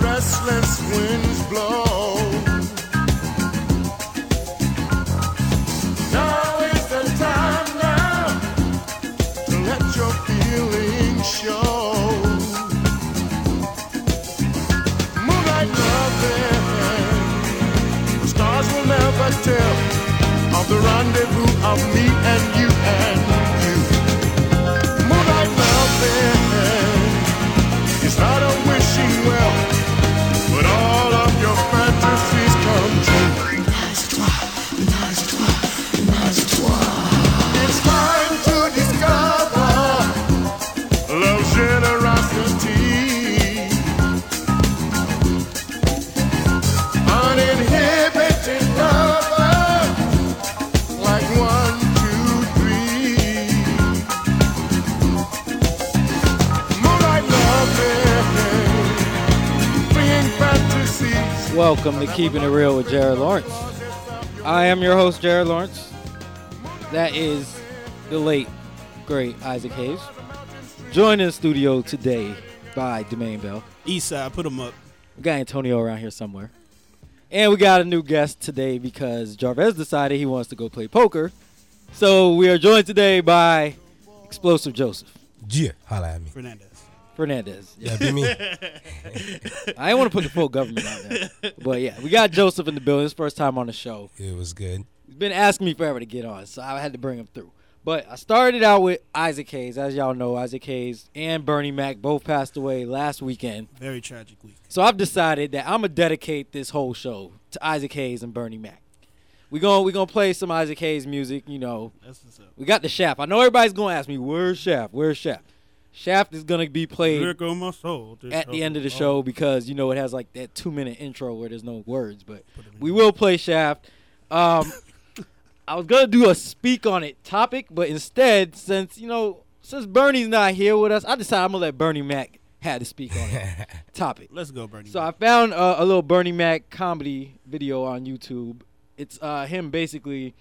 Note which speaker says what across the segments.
Speaker 1: restless winds blow. Now is the time now to let your feelings show. Moonlight loving, the stars will never tell of the rendezvous of me and you and you. Moonlight loving, it's not a wishing well, but all of your fantasies come true. It's time to discover love's generosity. Uninhibited lover, like one, two, three. Moonlight loving, bringing fantasies.
Speaker 2: Welcome to Keeping It Real with Jared Lawrence. I am your host, Jared Lawrence. That is the late, great Isaac Hayes. Joined in the studio today by Domain Bell.
Speaker 3: East side, put him up.
Speaker 2: We got Antonio around here somewhere. And we got a new guest today because Jarvez decided he wants to go play poker. So we are joined today by Explosive Joseph
Speaker 4: Yeah, holla at me.
Speaker 3: Fernandez.
Speaker 2: Fernandez. Yeah.
Speaker 4: That'd be me.
Speaker 2: I didn't want to put the full government out there. But yeah, we got Joseph in the building. His first time on the show.
Speaker 4: It was good.
Speaker 2: He's been asking me forever to get on, so I had to bring him through. But I started out with Isaac Hayes. As y'all know, Isaac Hayes and Bernie Mac both passed away last weekend.
Speaker 3: Very tragic week.
Speaker 2: So I've decided that I'm gonna dedicate this whole show to Isaac Hayes and Bernie Mac. We going we gonna play some Isaac Hayes music. You know,
Speaker 3: That's what's up.
Speaker 2: we got the Shaft. I know everybody's gonna ask me, "Where's Shaft? Where's Shaft?" Shaft is gonna be played
Speaker 3: Lyric on my soul. This
Speaker 2: at the
Speaker 3: soul.
Speaker 2: end of the
Speaker 3: Oh,
Speaker 2: show because you know it has like that two minute intro where there's no words, but we will play Shaft. Um, I was gonna do a speak on it topic, but instead, since you know since Bernie's not here with us, I decided I'm gonna let Bernie Mac have to speak on it topic.
Speaker 3: Let's go, Bernie.
Speaker 2: So I found uh, a little Bernie Mac comedy video on YouTube. It's uh, him basically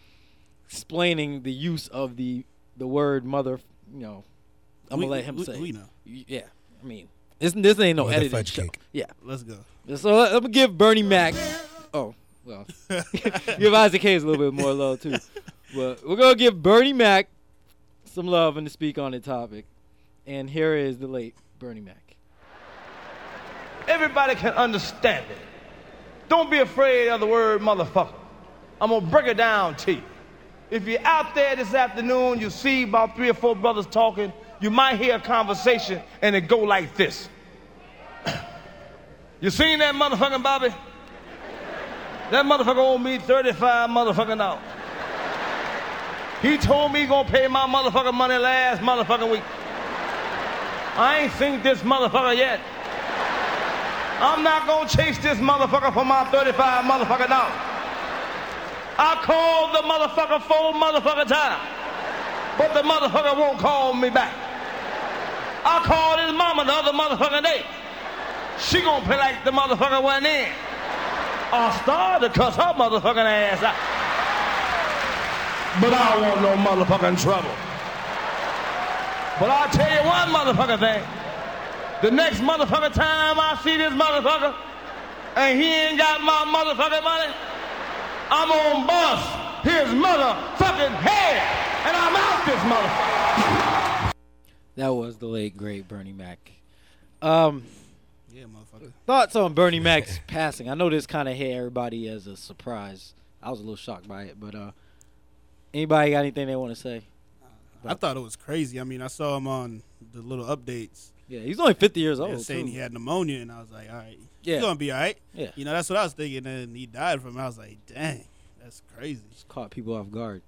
Speaker 2: explaining the use of the the word mother. You know, I'm
Speaker 3: We-
Speaker 2: gonna let him
Speaker 3: we-
Speaker 2: say.
Speaker 3: we know.
Speaker 2: Yeah, I mean, this this ain't no
Speaker 4: Mother
Speaker 2: edited
Speaker 4: fudge
Speaker 2: show.
Speaker 4: cake.
Speaker 2: Yeah,
Speaker 3: Let's go.
Speaker 2: so let- I'm gonna give Bernie Mac. Oh well, give Isaac Hayes a little bit more love too. But we're gonna give Bernie Mac some love and to speak on the topic. And here is the late Bernie Mac.
Speaker 5: Everybody can understand it. Don't be afraid of the word motherfucker. I'm gonna break it down to you. If you're out there this afternoon, you see about three or four brothers talking, you might hear a conversation and it go like this. you seen that motherfucking Bobby? That motherfucker owed me 35 motherfucking dollars. He told me he gonna pay my motherfucking money last motherfucking week. I ain't seen this motherfucker yet. I'm not gonna chase this motherfucker for my 35 motherfucker dollars. I called the motherfucker four motherfucker times, but the motherfucker won't call me back. I called his mama the other motherfucking day. She gonna play like the motherfucker went in. I started to cuss her motherfucking ass out. But I don't want no motherfucking trouble. But I'll tell you one motherfucking thing. The next motherfucker time I see this motherfucker and he ain't got my motherfucking money, I'm on bust his motherfucking head and I'm out this motherfucker.
Speaker 2: That was the late great Bernie Mac. Um,
Speaker 3: Yeah, motherfucker.
Speaker 2: thoughts on Bernie Mac's passing? I know this kind of hit everybody as a surprise. I was a little shocked by it, but uh, anybody got anything they want to say?
Speaker 3: I thought it was crazy. I mean, I saw him on the little updates
Speaker 2: Yeah, he's only fifty years
Speaker 3: and
Speaker 2: old.
Speaker 3: saying
Speaker 2: too.
Speaker 3: he had pneumonia, and I was like, all right,
Speaker 2: Yeah.
Speaker 3: he's gonna be all right.
Speaker 2: Yeah.
Speaker 3: You know, that's what I was thinking, and he died from. it. I was like, dang, that's crazy.
Speaker 2: Caught people off guard.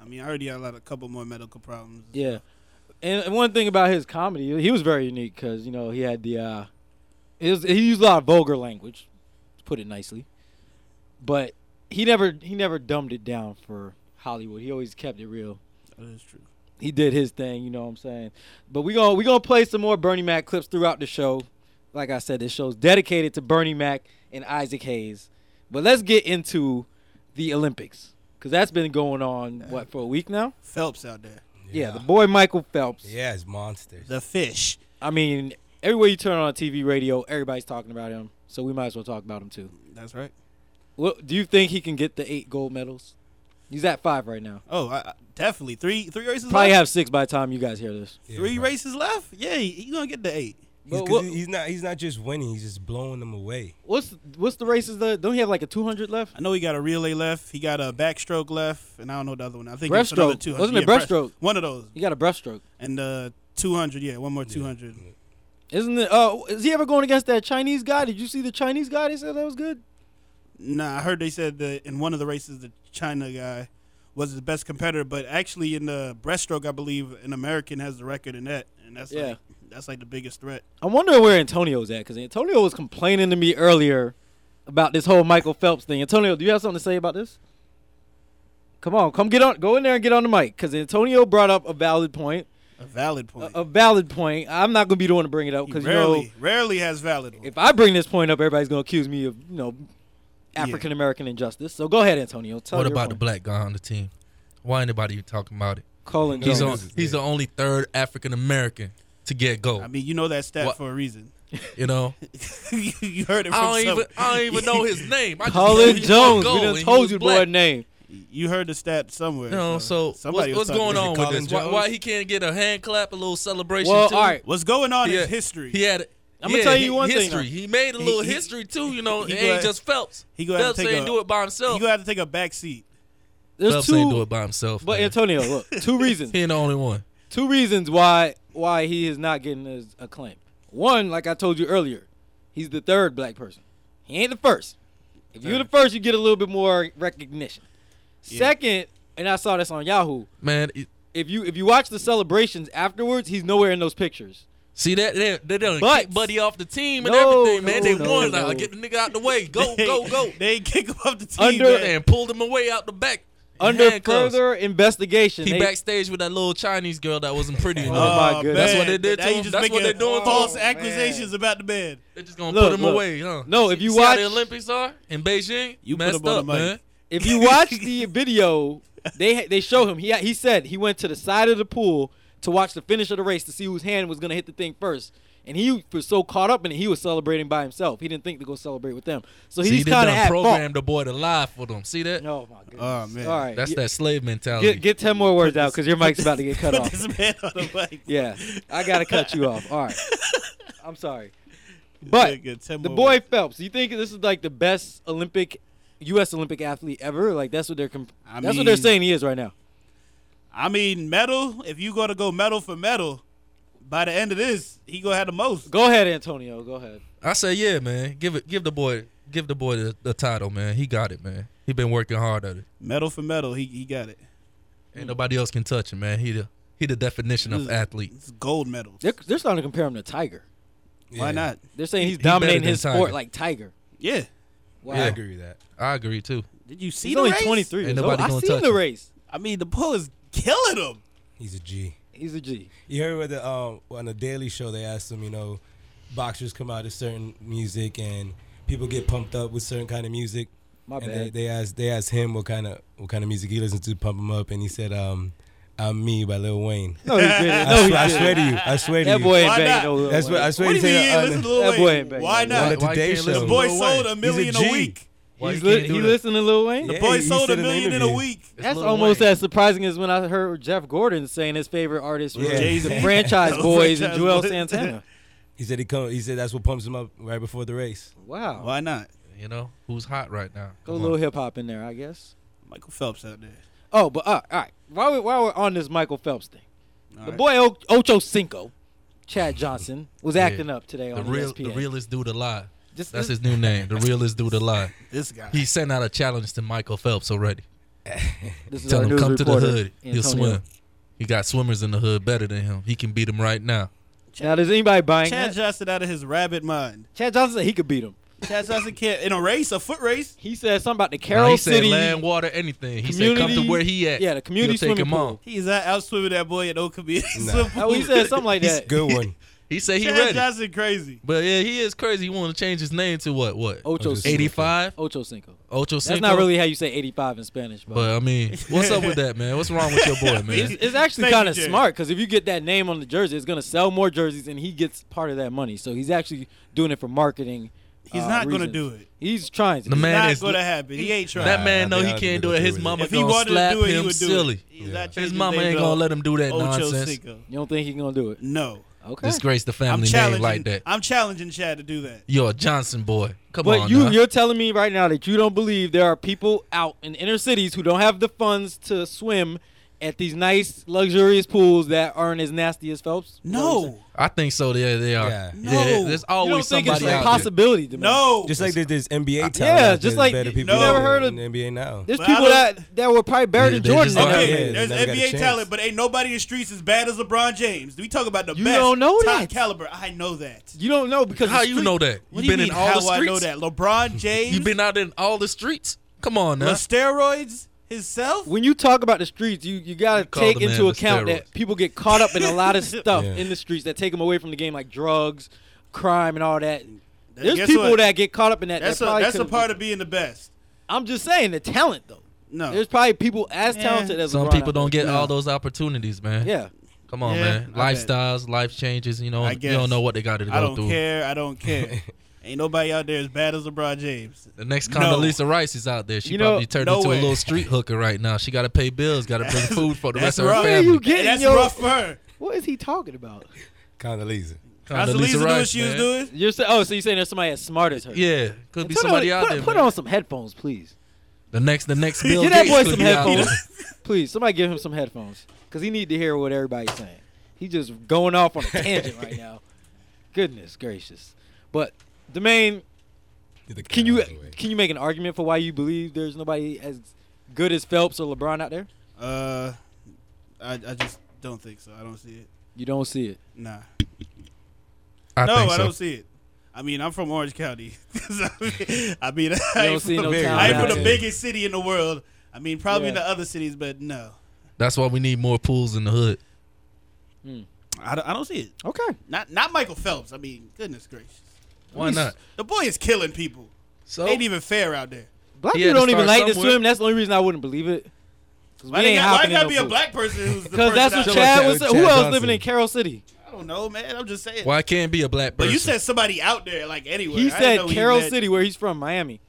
Speaker 3: I mean, I already had a lot, a couple more medical problems.
Speaker 2: Yeah, and and one thing about his comedy, he was very unique because you know he had the uh, it was, he used a lot of vulgar language, to put it nicely, but he never he never dumbed it down for Hollywood. He always kept it real.
Speaker 3: that is true.
Speaker 2: he did his thing, you know what I'm saying? But we going to we going to play some more Bernie Mac clips throughout the show. Like I said, this show's dedicated to Bernie Mac and Isaac Hayes. But let's get into the Olympics cuz that's been going on what for a week now?
Speaker 3: Phelps out there,
Speaker 2: Yeah, the boy Michael Phelps.
Speaker 4: Yeah, it's monsters.
Speaker 3: the fish.
Speaker 2: I mean, everywhere you turn on TV, radio, everybody's talking about him. So we might as well talk about him too.
Speaker 3: That's right.
Speaker 2: What do you think he can get the eight gold medals? He's at five right now.
Speaker 3: Oh, I, I- definitely three three races.
Speaker 2: Probably
Speaker 3: left?
Speaker 2: have six by the time you guys hear this.
Speaker 4: Yeah,
Speaker 3: three
Speaker 4: bro.
Speaker 3: races left. Yeah, he, he gonna get the eight.
Speaker 4: He's,
Speaker 2: But
Speaker 4: 'cause
Speaker 2: what-
Speaker 4: he- he's not. He's not just winning. He's just blowing them away.
Speaker 2: What's what's the races that don't he have like a two hundred left?
Speaker 3: I know he got a relay left. He got a backstroke left, and I don't know the other one. I think it's
Speaker 2: Breaststroke.
Speaker 3: another two hundred.
Speaker 2: Wasn't it
Speaker 3: yeah, breast-
Speaker 2: breaststroke?
Speaker 3: One of those,
Speaker 2: He got a breaststroke.
Speaker 3: and uh, two hundred. Yeah, one more two hundred.
Speaker 2: Isn't it? Uh, is he ever going against that Chinese guy? Did you see the Chinese guy? They said that was good.
Speaker 3: Nah, I heard they said that in one of the races, the China guy was the best competitor, but actually in the breaststroke, I believe an American has the record in that, and that's
Speaker 2: Yeah.
Speaker 3: like that's like the biggest threat.
Speaker 2: I wonder where Antonio's at because Antonio was complaining to me earlier about this whole Michael Phelps thing. Antonio, do you have something to say about this? Come on, come get on, go in there and get on the mic because Antonio brought up a valid point.
Speaker 3: A valid
Speaker 2: A,
Speaker 3: point.
Speaker 2: a valid point. I'm not gonna be the one to bring it up
Speaker 3: He
Speaker 2: because you
Speaker 3: rarely,
Speaker 2: know
Speaker 3: rarely has valid. One.
Speaker 2: if I bring this point up, everybody's gonna accuse me of you know African American injustice. So go ahead, Antonio. Tell
Speaker 6: What
Speaker 2: your
Speaker 6: about the
Speaker 2: point.
Speaker 6: black guy on the team? Why anybody even talking about it?
Speaker 2: Colin
Speaker 6: He's
Speaker 2: Jones?
Speaker 6: on, he's the only third African American to get
Speaker 3: I
Speaker 6: gold.
Speaker 3: mean, you know that stat
Speaker 6: What?
Speaker 3: for a reason.
Speaker 6: You know,
Speaker 3: you heard it from
Speaker 6: I don't even
Speaker 3: someone.
Speaker 6: I don't even know his name. I just know
Speaker 2: Colin
Speaker 6: he scored
Speaker 2: Jones. We
Speaker 6: gold
Speaker 2: done
Speaker 6: and he
Speaker 2: told
Speaker 6: was
Speaker 2: you
Speaker 6: black.
Speaker 2: boy name.
Speaker 3: You heard the stat somewhere.
Speaker 6: You know, so
Speaker 3: somebody
Speaker 6: what's,
Speaker 3: was
Speaker 6: what's going
Speaker 3: talking-
Speaker 6: on with
Speaker 4: Colin
Speaker 6: this? Why,
Speaker 4: Jones?
Speaker 6: why he can't get a hand clap, a little celebration?
Speaker 2: Well,
Speaker 6: too?
Speaker 2: all right.
Speaker 3: What's going on
Speaker 6: He
Speaker 3: is
Speaker 6: had-
Speaker 3: history.
Speaker 6: He had.
Speaker 2: I'ma tell you
Speaker 6: hi-
Speaker 2: one thing,
Speaker 6: History.
Speaker 2: though.
Speaker 6: He made a little
Speaker 3: He- he-
Speaker 6: history too. You know,
Speaker 3: he
Speaker 6: it
Speaker 3: go
Speaker 6: ain't
Speaker 3: ahead-
Speaker 6: just Phelps.
Speaker 3: he go ahead and
Speaker 6: Phelps
Speaker 3: take
Speaker 6: ain't
Speaker 3: a-
Speaker 6: do it by
Speaker 3: You
Speaker 6: himself.
Speaker 3: gonna have to take a back seat.
Speaker 2: There's
Speaker 6: Phelps ain't do
Speaker 2: two,
Speaker 6: it by himself.
Speaker 2: but
Speaker 6: man.
Speaker 2: Antonio, look, two reasons.
Speaker 6: he ain't the only one.
Speaker 2: two reasons why why he is not getting his acclaim. One, like I told you earlier, he's the third black person. He ain't the first. If you're the first, you get a little bit more recognition. Second, and I saw this on Yahoo.
Speaker 6: Man, it-
Speaker 2: If you if you watch the celebrations afterwards, he's nowhere in those pictures.
Speaker 6: see that they, they done
Speaker 2: But-
Speaker 6: kick Buddy off the team and
Speaker 2: No,
Speaker 6: everything, man.
Speaker 2: no,
Speaker 6: They
Speaker 2: no,
Speaker 6: won.
Speaker 2: no.
Speaker 6: Like, get the nigga out the way. Go, go, go.
Speaker 3: They ain't kick him off the team.
Speaker 2: Under-
Speaker 3: man.
Speaker 6: and pulled him away out the back. in
Speaker 2: Under
Speaker 6: handcuffs.
Speaker 2: further investigation,
Speaker 6: he
Speaker 2: they-
Speaker 6: backstage with that little Chinese girl that wasn't pretty
Speaker 2: Oh,
Speaker 6: enough.
Speaker 2: my goodness.
Speaker 6: That's what they did
Speaker 3: Now
Speaker 6: to
Speaker 3: you
Speaker 6: him.
Speaker 3: just
Speaker 6: That's what
Speaker 3: making
Speaker 6: they doing to
Speaker 3: False
Speaker 6: him. Oh,
Speaker 3: accusations about the man.
Speaker 6: They're just gonna
Speaker 2: Look,
Speaker 6: put him
Speaker 2: look.
Speaker 6: away, huh?
Speaker 2: No, if you
Speaker 6: See how
Speaker 2: watch
Speaker 6: the Olympics are in Beijing,
Speaker 3: You put
Speaker 6: messed
Speaker 3: him on
Speaker 6: up,
Speaker 3: the mic.
Speaker 6: man.
Speaker 2: If you watch the video, they they show him. He he said he went to the side of the pool to watch the finish of the race to see whose hand was gonna hit the thing first. And he was so caught up in it, he was celebrating by himself. He didn't think to go celebrate with them. So
Speaker 6: See,
Speaker 2: he's
Speaker 6: they
Speaker 2: kind of
Speaker 6: done
Speaker 2: at
Speaker 6: programmed
Speaker 2: fault.
Speaker 6: the boy to lie for them. See that?
Speaker 2: Oh my goodness!
Speaker 3: Oh man.
Speaker 2: All right,
Speaker 6: That's
Speaker 2: That's
Speaker 6: that slave mentality.
Speaker 2: get get ten more words out because your mic's about to get cut
Speaker 3: Put
Speaker 2: off.
Speaker 3: this man on the mic.
Speaker 2: Yeah, I gotta cut you off. All right, I'm sorry, but
Speaker 3: Nigga, Tim
Speaker 2: the
Speaker 3: Boy-
Speaker 2: boy Phelps. You think this is like the best Olympic, U.S. Olympic athlete ever? Like that's what they're comp-
Speaker 3: I
Speaker 2: that's what they're
Speaker 3: mean-
Speaker 2: saying he is right now.
Speaker 3: I mean, medal. If you gonna go medal for medal, by the end of this, he gonna have the most.
Speaker 2: Go ahead, Antonio. Go ahead.
Speaker 6: I say, yeah, man. Give it. Give the boy. Give the boy the, the title, man. He got it, man. He been working hard at it.
Speaker 3: Medal for medal, he he got it.
Speaker 6: Ain't nobody else can touch him, man. He the he the definition of athlete.
Speaker 3: It's gold medals.
Speaker 2: They're, they're starting to compare him to Tiger.
Speaker 3: Why not?
Speaker 2: They're saying he's
Speaker 6: He better
Speaker 2: dominating
Speaker 6: than
Speaker 2: his
Speaker 6: Tiger.
Speaker 2: sport like Tiger.
Speaker 3: Yeah.
Speaker 2: Wow.
Speaker 6: I agree with that. I agree too.
Speaker 3: Did you see
Speaker 2: He's
Speaker 3: the
Speaker 2: only
Speaker 3: race?
Speaker 2: 23
Speaker 6: Ain't
Speaker 2: years old.
Speaker 6: nobody
Speaker 2: I
Speaker 6: gonna
Speaker 2: seen
Speaker 6: touch
Speaker 2: the
Speaker 6: him.
Speaker 2: race.
Speaker 3: I mean, the bull is killing him.
Speaker 4: He's a G.
Speaker 2: He's a G.
Speaker 4: You heard what the um on the Daily Show they asked him, you know, boxers come out to certain music and people get pumped up with certain kind of music.
Speaker 2: My
Speaker 4: and
Speaker 2: bad.
Speaker 4: They, they asked they asked him what kind of what kind of music he listens to to pump him up, and he said, um, "I'm me by Lil Wayne."
Speaker 2: No, he didn't.
Speaker 4: I,
Speaker 2: No, he
Speaker 4: swear, I swear
Speaker 2: didn't.
Speaker 4: to you, I swear to
Speaker 2: That
Speaker 4: you.
Speaker 2: boy ain't
Speaker 3: Why
Speaker 2: banging
Speaker 3: not?
Speaker 2: no Lil
Speaker 4: That's what
Speaker 2: Wayne.
Speaker 4: I swear
Speaker 3: What do
Speaker 4: to
Speaker 3: you mean?
Speaker 4: you. uh,
Speaker 3: he ain't Listen to Lil
Speaker 2: That
Speaker 3: Wayne.
Speaker 2: boy ain't banging
Speaker 3: Why
Speaker 2: no
Speaker 4: on the
Speaker 3: not?
Speaker 6: Why can't
Speaker 4: Today
Speaker 6: he listen
Speaker 4: Show.
Speaker 6: to
Speaker 3: The
Speaker 6: Lil
Speaker 3: boy
Speaker 6: Wayne?
Speaker 3: sold a million
Speaker 4: He's a
Speaker 3: a
Speaker 4: G.
Speaker 3: week.
Speaker 6: Why
Speaker 2: He's
Speaker 6: can't
Speaker 2: li-
Speaker 6: he
Speaker 2: he
Speaker 6: do that?
Speaker 2: listened to Lil Wayne.
Speaker 4: Yeah,
Speaker 3: Boy
Speaker 4: he
Speaker 3: sold a
Speaker 4: said in the
Speaker 3: million in a
Speaker 4: interview.
Speaker 3: week.
Speaker 6: It's
Speaker 2: That's
Speaker 6: Lil
Speaker 2: almost
Speaker 6: Wayne.
Speaker 2: as surprising as when I heard Jeff Gordon saying his favorite artist was
Speaker 4: Yeah.
Speaker 2: the
Speaker 3: Jay-Z.
Speaker 2: franchise
Speaker 3: The
Speaker 2: boys and
Speaker 3: franchise
Speaker 2: Joel
Speaker 3: boys.
Speaker 2: Santana.
Speaker 4: He said he come. He said that's what pumps him up right before the race.
Speaker 2: Wow.
Speaker 3: Why not?
Speaker 6: You know who's hot right now?
Speaker 2: Go a
Speaker 6: Come
Speaker 2: little
Speaker 6: on.
Speaker 2: hip hop in there, I guess.
Speaker 3: Michael Phelps out there.
Speaker 2: Oh, but uh, all right. While, we, while we're on this Michael Phelps thing,
Speaker 3: All
Speaker 2: the
Speaker 3: right.
Speaker 2: boy o- Ocho Cinco, Chad Johnson, was acting up today
Speaker 6: The
Speaker 2: on E
Speaker 6: real,
Speaker 2: ESPN.
Speaker 6: the realest dude alive.
Speaker 2: Just-
Speaker 6: That's
Speaker 2: just-
Speaker 6: his new name. The realest dude alive.
Speaker 3: This guy.
Speaker 6: He sent out a challenge to Michael Phelps already.
Speaker 2: This is
Speaker 6: Tell
Speaker 2: our
Speaker 6: him
Speaker 2: news
Speaker 6: come to the
Speaker 2: reporter,
Speaker 6: hood. He'll
Speaker 2: Antonio.
Speaker 6: swim. He got swimmers in the hood better than him. He can beat him right now.
Speaker 2: Now, does anybody buying
Speaker 3: Chad
Speaker 2: that?
Speaker 3: Johnson out of his rabid mind.
Speaker 2: Chad Johnson said he could beat him.
Speaker 3: Chad Johnson can't in a race, a foot race.
Speaker 2: He said something about the
Speaker 6: Now,
Speaker 2: Carroll
Speaker 6: he said
Speaker 2: City.
Speaker 6: land, water, anything. He said come to
Speaker 2: community-
Speaker 6: where he at.
Speaker 2: yeah, the community
Speaker 6: He'll take
Speaker 2: swimming
Speaker 6: him
Speaker 2: pool.
Speaker 6: on.
Speaker 3: He's not out swimming that boy at Old Community.
Speaker 4: Nah.
Speaker 3: Swim
Speaker 2: Oh, he
Speaker 3: pool.
Speaker 2: said something like
Speaker 4: He's a
Speaker 2: that.
Speaker 4: good one.
Speaker 6: He said he
Speaker 3: Chad
Speaker 6: ready.
Speaker 3: Johnson crazy.
Speaker 6: But yeah, he is crazy. He want to change his name to what? What?
Speaker 2: Ocho
Speaker 4: Ocho
Speaker 2: Cinco.
Speaker 4: Eighty-
Speaker 6: 85?
Speaker 2: Ocho Cinco.
Speaker 6: Ocho Cinco.
Speaker 2: That's not really how you say 85 in Spanish, but,
Speaker 6: But I mean, what's up with that, man? What's wrong with your boy, man?
Speaker 2: it's actually
Speaker 3: Thank you,
Speaker 2: kind of
Speaker 3: Jerry.
Speaker 2: smart because if you get that name on the jersey, it's gonna sell more jerseys, and he gets part of that money. So he's actually doing it for marketing.
Speaker 3: He's
Speaker 2: uh,
Speaker 3: not gonna
Speaker 2: reasons.
Speaker 3: do it.
Speaker 2: He's trying to.
Speaker 6: The
Speaker 2: do it.
Speaker 6: Man
Speaker 3: not
Speaker 6: is-
Speaker 3: gonna happen. He ain't trying.
Speaker 6: That man
Speaker 4: Nah,
Speaker 6: know
Speaker 4: I
Speaker 6: he
Speaker 4: think I
Speaker 6: can't do
Speaker 4: could
Speaker 6: it. His
Speaker 4: agree with
Speaker 6: mama
Speaker 3: if he
Speaker 6: gonna
Speaker 3: wanted
Speaker 6: slap
Speaker 3: to do it, he
Speaker 6: him
Speaker 3: would do
Speaker 6: silly.
Speaker 3: it. He's not
Speaker 6: His
Speaker 3: changing
Speaker 6: mama
Speaker 3: name
Speaker 6: ain't
Speaker 3: to
Speaker 6: gonna let him do that
Speaker 3: Ocho
Speaker 6: nonsense.
Speaker 3: Cinco.
Speaker 2: You don't think he's gonna do it?
Speaker 3: No,
Speaker 2: Okay.
Speaker 6: Disgrace the
Speaker 3: I'm
Speaker 6: family name
Speaker 3: challenging.
Speaker 6: like that.
Speaker 3: I'm challenging Chad to do that.
Speaker 6: You're a Johnson boy. Come
Speaker 2: But
Speaker 6: on,
Speaker 2: you,
Speaker 6: nah.
Speaker 2: you're telling me right now that you don't believe there are people out in inner cities who don't have the funds to swim at these nice, luxurious pools that aren't as nasty as Phelps?
Speaker 3: No,
Speaker 6: I think so. Yeah, they are.
Speaker 4: Yeah.
Speaker 6: Yeah, there- there's
Speaker 2: You don't
Speaker 6: always
Speaker 2: think it's
Speaker 6: somebody
Speaker 2: a
Speaker 6: out
Speaker 2: possibility to me?
Speaker 3: no.
Speaker 4: Just like there's this NBA talent.
Speaker 2: yeah,
Speaker 4: out there,
Speaker 2: just
Speaker 4: there's
Speaker 2: like-
Speaker 4: better
Speaker 2: you
Speaker 4: people
Speaker 3: never
Speaker 4: out
Speaker 2: heard
Speaker 4: in the NBA now.
Speaker 2: There's
Speaker 3: But I
Speaker 2: people
Speaker 3: don't-
Speaker 2: that, that were probably buried
Speaker 6: Yeah,
Speaker 2: in
Speaker 6: they
Speaker 2: Jordan.
Speaker 6: just
Speaker 2: in
Speaker 6: like-
Speaker 2: that
Speaker 6: Yeah,
Speaker 3: Okay,
Speaker 2: area.
Speaker 4: they
Speaker 3: there's
Speaker 4: never got a
Speaker 3: NBA
Speaker 4: chance.
Speaker 3: talent, but ain't nobody in the streets as bad as LeBron James. We talk about the
Speaker 2: You
Speaker 3: best
Speaker 2: don't know
Speaker 3: top
Speaker 2: that.
Speaker 3: caliber. I know that.
Speaker 2: You don't know
Speaker 6: there.
Speaker 2: because
Speaker 6: How
Speaker 2: the
Speaker 6: you
Speaker 2: street-
Speaker 6: know that?
Speaker 3: What
Speaker 6: you been
Speaker 3: do you
Speaker 6: in
Speaker 3: mean?
Speaker 6: all
Speaker 3: how
Speaker 6: the
Speaker 3: I
Speaker 6: streets.
Speaker 3: know that? LeBron James,
Speaker 6: You been out in all the streets. Come on,
Speaker 3: on
Speaker 6: now.
Speaker 3: steroids himself.
Speaker 2: When you talk about the streets, you, you gotta
Speaker 6: You call
Speaker 2: take
Speaker 6: the man
Speaker 2: into
Speaker 6: with
Speaker 2: account that
Speaker 6: steroids.
Speaker 2: people get caught up in a lot of stuff
Speaker 4: Yeah.
Speaker 2: in the streets that take them away from the game, like drugs, crime, and all that. There's
Speaker 3: Guess
Speaker 2: people
Speaker 3: what?
Speaker 2: that get caught up in that.
Speaker 3: That's
Speaker 2: that
Speaker 3: a
Speaker 2: probably
Speaker 3: that's a
Speaker 2: could've-
Speaker 3: part of being the best.
Speaker 2: I'm just saying the talent though.
Speaker 3: No,
Speaker 2: There's probably people as
Speaker 3: Yeah.
Speaker 2: talented as
Speaker 6: Some
Speaker 2: LeBron
Speaker 6: people
Speaker 2: out
Speaker 6: don't
Speaker 2: there.
Speaker 6: get all those opportunities, man.
Speaker 2: Yeah,
Speaker 6: Come on,
Speaker 3: Yeah,
Speaker 6: man.
Speaker 3: I bet.
Speaker 6: Lifestyles, life changes. You know,
Speaker 3: I
Speaker 6: you don't
Speaker 3: guess.
Speaker 6: know what they got to go
Speaker 3: I don't
Speaker 6: through.
Speaker 3: care. I don't care. ain't nobody out there as bad as LeBron James.
Speaker 6: The next
Speaker 3: No.
Speaker 6: Condoleezza Rice is out there. She
Speaker 2: You know,
Speaker 6: probably turned
Speaker 3: no
Speaker 6: into
Speaker 3: way.
Speaker 6: a little street hooker right now. She got to pay bills, got to bring
Speaker 3: That's-
Speaker 6: food for the rest
Speaker 3: that's
Speaker 6: of her
Speaker 3: rough.
Speaker 2: Where
Speaker 6: family.
Speaker 2: you
Speaker 3: And
Speaker 2: getting
Speaker 3: that's
Speaker 2: yo?
Speaker 3: rough for her.
Speaker 2: What is he talking about?
Speaker 4: Condoleezza.
Speaker 3: That's the
Speaker 6: Condoleezza
Speaker 3: least doing what
Speaker 6: Rice,
Speaker 3: she was
Speaker 6: man.
Speaker 3: doing.
Speaker 2: You're saying oh, so you're saying there's somebody as smart as her?
Speaker 6: Yeah, could
Speaker 2: And
Speaker 6: be
Speaker 2: put
Speaker 6: somebody
Speaker 2: on,
Speaker 6: out
Speaker 2: put,
Speaker 6: there.
Speaker 2: Put
Speaker 6: man.
Speaker 2: on some headphones, please.
Speaker 6: The next, the next Bill
Speaker 2: Give that
Speaker 6: Gates
Speaker 2: boy
Speaker 6: could
Speaker 2: some
Speaker 6: be out
Speaker 2: headphones,
Speaker 6: there.
Speaker 2: please. Somebody give him some headphones because he need to hear what everybody's saying. He just going off on a tangent right now. Goodness gracious! But Domain, can you can you make an argument for why you believe there's nobody as good as Phelps or LeBron out there?
Speaker 3: Uh, I I just don't think so. I don't see it.
Speaker 2: You don't see it.
Speaker 3: Nah.
Speaker 6: I
Speaker 3: no,
Speaker 6: think
Speaker 3: I
Speaker 6: so.
Speaker 3: don't see it. I mean, I'm from Orange County. So, I mean,
Speaker 2: You
Speaker 3: I ain't
Speaker 2: don't see
Speaker 3: from,
Speaker 2: no
Speaker 4: very
Speaker 2: talent.
Speaker 3: I ain't
Speaker 2: out
Speaker 3: from the
Speaker 2: there.
Speaker 3: biggest city in the world. I mean, probably in
Speaker 2: Yeah.
Speaker 3: the other cities, but no,
Speaker 6: That's why we need more pools in the hood.
Speaker 2: Hmm.
Speaker 3: I don't, I don't see it.
Speaker 2: Okay.
Speaker 3: Not not Michael Phelps. I mean, goodness gracious,
Speaker 6: Why not?
Speaker 3: the boy is killing people.
Speaker 6: So
Speaker 3: Ain't even fair out there.
Speaker 2: Black
Speaker 6: He
Speaker 2: people
Speaker 6: had to
Speaker 2: don't even
Speaker 6: start
Speaker 2: like to
Speaker 6: somewhere.
Speaker 2: swim. That's the only reason I wouldn't believe it. Because
Speaker 3: Why they got, why gotta be a black person who's the
Speaker 2: Because
Speaker 3: person
Speaker 2: that's what
Speaker 3: out-
Speaker 4: Chad
Speaker 2: Chad was.
Speaker 4: Chad
Speaker 2: who else
Speaker 4: Johnson.
Speaker 2: living in Carroll City?
Speaker 3: I don't know, man. I'm just saying.
Speaker 6: why it can't be a black
Speaker 3: But
Speaker 6: person?
Speaker 3: you said somebody out there, like anywhere.
Speaker 2: He
Speaker 3: I didn't know
Speaker 2: said
Speaker 3: he
Speaker 2: Carroll
Speaker 3: meant-
Speaker 2: City, where he's from, Miami.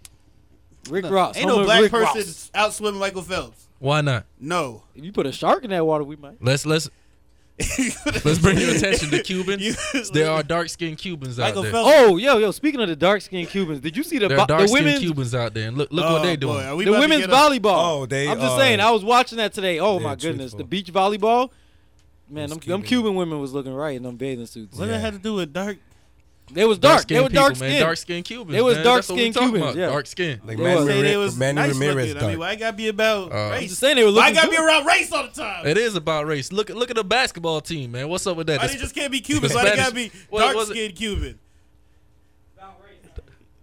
Speaker 2: Rick Ross.
Speaker 3: Ain't
Speaker 2: home
Speaker 3: no
Speaker 2: of
Speaker 3: black
Speaker 2: Rick
Speaker 3: person
Speaker 2: Ross.
Speaker 3: out swimming Michael Phelps.
Speaker 6: why not?
Speaker 3: No.
Speaker 2: If you put a shark in that water, we might.
Speaker 6: Let's let's let's bring your attention to Cubans.
Speaker 3: You-
Speaker 6: there are dark skinned Cubans out
Speaker 3: Michael
Speaker 6: there.
Speaker 3: Phelps.
Speaker 2: Oh, yo, yo. Speaking of the dark skinned Cubans, did you see Oh, the
Speaker 6: there
Speaker 2: bo-
Speaker 6: are dark
Speaker 2: the
Speaker 6: skinned
Speaker 2: women's
Speaker 6: Cubans out there, and look look what
Speaker 3: Oh,
Speaker 6: they
Speaker 3: boy.
Speaker 6: doing.
Speaker 3: Are we
Speaker 2: the
Speaker 3: about to
Speaker 2: women's
Speaker 3: get a-
Speaker 2: volleyball?
Speaker 4: Oh, they
Speaker 2: I'm just
Speaker 4: are-
Speaker 2: saying. I was watching that today. Oh
Speaker 4: They're
Speaker 2: my goodness, the
Speaker 4: truthful.
Speaker 2: beach volleyball.
Speaker 4: Those
Speaker 2: Man, them, them
Speaker 4: Cuban-
Speaker 2: Cuban women was looking right in them bathing suits.
Speaker 3: What
Speaker 4: Yeah.
Speaker 3: that had to do with dark?
Speaker 2: They was dark. They
Speaker 6: Dark-skinned
Speaker 2: were dark
Speaker 6: people, man. Dark skinned
Speaker 2: skinned.
Speaker 6: Cubans.
Speaker 2: They
Speaker 6: man.
Speaker 2: was
Speaker 6: That's what
Speaker 2: dark-skinned
Speaker 6: we talking
Speaker 2: Cubans,
Speaker 6: about.
Speaker 2: yeah.
Speaker 6: Dark skin.
Speaker 4: Like
Speaker 2: They
Speaker 4: Manny,
Speaker 2: was-
Speaker 3: Say they
Speaker 4: Ramirez,
Speaker 3: was
Speaker 4: Manny
Speaker 3: nice
Speaker 4: Ramirez
Speaker 3: looking. I mean,
Speaker 4: dark.
Speaker 3: why it gotta be about
Speaker 6: Uh,
Speaker 2: I'm just
Speaker 3: race?
Speaker 2: saying they were
Speaker 3: Why
Speaker 2: looking.
Speaker 3: gotta be
Speaker 2: good.
Speaker 3: around race all the time?
Speaker 6: It is about race. Look look at the basketball team, man. What's up with that?
Speaker 3: Why they
Speaker 6: This-
Speaker 3: just can't be Cubans?
Speaker 6: the
Speaker 3: Why they
Speaker 6: Spanish-
Speaker 3: gotta be
Speaker 6: what-
Speaker 3: dark
Speaker 6: was it?
Speaker 3: skinned Cuban?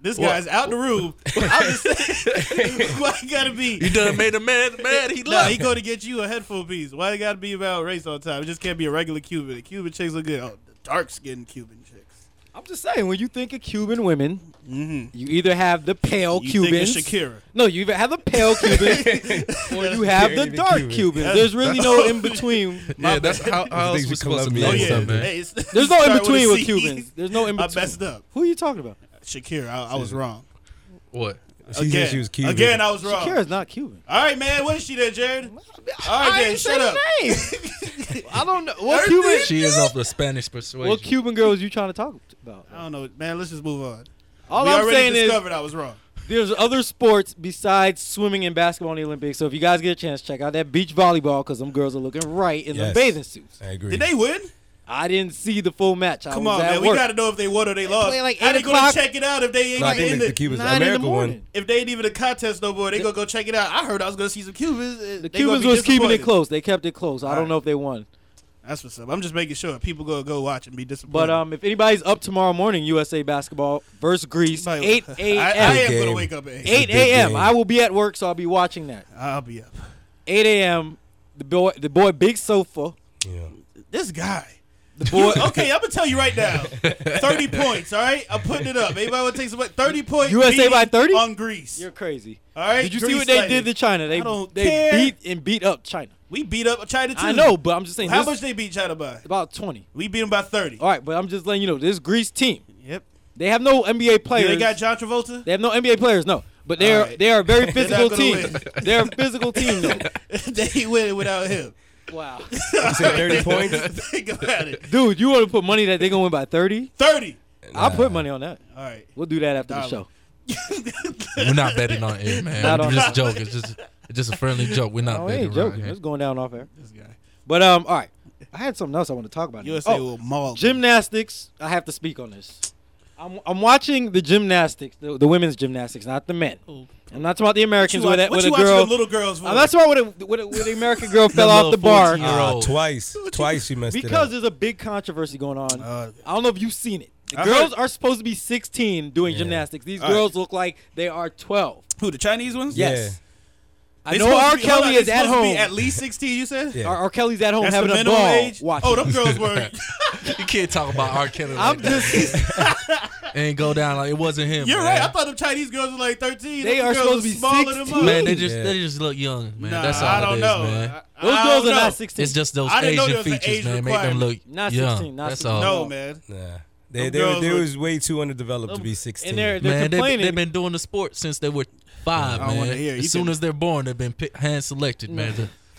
Speaker 3: This
Speaker 6: What-
Speaker 3: guy's out the room. I'm just saying, why it gotta be?
Speaker 6: you done made a man mad. He
Speaker 3: No,
Speaker 6: left.
Speaker 3: he go to get you a headphone piece. Why it gotta be about race all the time? It just can't be a regular Cuban. The Cuban chicks look good. Oh, the dark skinned Cuban chicks.
Speaker 2: I'm just saying, when you think of Cuban women,
Speaker 3: Mm-hmm.
Speaker 2: you either have the pale
Speaker 3: You
Speaker 2: Cubans.
Speaker 3: think of Shakira?
Speaker 2: No, you either have the pale Cubans or you have the
Speaker 4: Cuban.
Speaker 2: dark
Speaker 4: Cuban.
Speaker 2: Cubans.
Speaker 3: That's-
Speaker 2: There's really
Speaker 3: that's-
Speaker 2: no in between.
Speaker 6: yeah, that's how, how else
Speaker 4: These
Speaker 6: we supposed to be.
Speaker 3: Oh
Speaker 4: Colombians,
Speaker 6: doing
Speaker 3: yeah,
Speaker 6: stuff, man.
Speaker 3: Hey, it's-
Speaker 2: There's no in
Speaker 3: start a
Speaker 2: between with
Speaker 3: C.
Speaker 2: Cubans. There's no in
Speaker 3: I
Speaker 2: between.
Speaker 3: messed up.
Speaker 2: Who are you talking about?
Speaker 3: Shakira, I, I was wrong.
Speaker 6: What?
Speaker 4: She
Speaker 3: Again,
Speaker 4: said she was Cuban.
Speaker 3: again, I was wrong.
Speaker 2: Shakira's not Cuban.
Speaker 3: All right, man. What is she there, Jared? All right,
Speaker 2: I
Speaker 3: then.
Speaker 2: didn't say
Speaker 3: Shut
Speaker 2: the
Speaker 3: up.
Speaker 2: name. I don't know what Cuban.
Speaker 6: She is of the Spanish persuasion.
Speaker 2: What Cuban girl is you trying to talk about?
Speaker 3: I don't know, man. Let's just move on.
Speaker 2: All
Speaker 3: we
Speaker 2: I'm
Speaker 3: already
Speaker 2: saying is
Speaker 3: discovered I was wrong.
Speaker 2: there's other sports besides swimming and basketball in the Olympics. So if you guys get a chance, check out that beach volleyball because them girls are looking right in their
Speaker 4: Yes.
Speaker 2: bathing suits.
Speaker 4: I agree.
Speaker 3: Did they win?
Speaker 2: I didn't see the full match. I
Speaker 3: Come
Speaker 2: was
Speaker 3: on,
Speaker 2: at
Speaker 3: man. We
Speaker 2: work.
Speaker 3: got to know if they won or they, lost.
Speaker 2: played like
Speaker 3: How they
Speaker 2: 8
Speaker 3: gonna
Speaker 2: o'clock.
Speaker 3: check it out if they ain't
Speaker 4: No, I
Speaker 3: even
Speaker 4: think
Speaker 3: in
Speaker 4: the,
Speaker 3: the,
Speaker 4: the Cubans.
Speaker 2: nine in the
Speaker 4: America
Speaker 2: morning.
Speaker 4: won.
Speaker 3: if they ain't even a contest no more? They gonna go check it out. I heard I was gonna see some Cubans. eh,
Speaker 2: The Cubans was keeping it close. They kept it close. I don't
Speaker 3: Alright.
Speaker 2: know if they won,
Speaker 3: That's what's up. I'm just making sure people gonna go watch and be disappointed.
Speaker 2: but um, if anybody's up tomorrow morning, USA basketball versus Greece,
Speaker 3: Somebody-
Speaker 2: eight
Speaker 3: I, I
Speaker 2: a.m.
Speaker 3: am gonna
Speaker 4: Game.
Speaker 3: wake up at eight.
Speaker 2: Eight
Speaker 4: It's a big
Speaker 2: a.m.
Speaker 4: game.
Speaker 2: I will be at work, so I'll be watching that.
Speaker 3: I'll be up.
Speaker 2: Eight a.m. The boy, the boy, Big Sofa.
Speaker 4: Yeah.
Speaker 3: This guy.
Speaker 4: The boy,
Speaker 3: okay, I'm gonna tell you right now. Thirty points, all right? I'm putting it up. Anybody want to take some thirty points?
Speaker 2: USA
Speaker 3: beating
Speaker 2: by 30?
Speaker 3: on Greece.
Speaker 2: You're crazy.
Speaker 3: All right.
Speaker 2: Did you see
Speaker 3: Greece
Speaker 2: what they
Speaker 3: lady.
Speaker 2: did to China? They
Speaker 3: I don't
Speaker 2: they
Speaker 3: care.
Speaker 2: beat and beat up China.
Speaker 3: We beat up China too.
Speaker 2: I know, but I'm just saying
Speaker 3: How
Speaker 2: this-
Speaker 3: much they beat China by?
Speaker 2: about twenty.
Speaker 3: We beat them by thirty.
Speaker 2: All right, but I'm just letting you know this Greece team.
Speaker 3: Yep.
Speaker 2: They have no NBA
Speaker 3: Do
Speaker 2: players.
Speaker 3: they got John Travolta.
Speaker 2: They have no NBA players. No, but they are
Speaker 3: All right.
Speaker 2: they are a very physical
Speaker 3: not
Speaker 2: team.
Speaker 3: gonna win.
Speaker 2: They're a physical team though.
Speaker 3: they win it without him.
Speaker 2: Wow,
Speaker 4: thirty points.
Speaker 3: Think about it.
Speaker 2: dude, you want to put money that they're gonna win by thirty?
Speaker 3: Thirty.
Speaker 2: I'll put money on that.
Speaker 3: All right.
Speaker 2: We'll do that after the
Speaker 3: Dollar.
Speaker 2: show.
Speaker 6: We're not betting on air, man.
Speaker 2: Not
Speaker 6: We're
Speaker 2: on-
Speaker 6: just joking. It's just, it's just a friendly joke. We're not
Speaker 2: No, we
Speaker 6: betting.
Speaker 2: ain't
Speaker 6: around
Speaker 2: joking.
Speaker 6: here.
Speaker 2: It's going down off air.
Speaker 3: This guy.
Speaker 2: But um, all right. I had something else I want to talk about. now.
Speaker 3: USA
Speaker 2: Oh,
Speaker 3: will maul.
Speaker 2: gymnastics. I have to speak on this. I'm, I'm watching the gymnastics, the, the women's gymnastics, not the men. I'm not talking about the
Speaker 3: What you
Speaker 2: Americans
Speaker 3: watch-
Speaker 2: with that
Speaker 3: what
Speaker 2: with
Speaker 3: you
Speaker 2: a
Speaker 3: watching
Speaker 2: girl. Uh,
Speaker 3: the little girls. For?
Speaker 2: I'm not talking about with a, with a, with an American girl fell off
Speaker 6: little
Speaker 2: the bar
Speaker 6: 14 year old.
Speaker 4: Ah,
Speaker 6: Bro.
Speaker 4: twice, twice she messed
Speaker 2: because
Speaker 4: it up.
Speaker 2: there's a big controversy going on.
Speaker 3: Uh,
Speaker 2: I don't know if you've seen it. The
Speaker 3: I
Speaker 2: girls
Speaker 3: heard-
Speaker 2: are supposed to be 16 doing gymnastics. These
Speaker 3: All right.
Speaker 2: girls look like they are 12.
Speaker 3: who the Chinese ones?
Speaker 4: Yeah.
Speaker 2: Yes. I
Speaker 3: They
Speaker 2: know
Speaker 3: supposed to
Speaker 2: R.
Speaker 3: be- hold
Speaker 2: Kelly
Speaker 3: on,
Speaker 2: is
Speaker 3: they
Speaker 2: at
Speaker 3: supposed to be
Speaker 2: home.
Speaker 3: At least sixteen, you said.
Speaker 4: Yeah.
Speaker 2: R. R. Kelly's at home
Speaker 3: That's the
Speaker 2: having a
Speaker 3: minimum
Speaker 2: ball.
Speaker 3: age.
Speaker 2: Watching.
Speaker 3: Oh, them girls were.
Speaker 6: You can't talk about R. Kelly like
Speaker 2: I'm
Speaker 6: that
Speaker 2: just.
Speaker 6: and go down like it wasn't him.
Speaker 3: You're
Speaker 6: man.
Speaker 3: right. I thought them Chinese girls were like 13.
Speaker 2: They
Speaker 3: Them
Speaker 2: are
Speaker 3: girls
Speaker 2: supposed to be
Speaker 3: smaller than
Speaker 2: 16.
Speaker 3: mine.
Speaker 6: Man, they just
Speaker 4: Yeah.
Speaker 6: they just look young, man.
Speaker 3: Nah,
Speaker 6: That's all
Speaker 3: I don't
Speaker 6: it is,
Speaker 3: know.
Speaker 6: man.
Speaker 3: I-
Speaker 2: Those
Speaker 3: I
Speaker 2: girls
Speaker 3: don't
Speaker 2: are
Speaker 3: know.
Speaker 2: not 16.
Speaker 6: It's just those
Speaker 3: I didn't know
Speaker 6: Asian
Speaker 3: there was an
Speaker 6: features,
Speaker 3: age
Speaker 6: man. Make them look
Speaker 3: requirement.
Speaker 2: Not
Speaker 6: young.
Speaker 2: 16, not
Speaker 6: That's
Speaker 2: 16.
Speaker 6: all.
Speaker 3: No, man.
Speaker 4: Nah. They,
Speaker 3: Them
Speaker 4: they, were-
Speaker 3: girls
Speaker 4: they
Speaker 3: were-
Speaker 4: was way too underdeveloped to be 16.
Speaker 2: And they're, they're
Speaker 6: Man, they've,
Speaker 2: complaining.
Speaker 6: they've been doing the sport since they were five,
Speaker 3: I don't
Speaker 6: man.
Speaker 3: wanna hear. You
Speaker 6: As soon
Speaker 3: can-
Speaker 6: as they're born, they've been pick, hand selected, man.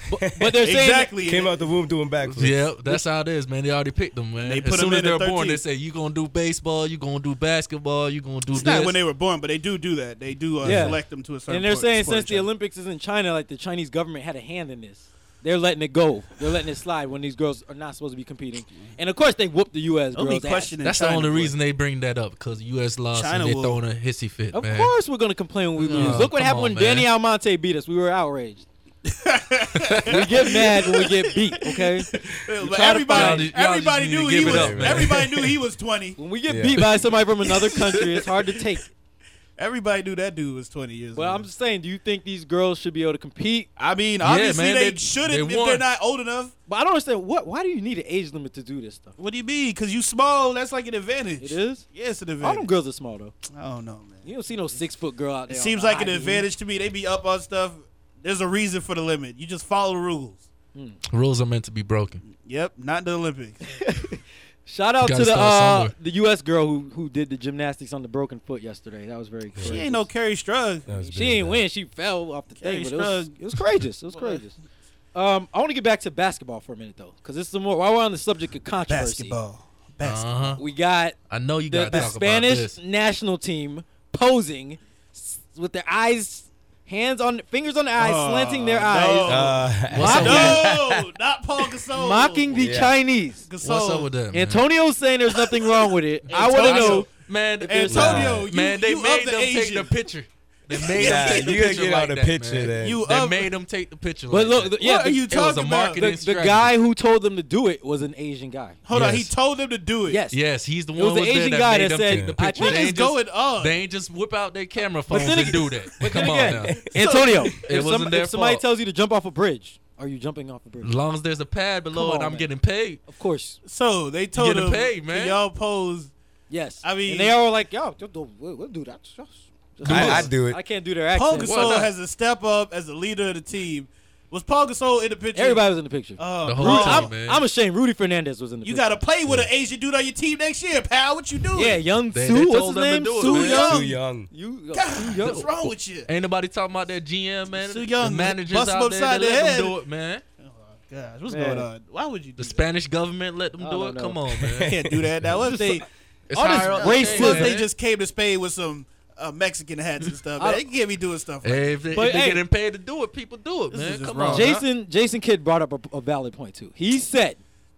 Speaker 2: but they're saying
Speaker 3: Exactly.
Speaker 4: Came out the womb doing backflips.
Speaker 6: yeah, that's how it is, man. They already picked them, man.
Speaker 3: They
Speaker 6: as
Speaker 3: put
Speaker 6: soon
Speaker 3: 'em
Speaker 6: as
Speaker 3: in at
Speaker 6: they're born,
Speaker 3: 13.
Speaker 6: they say you gonna do baseball, you gonna do basketball, you gonna do
Speaker 3: It's
Speaker 6: this.
Speaker 3: not when they were born, but they do do that. They do uh,
Speaker 2: Yeah.
Speaker 3: select them to a certain.
Speaker 2: and they're
Speaker 3: sport-
Speaker 2: saying
Speaker 3: sport
Speaker 2: since the
Speaker 3: in China.
Speaker 2: Olympics is in China, like the Chinese government had a hand in this. They're letting it go. They're letting it slide when these girls are not supposed to be competing. And of course, they whooped the U.S.
Speaker 3: only
Speaker 2: girls. ass.
Speaker 3: question in
Speaker 6: That's
Speaker 3: China
Speaker 6: the only
Speaker 3: was-
Speaker 6: reason they bring that up because U.S. lost
Speaker 3: China
Speaker 6: and they
Speaker 3: will-
Speaker 6: throwing a hissy fit,
Speaker 2: Of
Speaker 6: man.
Speaker 2: course, we're gonna complain when we lose.
Speaker 6: Oh,
Speaker 2: Look what
Speaker 6: come
Speaker 2: happened
Speaker 6: on,
Speaker 2: when
Speaker 6: man.
Speaker 2: Danny Almonte beat us. We were outraged. we get mad when we get beat. Okay, try
Speaker 3: But
Speaker 2: to
Speaker 6: find-
Speaker 3: everybody,
Speaker 6: Y'all just- y'all
Speaker 3: everybody
Speaker 6: just need
Speaker 3: knew
Speaker 6: to
Speaker 3: he
Speaker 6: give
Speaker 3: was.
Speaker 6: it up, man.
Speaker 3: everybody knew he was 20.
Speaker 2: when we get
Speaker 4: Yeah.
Speaker 2: beat by somebody from another country, it's hard to take.
Speaker 3: Everybody knew that dude was 20 years.
Speaker 2: But
Speaker 3: old.
Speaker 2: I'm just saying, do you think these girls should be able to compete?
Speaker 3: I mean,
Speaker 6: Yeah,
Speaker 3: obviously
Speaker 6: man,
Speaker 3: they,
Speaker 6: they-
Speaker 3: shouldn't
Speaker 6: they
Speaker 3: if
Speaker 6: won.
Speaker 3: they're not old enough.
Speaker 2: But I don't understand what. Why do you need an age limit to do this stuff?
Speaker 3: What do you mean? Because you small, that's like an advantage.
Speaker 2: It is.
Speaker 3: Yeah, it's an
Speaker 2: All them
Speaker 3: advantage.
Speaker 2: girls are small though.
Speaker 3: I don't know, man.
Speaker 2: You don't see no six foot girl out there.
Speaker 3: It
Speaker 2: on
Speaker 3: seems
Speaker 2: the
Speaker 3: like an
Speaker 2: IG.
Speaker 3: advantage to me. They be up on stuff. There's a reason for the limit. You just follow the rules.
Speaker 2: Hmm.
Speaker 6: Rules are meant to be broken.
Speaker 3: Yep, not the Olympics.
Speaker 2: Shout out
Speaker 6: Gotta
Speaker 2: to the
Speaker 6: start
Speaker 2: uh,
Speaker 6: somewhere.
Speaker 2: the U.S. girl who who did the gymnastics on the broken foot yesterday. That was very.
Speaker 3: she
Speaker 2: courageous.
Speaker 3: ain't no Carrie Strug.
Speaker 4: That was
Speaker 2: She
Speaker 4: big,
Speaker 2: ain't
Speaker 4: man.
Speaker 2: win. She fell off the
Speaker 3: Carrie
Speaker 2: thing. But it, was,
Speaker 3: Strug.
Speaker 2: it was courageous. It was courageous. Um, I want to get back to basketball for a minute though, because it's some more. While we're on the subject of controversy,
Speaker 3: Basketball.
Speaker 6: Uh
Speaker 3: Basketball.
Speaker 6: huh.
Speaker 2: we got
Speaker 6: I know you got
Speaker 2: the,
Speaker 6: to
Speaker 2: the
Speaker 6: talk about
Speaker 2: Spanish
Speaker 6: this.
Speaker 2: national team posing s- with their eyes, hands on, fingers on the eyes,
Speaker 3: Oh,
Speaker 2: slanting their
Speaker 3: no.
Speaker 2: eyes,
Speaker 4: Uh,
Speaker 6: What's up, with,
Speaker 3: No, not Paul Gasol.
Speaker 2: mocking the
Speaker 4: Yeah.
Speaker 2: Chinese.
Speaker 3: Gasol.
Speaker 6: what's up with that? Man?
Speaker 2: Antonio's saying there's nothing wrong with it. I want to
Speaker 3: Antonio.
Speaker 2: know.
Speaker 6: Man,
Speaker 2: there's-
Speaker 3: Antonio,
Speaker 4: Nah.
Speaker 3: you,
Speaker 6: man, they
Speaker 3: you
Speaker 6: made
Speaker 3: of the
Speaker 6: them take the
Speaker 3: Asian.
Speaker 6: picture. They made
Speaker 4: Nah,
Speaker 6: them take the
Speaker 4: you gotta
Speaker 6: picture
Speaker 4: get
Speaker 6: like
Speaker 4: out the
Speaker 6: that,
Speaker 4: picture
Speaker 6: man.
Speaker 4: then.
Speaker 3: You
Speaker 6: They
Speaker 3: of
Speaker 6: made them take the picture. like
Speaker 2: But look,
Speaker 6: that.
Speaker 2: the- yeah,
Speaker 3: What are
Speaker 2: the-
Speaker 3: you
Speaker 6: it was a
Speaker 3: talking about?
Speaker 6: marketing
Speaker 2: the, the
Speaker 6: strategy.
Speaker 2: guy who told them to do it was an Asian guy.
Speaker 3: Hold on, he
Speaker 6: Yes.
Speaker 3: told them to do it.
Speaker 2: Yes.
Speaker 6: Yes, he's the
Speaker 2: It
Speaker 6: one.
Speaker 2: was the
Speaker 6: who there
Speaker 2: Asian
Speaker 6: that
Speaker 2: guy
Speaker 6: made
Speaker 2: that
Speaker 6: them take
Speaker 2: said,
Speaker 6: the picture.
Speaker 2: "I think
Speaker 6: They
Speaker 3: What is
Speaker 6: ain't just-
Speaker 3: going on?
Speaker 6: They ain't just whip out their camera phones
Speaker 2: then
Speaker 6: and
Speaker 2: again-
Speaker 6: do that. Come on
Speaker 2: Again,
Speaker 6: now.
Speaker 2: Antonio, if,
Speaker 6: wasn't
Speaker 2: some,
Speaker 6: their
Speaker 2: if somebody
Speaker 6: fault.
Speaker 2: tells you to jump off a bridge, are you jumping off a
Speaker 6: As
Speaker 2: bridge?
Speaker 6: long as there's a pad below
Speaker 2: Come
Speaker 6: and
Speaker 2: on,
Speaker 6: I'm
Speaker 2: man.
Speaker 6: getting paid,
Speaker 2: Of course,
Speaker 3: so they told
Speaker 6: Getting
Speaker 3: him,
Speaker 6: paid,
Speaker 3: "Can
Speaker 6: man.
Speaker 3: y'all pose.
Speaker 2: yes.
Speaker 3: I mean-
Speaker 2: and they all were like, "Yo, we'll, do- we'll- we'll do that." Just- just
Speaker 4: I-
Speaker 2: do
Speaker 4: I'd do it.
Speaker 2: I can't do their
Speaker 3: Paul
Speaker 2: accent.
Speaker 6: Why
Speaker 3: Gasol
Speaker 6: not?
Speaker 3: has to step up as the leader of the team. Was Paul Gasol in the picture?
Speaker 2: Everybody was in the picture.
Speaker 3: Oh,
Speaker 6: The whole
Speaker 3: bro,
Speaker 2: Rudy,
Speaker 6: time.
Speaker 3: I'm-
Speaker 2: I'm,
Speaker 6: man.
Speaker 2: I'm ashamed. Rudy Fernandez was in the.
Speaker 3: You
Speaker 2: picture.
Speaker 3: gotta play with an Asian dude on your team next year, pal. What you doing?
Speaker 2: yeah, Young
Speaker 6: They-
Speaker 2: Sue.
Speaker 6: they
Speaker 2: what's
Speaker 6: told
Speaker 2: his
Speaker 6: them to
Speaker 2: name?
Speaker 6: do it,
Speaker 2: Sue
Speaker 6: man.
Speaker 2: Young.
Speaker 4: Too young.
Speaker 2: You,
Speaker 3: God,
Speaker 2: Sue
Speaker 3: what's
Speaker 2: Young.
Speaker 3: wrong with you?
Speaker 6: ain't nobody talking about that GM man.
Speaker 3: Too young.
Speaker 6: The managers
Speaker 3: Bust 'em
Speaker 6: out there,
Speaker 3: upside
Speaker 6: they
Speaker 3: the
Speaker 6: let
Speaker 3: head.
Speaker 6: them do it, man.
Speaker 3: Gosh, what's
Speaker 2: Man.
Speaker 3: going on? Why would you do
Speaker 6: The
Speaker 3: that?
Speaker 6: Spanish government let them
Speaker 2: I
Speaker 6: do
Speaker 2: don't
Speaker 6: it.
Speaker 2: know.
Speaker 6: Come on, man.
Speaker 3: Can't do that. Now, what if they,
Speaker 6: It's
Speaker 2: All this
Speaker 6: higher up the
Speaker 2: racist-
Speaker 6: chain,
Speaker 3: what if
Speaker 6: man.
Speaker 3: they just came to Spain with some uh, Mexican hats and stuff? Man,
Speaker 2: I
Speaker 3: they can't be doing stuff. Like
Speaker 6: Hey, if they,
Speaker 2: But,
Speaker 6: if they
Speaker 2: hey.
Speaker 6: getting paid to do it, people do it,
Speaker 3: This is
Speaker 6: man.
Speaker 3: just
Speaker 6: Come
Speaker 3: wrong.
Speaker 6: on.
Speaker 2: Jason Jason Kidd brought up a, a valid point too. He said,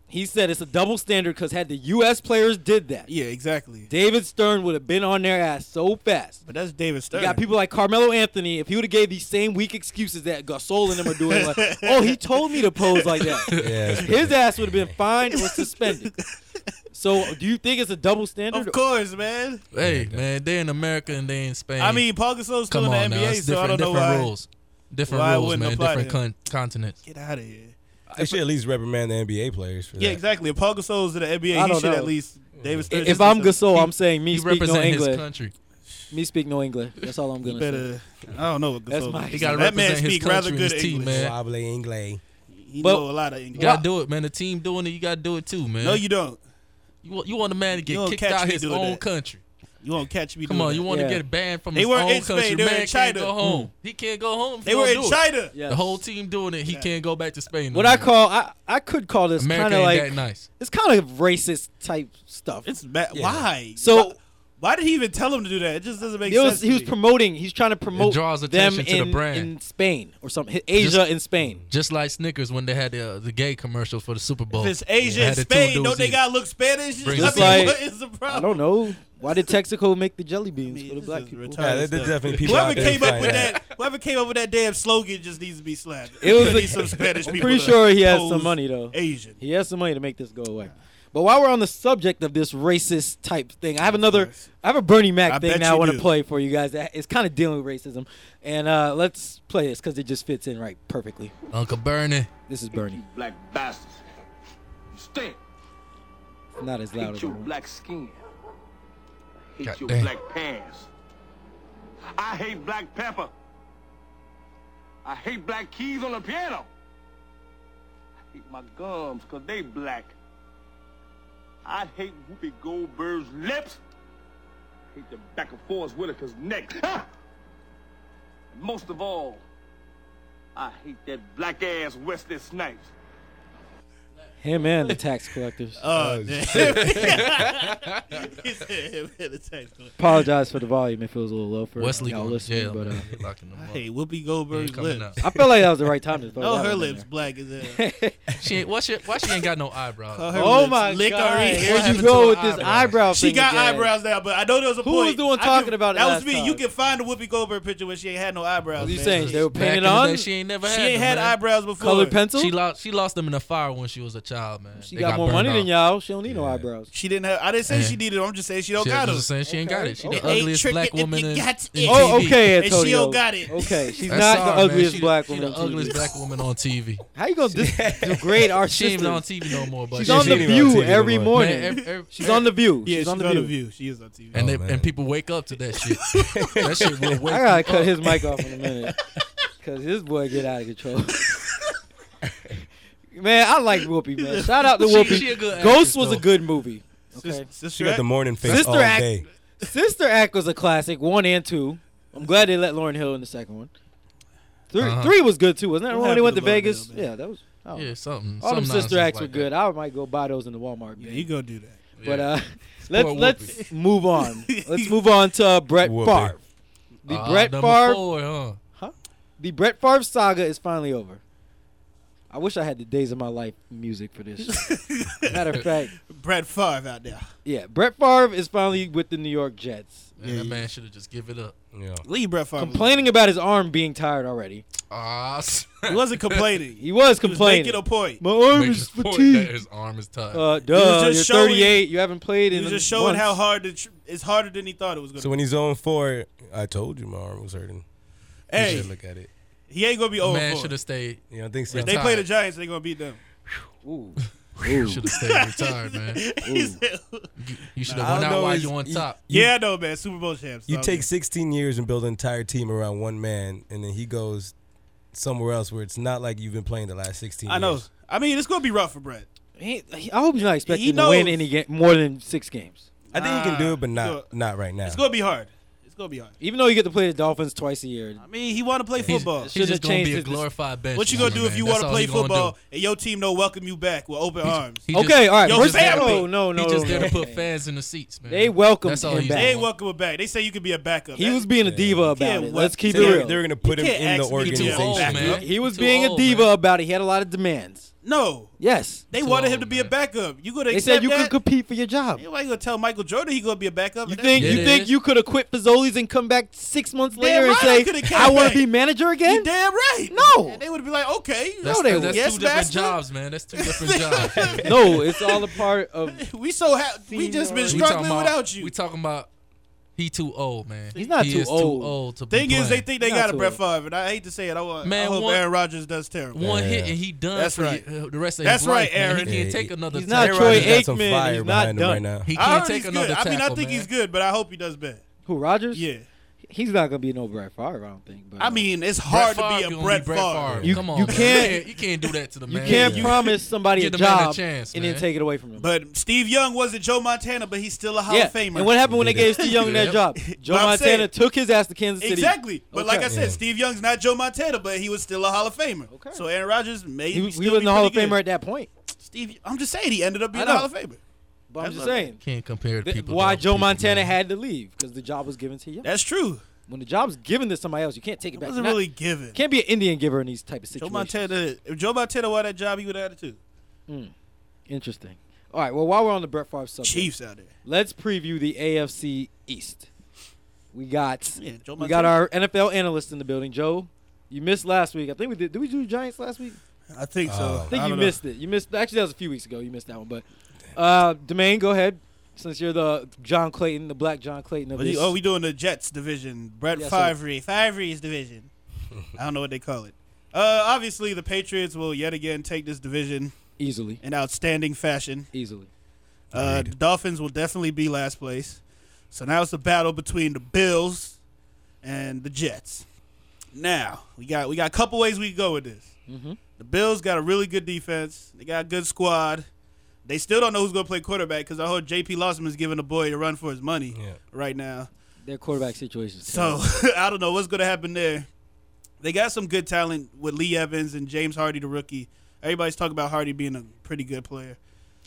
Speaker 2: he said it's a double standard because had the U.S. players did that,
Speaker 3: that. Yeah, exactly.
Speaker 2: David Stern would have been on their ass so fast.
Speaker 3: But that's David
Speaker 2: You
Speaker 3: Stern.
Speaker 2: got people like Carmelo Anthony. If he would have gave these same weak excuses that Gasol and them are doing, like, oh, he told me to pose like that,
Speaker 4: Yeah, it's
Speaker 2: his ass would have been fined or suspended. So, do you think it's a double standard?
Speaker 3: Of course, man.
Speaker 6: Hey, man, they in America and they in Spain.
Speaker 3: I mean, Paul Gasol's still
Speaker 6: come
Speaker 3: in
Speaker 6: on
Speaker 3: the
Speaker 6: now.
Speaker 3: NBA,
Speaker 6: It's
Speaker 3: so I
Speaker 6: different,
Speaker 3: don't know
Speaker 6: different
Speaker 3: why.
Speaker 6: rules. Different
Speaker 3: why it
Speaker 6: rules,
Speaker 3: wouldn't
Speaker 6: man.
Speaker 3: apply to
Speaker 6: Different con- continents.
Speaker 3: Get out of here.
Speaker 4: They should at least reprimand the NBA players for
Speaker 3: Yeah,
Speaker 4: that.
Speaker 3: exactly. If Paul Gasol's in the
Speaker 2: I
Speaker 3: NBA, he
Speaker 2: don't
Speaker 3: should
Speaker 2: know.
Speaker 3: at least. Davis.
Speaker 2: If,
Speaker 3: Bertans
Speaker 2: if I'm
Speaker 3: should-
Speaker 2: Gasol, I'm saying me
Speaker 6: He
Speaker 2: speak no
Speaker 6: represents his
Speaker 2: English.
Speaker 6: country.
Speaker 2: Me speak no English. That's all I'm gonna say.
Speaker 3: better. I don't know what
Speaker 2: That's
Speaker 3: Gasol.
Speaker 2: my-
Speaker 3: is.
Speaker 2: He
Speaker 6: gotta
Speaker 3: that man
Speaker 6: represent his
Speaker 3: speak
Speaker 6: country
Speaker 3: rather
Speaker 6: and
Speaker 3: good
Speaker 6: his team,
Speaker 3: English.
Speaker 6: man.
Speaker 4: Probably English.
Speaker 3: He
Speaker 2: But-
Speaker 3: know a lot of English.
Speaker 6: You gotta do it, man. The team doing it. You gotta do it too, man.
Speaker 3: No, you don't.
Speaker 6: you want, you want a man to
Speaker 3: You
Speaker 6: get
Speaker 3: don't
Speaker 6: kicked
Speaker 3: catch
Speaker 6: out
Speaker 3: me
Speaker 6: his
Speaker 3: doing
Speaker 6: own
Speaker 3: that.
Speaker 6: country.
Speaker 3: You won't catch me.
Speaker 6: Come
Speaker 3: doing
Speaker 6: on,
Speaker 3: that.
Speaker 6: you want to
Speaker 2: Yeah.
Speaker 6: get banned from
Speaker 3: They
Speaker 6: his
Speaker 3: were
Speaker 6: own
Speaker 3: in Spain,
Speaker 6: country.
Speaker 3: they were
Speaker 6: man
Speaker 3: in
Speaker 6: can't
Speaker 3: China. Mm.
Speaker 6: go home. He can't go home. if
Speaker 3: They
Speaker 6: he
Speaker 3: were
Speaker 6: don't
Speaker 3: in
Speaker 6: do it.
Speaker 3: China.
Speaker 2: Yes.
Speaker 6: The whole team doing it. He can't go back to Spain. no
Speaker 2: What I
Speaker 6: more.
Speaker 2: call I I could call this
Speaker 6: America
Speaker 2: kind of
Speaker 6: ain't
Speaker 2: like
Speaker 6: that nice.
Speaker 2: it's kind of racist type stuff.
Speaker 3: It's bad.
Speaker 4: Yeah.
Speaker 3: Why?
Speaker 2: So-
Speaker 3: why, why did he even tell him to do that? It just doesn't make
Speaker 2: It was,
Speaker 3: sense.
Speaker 2: he was
Speaker 3: to me.
Speaker 2: promoting. He's trying to promote
Speaker 6: draws
Speaker 2: them
Speaker 6: attention
Speaker 2: in,
Speaker 6: to the brand.
Speaker 2: in Spain or something. Asia
Speaker 6: Just-
Speaker 2: and Spain.
Speaker 6: Just like Snickers when they had the, uh, the gay commercial for the Super Bowl.
Speaker 3: If it's Asia
Speaker 6: Had
Speaker 3: and
Speaker 6: the two
Speaker 3: Spain,
Speaker 6: dudes
Speaker 3: don't they
Speaker 6: eat-
Speaker 3: gotta look Spanish?
Speaker 6: Bring
Speaker 3: I
Speaker 6: us
Speaker 3: mean,
Speaker 2: like-
Speaker 3: what is the problem?
Speaker 2: I don't know. Why did Texaco make the jelly
Speaker 3: I
Speaker 2: beans
Speaker 3: mean,
Speaker 2: for the
Speaker 3: this
Speaker 2: black
Speaker 3: is
Speaker 2: people?
Speaker 3: retarded
Speaker 4: Yeah, there's
Speaker 3: stuff.
Speaker 4: definitely people
Speaker 3: Whoever
Speaker 4: out there
Speaker 3: came up
Speaker 4: fighting
Speaker 3: with
Speaker 4: that.
Speaker 3: that, whoever came up with that damn slogan, just needs to be slapped.
Speaker 2: It was
Speaker 3: There
Speaker 2: a-
Speaker 3: needs some Spanish
Speaker 2: I'm
Speaker 3: people
Speaker 2: pretty
Speaker 3: to
Speaker 2: sure he has some
Speaker 3: pose
Speaker 2: money, though.
Speaker 3: Asian.
Speaker 2: He has some money to make this go away. But while we're on the subject of this racist type thing, I have another.
Speaker 3: course.
Speaker 2: I have a Bernie Mac
Speaker 3: I
Speaker 2: thing
Speaker 3: bet
Speaker 2: now. I
Speaker 3: you
Speaker 2: want to
Speaker 3: do.
Speaker 2: play for you guys. That it's kind of dealing with racism, and uh, let's play this because it just fits in right perfectly.
Speaker 6: Uncle Bernie.
Speaker 2: This is Bernie.
Speaker 7: black bastards. You stink.
Speaker 2: It's not as
Speaker 7: I
Speaker 2: loud
Speaker 7: hate
Speaker 2: as I
Speaker 7: your
Speaker 2: want.
Speaker 7: black skin. I hate
Speaker 6: God
Speaker 7: your
Speaker 6: damn.
Speaker 7: black pants. I hate black pepper. I hate black keys on the piano. I hate my gums because they black. I hate Whoopi Goldberg's lips. I hate the back of Forrest Whitaker's neck. Ah! And Most of all, I hate that black ass Wesley Snipes.
Speaker 2: Him and the tax collectors.
Speaker 3: Oh, damn. He said, "Him and the tax collector."
Speaker 2: Apologize for the volume if it was a little low for
Speaker 6: Wesley
Speaker 2: y'all
Speaker 6: going to
Speaker 2: listening,
Speaker 6: jail.
Speaker 2: but uh,
Speaker 6: man. They locking them up.
Speaker 3: Hey, Whoopi
Speaker 6: He
Speaker 3: Goldberg's
Speaker 6: coming
Speaker 3: lips.
Speaker 6: out.
Speaker 2: I felt like that was the right time to throw
Speaker 3: Oh,
Speaker 2: that
Speaker 3: her
Speaker 2: one in
Speaker 3: lips black as hell.
Speaker 2: there.
Speaker 6: She ain't, why, she, why she ain't got no
Speaker 3: Oh,
Speaker 6: eyebrows?
Speaker 3: her
Speaker 2: oh
Speaker 3: lips
Speaker 2: my
Speaker 3: lick her
Speaker 2: god!
Speaker 3: ear. What
Speaker 2: Where'd you
Speaker 3: happened
Speaker 2: go
Speaker 6: to
Speaker 2: with
Speaker 6: her
Speaker 2: this
Speaker 6: eyebrows?
Speaker 2: eyebrow
Speaker 3: She
Speaker 2: thing
Speaker 3: got
Speaker 2: again?
Speaker 3: eyebrows now, but I know there was a
Speaker 2: Who
Speaker 3: point.
Speaker 2: was the one
Speaker 3: I
Speaker 2: talking
Speaker 3: can-
Speaker 2: about it
Speaker 3: That
Speaker 2: last
Speaker 3: was me.
Speaker 2: time?
Speaker 3: You can find the Whoopi Goldberg picture where she ain't had no eyebrows.
Speaker 2: What are you
Speaker 3: man.
Speaker 2: saying? They were
Speaker 6: Back in
Speaker 2: painted
Speaker 6: the
Speaker 2: on.
Speaker 6: day, she ain't never
Speaker 3: She
Speaker 6: had
Speaker 3: ain't
Speaker 6: them,
Speaker 3: had
Speaker 6: man.
Speaker 3: eyebrows before.
Speaker 2: Colored pencil.
Speaker 6: She
Speaker 2: She,
Speaker 6: lost, she lost them in a fire when she was a child, man. They
Speaker 2: got, more
Speaker 6: burned
Speaker 2: money than
Speaker 6: off.
Speaker 2: y'all. She don't need no eyebrows.
Speaker 3: She didn't have. I didn't say
Speaker 6: Yeah.
Speaker 3: she needed them. I'm just saying she don't
Speaker 6: She,
Speaker 3: got
Speaker 6: I'm
Speaker 3: them.
Speaker 6: just saying she ain't got it. She
Speaker 2: Okay.
Speaker 6: the
Speaker 3: Ain't
Speaker 6: ugliest
Speaker 3: tricking
Speaker 6: black
Speaker 3: if you
Speaker 6: woman in, in
Speaker 3: got
Speaker 6: TV.
Speaker 3: it.
Speaker 2: Oh, okay,
Speaker 3: And she
Speaker 2: Antonio.
Speaker 3: don't got it.
Speaker 2: Okay, she's
Speaker 6: That's
Speaker 2: not
Speaker 6: sorry,
Speaker 2: the
Speaker 6: man.
Speaker 2: ugliest
Speaker 6: She the-
Speaker 2: black
Speaker 6: she
Speaker 2: woman.
Speaker 6: the
Speaker 2: on TV.
Speaker 6: ugliest black woman on TV.
Speaker 2: How you gonna dis- degrade our
Speaker 6: She ain't
Speaker 2: sisters?
Speaker 6: even on TV no more, but
Speaker 2: She's
Speaker 4: Yeah,
Speaker 2: on
Speaker 4: she
Speaker 2: the
Speaker 4: ain't even on
Speaker 2: View
Speaker 4: TV no
Speaker 2: every
Speaker 4: more.
Speaker 2: morning.
Speaker 6: Man, every- every-
Speaker 2: she's on the View.
Speaker 3: Yeah,
Speaker 2: she's on the
Speaker 3: on
Speaker 2: View.
Speaker 3: the view. She is on TV.
Speaker 6: and
Speaker 4: Oh,
Speaker 6: they,
Speaker 4: man.
Speaker 6: and people wake up to that shit. that shit will wake.
Speaker 2: I gotta cut his mic off in a minute because his boy get out of control. man, I like Whoopi. Man, shout out to
Speaker 6: She-
Speaker 2: Whoopi.
Speaker 6: she a good
Speaker 2: Ghost
Speaker 6: actress,
Speaker 2: was a
Speaker 6: though.
Speaker 2: good movie. Okay.
Speaker 3: Sister
Speaker 4: She got the morning face
Speaker 2: Sister
Speaker 4: all
Speaker 2: act-
Speaker 4: day.
Speaker 2: Sister Act was a classic, one and two. I'm glad they let Lauren Hill in the second one. 3
Speaker 6: Uh-huh.
Speaker 2: three was good too, wasn't it?
Speaker 3: What
Speaker 2: When they
Speaker 3: happened
Speaker 2: went
Speaker 3: to
Speaker 2: to
Speaker 3: Lauren
Speaker 2: Vegas,
Speaker 3: Hill, man?
Speaker 2: yeah, that was. Oh.
Speaker 6: Yeah, something.
Speaker 2: All them
Speaker 6: some
Speaker 2: sister
Speaker 6: nonsense
Speaker 2: acts
Speaker 6: like
Speaker 2: were good.
Speaker 6: That.
Speaker 2: I might go buy those in the Walmart.
Speaker 3: Yeah,
Speaker 2: man.
Speaker 3: you gonna do that?
Speaker 2: But
Speaker 6: Yeah.
Speaker 2: uh, let's
Speaker 6: Whoopi.
Speaker 2: let's move on. Let's move on to uh, Brett
Speaker 4: Whoopi.
Speaker 2: Favre. The
Speaker 6: Ah,
Speaker 2: Brett
Speaker 6: number
Speaker 2: Favre,
Speaker 6: four, huh?
Speaker 2: the Brett Favre saga is finally over. I wish I had the days of my life music for this. Matter of fact,
Speaker 3: Brett Favre out there.
Speaker 2: yeah, Brett Favre is finally with the New York Jets.
Speaker 6: Man, that man should have just give it up.
Speaker 4: Yeah.
Speaker 3: Leave Brett Favre.
Speaker 2: Complaining about his arm being tired already.
Speaker 6: Ah,
Speaker 3: He wasn't complaining.
Speaker 2: He was
Speaker 3: He was
Speaker 2: complaining.
Speaker 3: making a point.
Speaker 2: My arm
Speaker 6: Make
Speaker 2: is
Speaker 6: the point that
Speaker 2: fatigued.
Speaker 6: his arm is tight.
Speaker 2: Uh,
Speaker 3: was
Speaker 2: duh,
Speaker 3: just
Speaker 2: you're
Speaker 3: showing-
Speaker 2: 38. You haven't played
Speaker 3: He
Speaker 2: in
Speaker 3: was just
Speaker 2: a
Speaker 3: showing
Speaker 2: month.
Speaker 3: how hard the tr- it's harder than he thought it was gonna.
Speaker 4: So when he's on four, I told you my arm was hurting.
Speaker 3: be.
Speaker 4: You
Speaker 3: Hey,
Speaker 4: should look at it.
Speaker 3: he ain't gonna be
Speaker 6: The
Speaker 3: over
Speaker 6: man
Speaker 3: four.
Speaker 6: should have stayed.
Speaker 4: You don't think so?
Speaker 3: If they
Speaker 6: retired.
Speaker 3: play the Giants, they gonna beat them.
Speaker 2: Ooh.
Speaker 6: Should have stayed retired, man.
Speaker 3: He said-
Speaker 6: You, you should
Speaker 4: I don't
Speaker 6: have went out
Speaker 4: know,
Speaker 6: while
Speaker 4: it's-
Speaker 6: you on
Speaker 4: you-
Speaker 6: top.
Speaker 3: yeah, I know, man. Super Bowl champs.
Speaker 4: You
Speaker 3: dog.
Speaker 4: take 16 years and build an entire team around one man, and then he goes somewhere else where it's not like you've been playing the last 16
Speaker 3: I know.
Speaker 4: years.
Speaker 3: I mean, it's gonna be rough for Brett.
Speaker 2: He- he- I hope you're not expecting him to
Speaker 3: knows.
Speaker 2: win any game more than six games.
Speaker 4: I think he can do it, but
Speaker 3: Nah,
Speaker 4: not not right now.
Speaker 3: It's gonna be hard. It's gonna be hard.
Speaker 2: Even though you get to play the Dolphins twice a year,
Speaker 3: I mean, he want to play
Speaker 6: He's,
Speaker 3: football.
Speaker 6: he's just gonna
Speaker 2: changed
Speaker 6: be a
Speaker 2: his-
Speaker 6: glorified bench.
Speaker 3: What you gonna
Speaker 6: warmer,
Speaker 3: do if
Speaker 6: man.
Speaker 3: you
Speaker 6: That's
Speaker 3: want to
Speaker 6: all
Speaker 3: play
Speaker 6: he gonna
Speaker 3: football
Speaker 6: do.
Speaker 3: and your team don't welcome you back with open arms?
Speaker 6: He
Speaker 2: Okay, all right.
Speaker 3: Yo,
Speaker 2: first
Speaker 3: his
Speaker 2: of all-
Speaker 3: family.
Speaker 2: no, no, no.
Speaker 6: he just
Speaker 2: no,
Speaker 6: there
Speaker 2: no.
Speaker 6: to put fans in the seats, man.
Speaker 2: They welcomed
Speaker 6: That's all
Speaker 2: him
Speaker 6: he's
Speaker 2: back.
Speaker 3: They ain't
Speaker 6: doing.
Speaker 3: welcome him back. They say you could be a backup.
Speaker 2: He was being a diva about
Speaker 3: can't
Speaker 2: it.
Speaker 3: wa-
Speaker 2: Let's keep
Speaker 4: they
Speaker 2: it
Speaker 4: were,
Speaker 2: real.
Speaker 4: they were going to put
Speaker 3: You
Speaker 4: him
Speaker 3: can't
Speaker 4: in the
Speaker 3: ask me to do
Speaker 4: organization.
Speaker 3: that.
Speaker 6: old,
Speaker 3: Back
Speaker 6: man.
Speaker 3: up.
Speaker 2: he was
Speaker 6: Too
Speaker 2: being a
Speaker 6: old,
Speaker 2: diva
Speaker 6: man.
Speaker 2: about it. He had a lot of demands.
Speaker 3: no.
Speaker 2: Yes.
Speaker 3: They
Speaker 6: Too
Speaker 3: wanted
Speaker 6: old,
Speaker 3: him to be a
Speaker 6: man.
Speaker 3: backup. You gonna
Speaker 2: They
Speaker 3: accept
Speaker 2: said you
Speaker 3: that?
Speaker 2: could compete for your job. You
Speaker 3: Nobody gonna tell Michael Jordan he gonna be a backup. and
Speaker 2: think
Speaker 6: Yeah,
Speaker 2: you
Speaker 6: it
Speaker 2: think
Speaker 6: is.
Speaker 2: you could have quit Fazoli's and come back six months
Speaker 3: Damn
Speaker 2: later
Speaker 3: right I
Speaker 2: and
Speaker 3: coulda
Speaker 2: say
Speaker 3: came
Speaker 2: I want
Speaker 3: back."
Speaker 2: to be manager
Speaker 3: that's-
Speaker 2: again?
Speaker 3: you damn right.
Speaker 2: No.
Speaker 3: And they would be like, okay, you
Speaker 6: That's,
Speaker 3: know
Speaker 2: they
Speaker 3: that.
Speaker 6: that's
Speaker 3: yes,
Speaker 6: two different
Speaker 3: master.
Speaker 6: jobs, man. That's two different jobs. man.
Speaker 2: No, it's all a part of
Speaker 3: We so ha- we just been
Speaker 6: We
Speaker 3: struggling
Speaker 6: talking about-
Speaker 3: without you.
Speaker 6: We talking about He too old, man.
Speaker 2: He's not
Speaker 6: He
Speaker 2: too
Speaker 6: is
Speaker 2: old.
Speaker 6: Too old to
Speaker 3: Thing
Speaker 6: be
Speaker 3: is,
Speaker 6: playing.
Speaker 3: they think they
Speaker 2: Not
Speaker 3: got a
Speaker 2: too
Speaker 3: Brett
Speaker 2: old.
Speaker 3: Favre, and I hate to say it. I, wa-
Speaker 6: Man,
Speaker 3: I hope
Speaker 6: one-
Speaker 3: Aaron Rodgers does terrible.
Speaker 6: one
Speaker 4: Yeah.
Speaker 6: hit and he done.
Speaker 3: That's
Speaker 6: for
Speaker 3: right.
Speaker 6: y- The rest of
Speaker 3: That's
Speaker 6: his life,
Speaker 3: right,
Speaker 6: man.
Speaker 3: Aaron.
Speaker 6: He can't
Speaker 4: Yeah,
Speaker 6: take
Speaker 4: he-
Speaker 6: another.
Speaker 2: he's
Speaker 6: tackle.
Speaker 2: not Troy
Speaker 4: Rodgers got some
Speaker 2: Aikman,
Speaker 4: fire
Speaker 2: he's not
Speaker 4: behind him
Speaker 2: done.
Speaker 4: right now.
Speaker 6: He
Speaker 3: I
Speaker 6: can't
Speaker 3: heard
Speaker 6: take
Speaker 3: he's
Speaker 6: another
Speaker 3: good. I
Speaker 6: tackle.
Speaker 3: mean, I think
Speaker 6: man.
Speaker 3: he's good, but I hope he does bad.
Speaker 2: Who Rogers?
Speaker 3: Yeah,
Speaker 2: he's not gonna be no Brett Favre. I don't think. But uh,
Speaker 3: I mean, it's
Speaker 6: Brett
Speaker 3: hard
Speaker 6: Favre
Speaker 3: to be
Speaker 6: gonna
Speaker 3: a Brett Favre.
Speaker 6: Favre.
Speaker 2: You-
Speaker 6: Come on,
Speaker 2: you
Speaker 6: man.
Speaker 2: can't-
Speaker 6: You can't do that to the
Speaker 2: you
Speaker 6: man.
Speaker 2: can't
Speaker 6: You-
Speaker 2: promise somebody a
Speaker 6: Give the man a
Speaker 2: job
Speaker 6: chance,
Speaker 2: and
Speaker 6: man.
Speaker 2: then take it away from him.
Speaker 3: But Steve Young wasn't Joe Montana, but he's still a Hall
Speaker 2: yeah.
Speaker 3: of Famer.
Speaker 2: And what happened when they gave Steve Young that
Speaker 6: Yep.
Speaker 2: job? Joe
Speaker 3: But I'm
Speaker 2: Montana
Speaker 3: saying-
Speaker 2: took his ass to Kansas City.
Speaker 3: Exactly. But like
Speaker 2: Okay.
Speaker 3: I said,
Speaker 4: Yeah.
Speaker 3: Steve Young's not Joe Montana, but he was still a Hall of Famer.
Speaker 2: Okay.
Speaker 3: So Aaron Rodgers may
Speaker 2: he,
Speaker 3: be
Speaker 2: was-
Speaker 3: still
Speaker 2: he was in
Speaker 3: be
Speaker 2: the Hall of
Speaker 3: pretty
Speaker 2: Famer
Speaker 3: good.
Speaker 2: at that point.
Speaker 3: Steve, I'm just saying he ended up being
Speaker 2: I
Speaker 3: a
Speaker 2: know.
Speaker 3: Hall of Famer.
Speaker 2: But I'm
Speaker 3: That's
Speaker 2: just
Speaker 3: not-
Speaker 2: saying
Speaker 6: Can't compare
Speaker 2: that-
Speaker 6: people. to
Speaker 2: why
Speaker 6: other
Speaker 2: Joe
Speaker 6: people,
Speaker 2: Montana
Speaker 6: man.
Speaker 2: had to leave because the job was given to you.
Speaker 3: That's true.
Speaker 2: When the job's given to somebody else, you can't take it
Speaker 3: It
Speaker 2: back.
Speaker 3: wasn't
Speaker 2: Not-
Speaker 3: really given.
Speaker 2: can't be an Indian giver in these type of
Speaker 3: Joe
Speaker 2: situations.
Speaker 3: Montana, if Joe Montana won that job, he would have had it too.
Speaker 2: Hmm. Interesting. All right. Well, while we're on the Brett Favre subject,
Speaker 3: Chiefs out there.
Speaker 2: let's preview the AFC East. We got
Speaker 3: Yeah, Joe
Speaker 2: we got
Speaker 3: Montana.
Speaker 2: our NFL analyst in the building. Joe, you missed last week. I think we did. Did we do Giants last week?
Speaker 3: I think so.
Speaker 4: Oh.
Speaker 2: I think you
Speaker 3: don't know.
Speaker 2: missed it. You missed. Actually, that was a few weeks ago. You missed that one. But uh, Domain, go ahead. Since you're the John Clayton, the Black John Clayton of
Speaker 3: What
Speaker 2: this.
Speaker 3: you- oh, we doing the Jets division. Brett
Speaker 2: Yeah, so-
Speaker 3: Favre. Favre's division. I don't know what they call it. Uh, obviously, the Patriots will yet again take this division
Speaker 2: easily,
Speaker 3: in outstanding fashion.
Speaker 2: easily.
Speaker 3: Uh, the
Speaker 4: Agreed.
Speaker 3: Dolphins will definitely be last place. So now it's a battle between the Bills and the Jets. Now we got we got a couple ways we can go with this.
Speaker 2: Mhm.
Speaker 3: The Bills got a really good defense. They got a good squad. They still don't know who's going to play quarterback because I heard J.P. Lawson is giving the boy a run for his money
Speaker 4: Yeah.
Speaker 3: right now.
Speaker 2: Their quarterback situation. is
Speaker 3: So
Speaker 2: terrible.
Speaker 3: I don't know what's going to happen there. They got some good talent with Lee Evans and James Hardy, the rookie. Everybody's talking about Hardy being a pretty good player,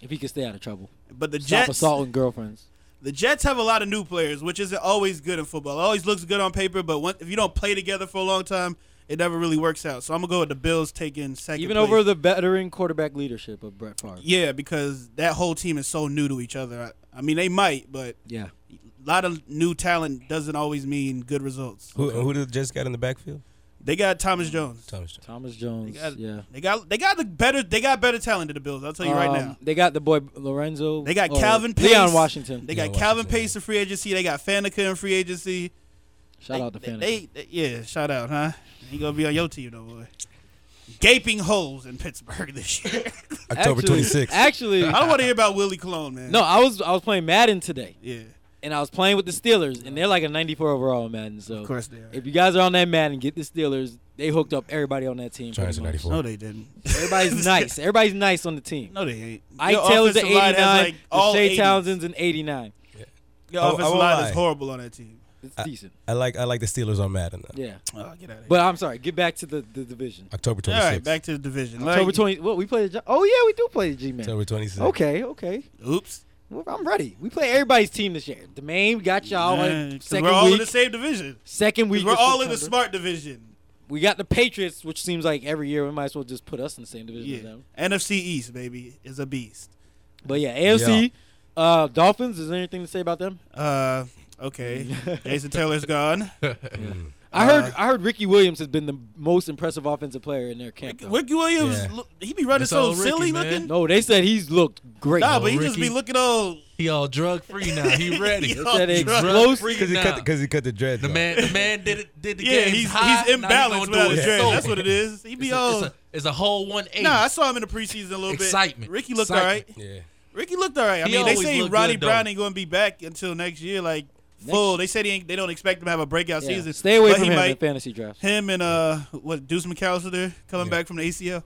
Speaker 2: if he could stay out of trouble,
Speaker 3: but the
Speaker 2: stop
Speaker 3: Jets
Speaker 2: assaulting girlfriends.
Speaker 3: the Jets have a lot of new players, which isn't always good in football. It always looks good on paper, but when, if you don't play together for a long time, it never really works out. So I'm gonna go with the Bills taking second.
Speaker 2: Even
Speaker 3: place.
Speaker 2: over the veteran quarterback leadership of Brett Favre.
Speaker 3: yeah, because that whole team is so new to each other. I, I mean, they might, but
Speaker 2: Yeah.
Speaker 3: a lot of new talent doesn't always mean good results.
Speaker 4: Who who did just got in the backfield?
Speaker 3: They got Thomas Jones.
Speaker 4: Thomas. Jones.
Speaker 2: Thomas Jones.
Speaker 3: They got-
Speaker 2: yeah.
Speaker 3: They got they got the better they got better talent than the Bills. I'll tell you right
Speaker 2: Um,
Speaker 3: now.
Speaker 2: They got the boy Lorenzo.
Speaker 3: They got
Speaker 2: or
Speaker 3: Calvin Pace.
Speaker 2: Leon Washington.
Speaker 3: They got
Speaker 4: Yeah,
Speaker 3: Calvin
Speaker 4: Washington.
Speaker 3: Pace in free agency. They got Faneca in free agency.
Speaker 2: Shout
Speaker 3: They-
Speaker 2: out to
Speaker 3: they-
Speaker 2: Fantasy.
Speaker 3: They, they- yeah, shout out, huh? He gonna be on your team, though, boy. Gaping holes in Pittsburgh this year.
Speaker 4: October
Speaker 2: Actually-
Speaker 4: twenty sixth.
Speaker 2: Actually,
Speaker 3: I don't want to hear about Willie Colon, man.
Speaker 2: no, I was I was playing Madden today,
Speaker 3: Yeah,
Speaker 2: and I was playing with the Steelers, and they're like a 94 overall in Madden. So
Speaker 3: of course they are.
Speaker 2: if you guys are on that Madden, get the Steelers. They hooked up everybody on that team. pretty
Speaker 4: Giants are
Speaker 2: much.
Speaker 4: 94.
Speaker 3: No, they didn't.
Speaker 2: Everybody's nice. Everybody's nice on the team.
Speaker 3: No, they ain't.
Speaker 2: Ike
Speaker 3: Your
Speaker 2: Taylor's an
Speaker 3: offensive line
Speaker 2: 89.
Speaker 3: has, like, all
Speaker 2: Shea
Speaker 3: 80s.
Speaker 2: Townsend's an 89.
Speaker 3: Your
Speaker 4: I- I
Speaker 3: offensive
Speaker 4: won't
Speaker 3: line
Speaker 4: lie.
Speaker 3: is horrible on that team.
Speaker 2: It's
Speaker 4: I-
Speaker 2: decent.
Speaker 4: I like I like the Steelers on Madden. Though.
Speaker 2: Yeah.
Speaker 3: Oh, get out of here.
Speaker 2: But I'm sorry. Get back to the, the division.
Speaker 4: October
Speaker 3: all
Speaker 4: twenty
Speaker 3: right,
Speaker 4: sixth.
Speaker 3: back to the division. Like,
Speaker 2: October 20. Well, we play the. Gi- Oh yeah, we do play the G-Man.
Speaker 4: October twenty sixth.
Speaker 2: Okay. Okay.
Speaker 3: Oops.
Speaker 2: Well, I'm ready. We play everybody's team this year. The main we got y'all.
Speaker 3: Man,
Speaker 2: like,
Speaker 3: 'cause
Speaker 2: second
Speaker 3: we're all
Speaker 2: week.
Speaker 3: in the same division.
Speaker 2: second
Speaker 3: 'Cause
Speaker 2: week.
Speaker 3: We're
Speaker 2: of
Speaker 3: all in the
Speaker 2: September.
Speaker 3: smart division.
Speaker 2: We got the Patriots, which seems like every year we might as well just put us in the same division as
Speaker 3: Yeah.
Speaker 2: them.
Speaker 3: NFC East, baby, is a beast.
Speaker 2: But yeah, AFC. Uh, Dolphins. Is there anything to say about them?
Speaker 3: Uh, okay. Jason Taylor's gone. Uh,
Speaker 2: I heard. I heard Ricky Williams has been the most impressive offensive player in their camp. though.
Speaker 3: Ricky Williams,
Speaker 4: Yeah.
Speaker 3: look, he be running
Speaker 6: It's
Speaker 3: so
Speaker 6: all Ricky,
Speaker 3: silly
Speaker 6: man.
Speaker 3: looking.
Speaker 2: no, they said he's looked great.
Speaker 3: Nah,
Speaker 6: No,
Speaker 3: but he just be
Speaker 6: Ricky-
Speaker 3: looking old.
Speaker 6: He all drug free now. He ready.
Speaker 3: Yo,
Speaker 2: That
Speaker 3: drug-
Speaker 2: explosive-
Speaker 6: free
Speaker 4: Because he
Speaker 6: now.
Speaker 4: cut because he cut the dread.
Speaker 6: The man, the man did it. Did the
Speaker 3: Yeah,
Speaker 6: game.
Speaker 3: he's
Speaker 6: high,
Speaker 3: he's
Speaker 6: now he gonna
Speaker 3: imbalanced
Speaker 6: do
Speaker 3: without
Speaker 6: it
Speaker 3: his dress.
Speaker 6: sober.
Speaker 3: That's what it is. He be
Speaker 6: It's a, it's,
Speaker 3: old.
Speaker 6: a, it's a whole 180.
Speaker 3: Nah, I saw him in the preseason a little
Speaker 6: Excitement.
Speaker 3: bit. Ricky looked all
Speaker 6: Excitement.
Speaker 3: right.
Speaker 4: Yeah.
Speaker 3: Ricky looked all right. I
Speaker 6: He
Speaker 3: mean, they
Speaker 6: always
Speaker 3: say
Speaker 6: looked
Speaker 3: Ronnie
Speaker 6: good, though.
Speaker 3: Brown ain't going to be back until next year, like full. They said he ain't, they don't expect him to have a breakout
Speaker 2: Yeah.
Speaker 3: season.
Speaker 2: Stay away
Speaker 3: but
Speaker 2: from
Speaker 3: he
Speaker 2: him in
Speaker 3: might.
Speaker 2: fantasy drafts.
Speaker 3: Him and uh, what Deuce McAllister coming
Speaker 4: Yeah.
Speaker 3: back from the ACL.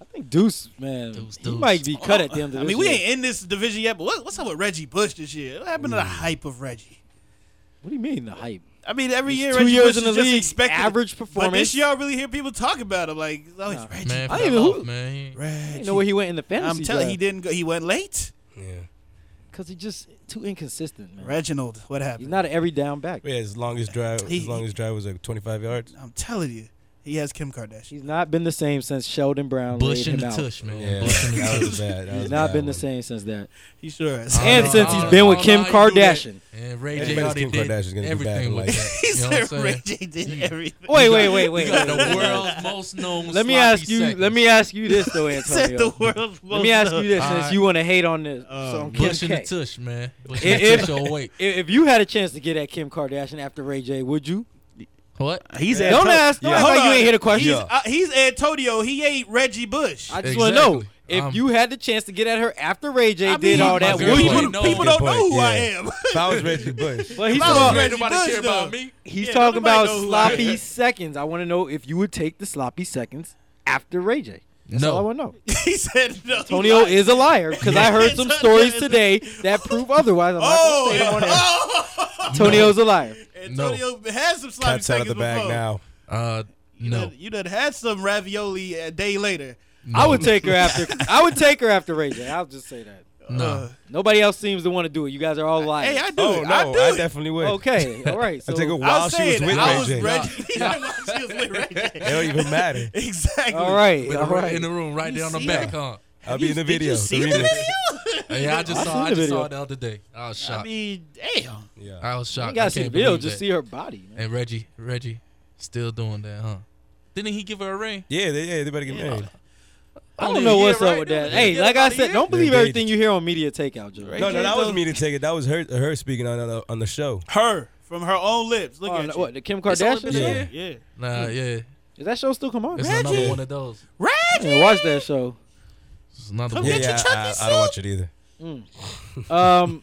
Speaker 2: I think Deuce, man,
Speaker 6: Deuce,
Speaker 2: he
Speaker 6: Deuce.
Speaker 2: might be cut at the end of
Speaker 3: I
Speaker 2: this
Speaker 3: mean, we
Speaker 2: year.
Speaker 3: ain't in this division yet, but what, what's up with Reggie Bush this year? What happened to
Speaker 6: Mm.
Speaker 3: the hype of Reggie?
Speaker 2: What do you mean the hype?
Speaker 3: I mean, every
Speaker 2: He's
Speaker 3: year,
Speaker 2: two
Speaker 3: Reggie
Speaker 2: years
Speaker 3: Bush
Speaker 2: in
Speaker 3: is
Speaker 2: the
Speaker 3: just
Speaker 2: league,
Speaker 3: expected-
Speaker 2: average
Speaker 3: But
Speaker 2: performance.
Speaker 3: this year, I really hear people talk about him. Like, it's always
Speaker 2: Nah.
Speaker 3: Reggie.
Speaker 6: Man,
Speaker 2: I
Speaker 6: I even
Speaker 2: don't even know
Speaker 6: off,
Speaker 2: who-
Speaker 6: man. He-
Speaker 2: I
Speaker 3: Reggie.
Speaker 2: didn't know where he went in the fantasy.
Speaker 3: I'm telling
Speaker 2: draft.
Speaker 3: he didn't go. He went late.
Speaker 4: Yeah.
Speaker 2: Because he's just too inconsistent, man.
Speaker 3: Reginald, what
Speaker 2: He's
Speaker 3: happened?
Speaker 2: not an every down back.
Speaker 4: Yeah. His longest drive.
Speaker 3: He-
Speaker 4: his longest drive was like twenty five yards.
Speaker 3: I'm telling you, He has Kim Kardashian.
Speaker 2: He's not been the same since Sheldon Brown
Speaker 6: Bush
Speaker 2: laid
Speaker 6: and
Speaker 2: him
Speaker 6: the
Speaker 2: out.
Speaker 6: tush, man.
Speaker 4: Yeah,
Speaker 6: Bush and the
Speaker 4: that
Speaker 6: tush.
Speaker 4: was bad. That
Speaker 2: He's
Speaker 4: was a
Speaker 2: not
Speaker 4: bad
Speaker 2: been the
Speaker 4: one.
Speaker 2: same since that,
Speaker 3: He sure has.
Speaker 6: I
Speaker 2: and
Speaker 6: don't
Speaker 2: since
Speaker 6: know,
Speaker 2: he's
Speaker 6: I
Speaker 2: been
Speaker 6: don't
Speaker 2: with
Speaker 6: know
Speaker 2: Kim
Speaker 6: how you do that.
Speaker 2: Kardashian.
Speaker 6: And Ray J
Speaker 4: Everybody's
Speaker 6: already
Speaker 4: Kim
Speaker 6: did
Speaker 4: Kardashian's gonna get
Speaker 6: everything
Speaker 4: battled
Speaker 6: with
Speaker 4: like
Speaker 6: that.
Speaker 3: He
Speaker 6: You know what I'm
Speaker 3: said Ray
Speaker 6: saying?
Speaker 3: J did everything.
Speaker 2: Wait, wait, wait,
Speaker 6: We
Speaker 2: wait.
Speaker 6: got the
Speaker 2: wait, wait.
Speaker 6: world's most known.
Speaker 2: Let me
Speaker 6: sloppy
Speaker 2: ask you.
Speaker 6: seconds.
Speaker 2: Let me ask you this though,
Speaker 3: He said the
Speaker 2: Antonio.
Speaker 3: world's
Speaker 2: Let me ask you this, since
Speaker 6: Alright.
Speaker 2: you want to hate on this.
Speaker 3: Uh,
Speaker 2: so Kim
Speaker 6: Bush and the
Speaker 2: K.
Speaker 6: tush, man. Bush and the
Speaker 2: If-
Speaker 6: tush awake.
Speaker 2: If, if you had a chance to get at Kim Kardashian after Ray J, would you?
Speaker 6: What?
Speaker 3: He's
Speaker 2: Don't ask. Don't act like you ain't hear the question.
Speaker 3: He's, uh, he's Antonio. He ain't Reggie Bush.
Speaker 2: I
Speaker 3: I,
Speaker 2: just want to know
Speaker 6: Exactly.
Speaker 2: if
Speaker 6: Um,
Speaker 2: you had the chance to get at her after Ray J
Speaker 3: I
Speaker 2: did
Speaker 3: mean,
Speaker 2: all
Speaker 6: my
Speaker 2: that,
Speaker 6: girl
Speaker 2: would
Speaker 6: played
Speaker 2: you?
Speaker 6: no-
Speaker 3: people
Speaker 4: Good
Speaker 3: don't know
Speaker 4: point,
Speaker 3: who I
Speaker 4: yeah.
Speaker 3: am.
Speaker 4: If I was Reggie Bush,
Speaker 2: But he's
Speaker 3: If I was
Speaker 2: talking,
Speaker 3: Reggie
Speaker 6: Nobody
Speaker 3: Bush,
Speaker 6: care
Speaker 3: though.
Speaker 6: about me.
Speaker 2: he's
Speaker 3: yeah,
Speaker 2: talking
Speaker 3: nobody
Speaker 2: about
Speaker 3: know who I
Speaker 2: sloppy
Speaker 3: am.
Speaker 2: seconds. I want to know if you would take the sloppy seconds after Ray J. That's
Speaker 6: No.
Speaker 2: all I want to know.
Speaker 3: he said no.
Speaker 2: Antonio is a liar because I heard some
Speaker 3: Antonio
Speaker 2: stories
Speaker 3: is-
Speaker 2: today that prove otherwise. I'm
Speaker 3: Oh,
Speaker 2: not gonna say it on air.
Speaker 3: oh.
Speaker 2: Antonio's a liar.
Speaker 3: Antonio has some sloppy
Speaker 4: cats out of the
Speaker 3: seconds
Speaker 4: bag
Speaker 3: before.
Speaker 4: now.
Speaker 6: Uh,
Speaker 3: You
Speaker 6: no.
Speaker 3: done- you done had some ravioli a day later.
Speaker 2: I would take her after. I would take her after Ray J. I'll just say that.
Speaker 6: No.
Speaker 2: Nobody else seems to want to do it. You guys are all liars.
Speaker 3: Hey, I do
Speaker 4: Oh
Speaker 3: it.
Speaker 4: no,
Speaker 3: I do
Speaker 4: I
Speaker 3: it.
Speaker 4: definitely would.
Speaker 2: okay, all right. So
Speaker 4: I take her
Speaker 3: I
Speaker 4: while
Speaker 3: was
Speaker 4: she was
Speaker 3: saying
Speaker 4: with
Speaker 3: I
Speaker 4: Ray
Speaker 3: was
Speaker 4: J.
Speaker 3: Reggie. she was with Reggie.
Speaker 4: It don't even matter.
Speaker 3: Exactly.
Speaker 2: all right,
Speaker 6: With
Speaker 2: all
Speaker 6: the-
Speaker 2: right.
Speaker 6: In the room, right
Speaker 3: You
Speaker 6: there on the
Speaker 3: see
Speaker 6: back,
Speaker 3: her?
Speaker 6: huh?
Speaker 4: I'll be in the
Speaker 3: Did you
Speaker 4: video.
Speaker 3: see
Speaker 4: the
Speaker 3: the
Speaker 4: remix.
Speaker 6: Yeah, I just
Speaker 2: I
Speaker 6: saw.
Speaker 2: seen
Speaker 6: I
Speaker 2: the
Speaker 6: just saw
Speaker 2: video.
Speaker 6: it the other day. Oh, I was
Speaker 3: I
Speaker 6: shocked.
Speaker 3: mean, damn.
Speaker 4: Yeah.
Speaker 6: I was
Speaker 2: You
Speaker 6: shocked.
Speaker 2: gotta
Speaker 6: I
Speaker 2: see the
Speaker 6: can't
Speaker 2: video.
Speaker 6: believe
Speaker 2: Just
Speaker 6: that.
Speaker 2: see her body. Man.
Speaker 6: And Reggie, Reggie, still doing that, huh? Didn't he give her a ring?
Speaker 4: Yeah, they, yeah, they better get married.
Speaker 2: I
Speaker 6: Under
Speaker 2: don't
Speaker 6: a
Speaker 2: know
Speaker 6: year,
Speaker 2: what's up
Speaker 6: right?
Speaker 2: with
Speaker 6: They
Speaker 2: that.
Speaker 6: was
Speaker 2: Hey,
Speaker 6: together
Speaker 2: like I
Speaker 6: about a
Speaker 2: said,
Speaker 6: year.
Speaker 2: don't believe
Speaker 4: They're
Speaker 2: everything you hear on media takeout, Joe.
Speaker 4: No, no, that wasn't me to take it. That was her, her speaking on the, on the show.
Speaker 3: Her from her own lips. Look
Speaker 2: Oh,
Speaker 3: at
Speaker 2: no,
Speaker 3: you.
Speaker 2: what the Kim
Speaker 6: It's only
Speaker 2: Kardashian
Speaker 6: been a year.
Speaker 2: show?
Speaker 3: Yeah.
Speaker 6: Nah, yeah.
Speaker 2: Is that show still come on?
Speaker 6: It's
Speaker 2: Man,
Speaker 6: another one of those.
Speaker 3: Reggie.
Speaker 2: watch that show.
Speaker 6: It's another
Speaker 3: Come
Speaker 6: one.
Speaker 4: Yeah,
Speaker 3: get your
Speaker 4: yeah, I,
Speaker 3: Chucky
Speaker 4: I don't watch it either.
Speaker 2: Mm. Um,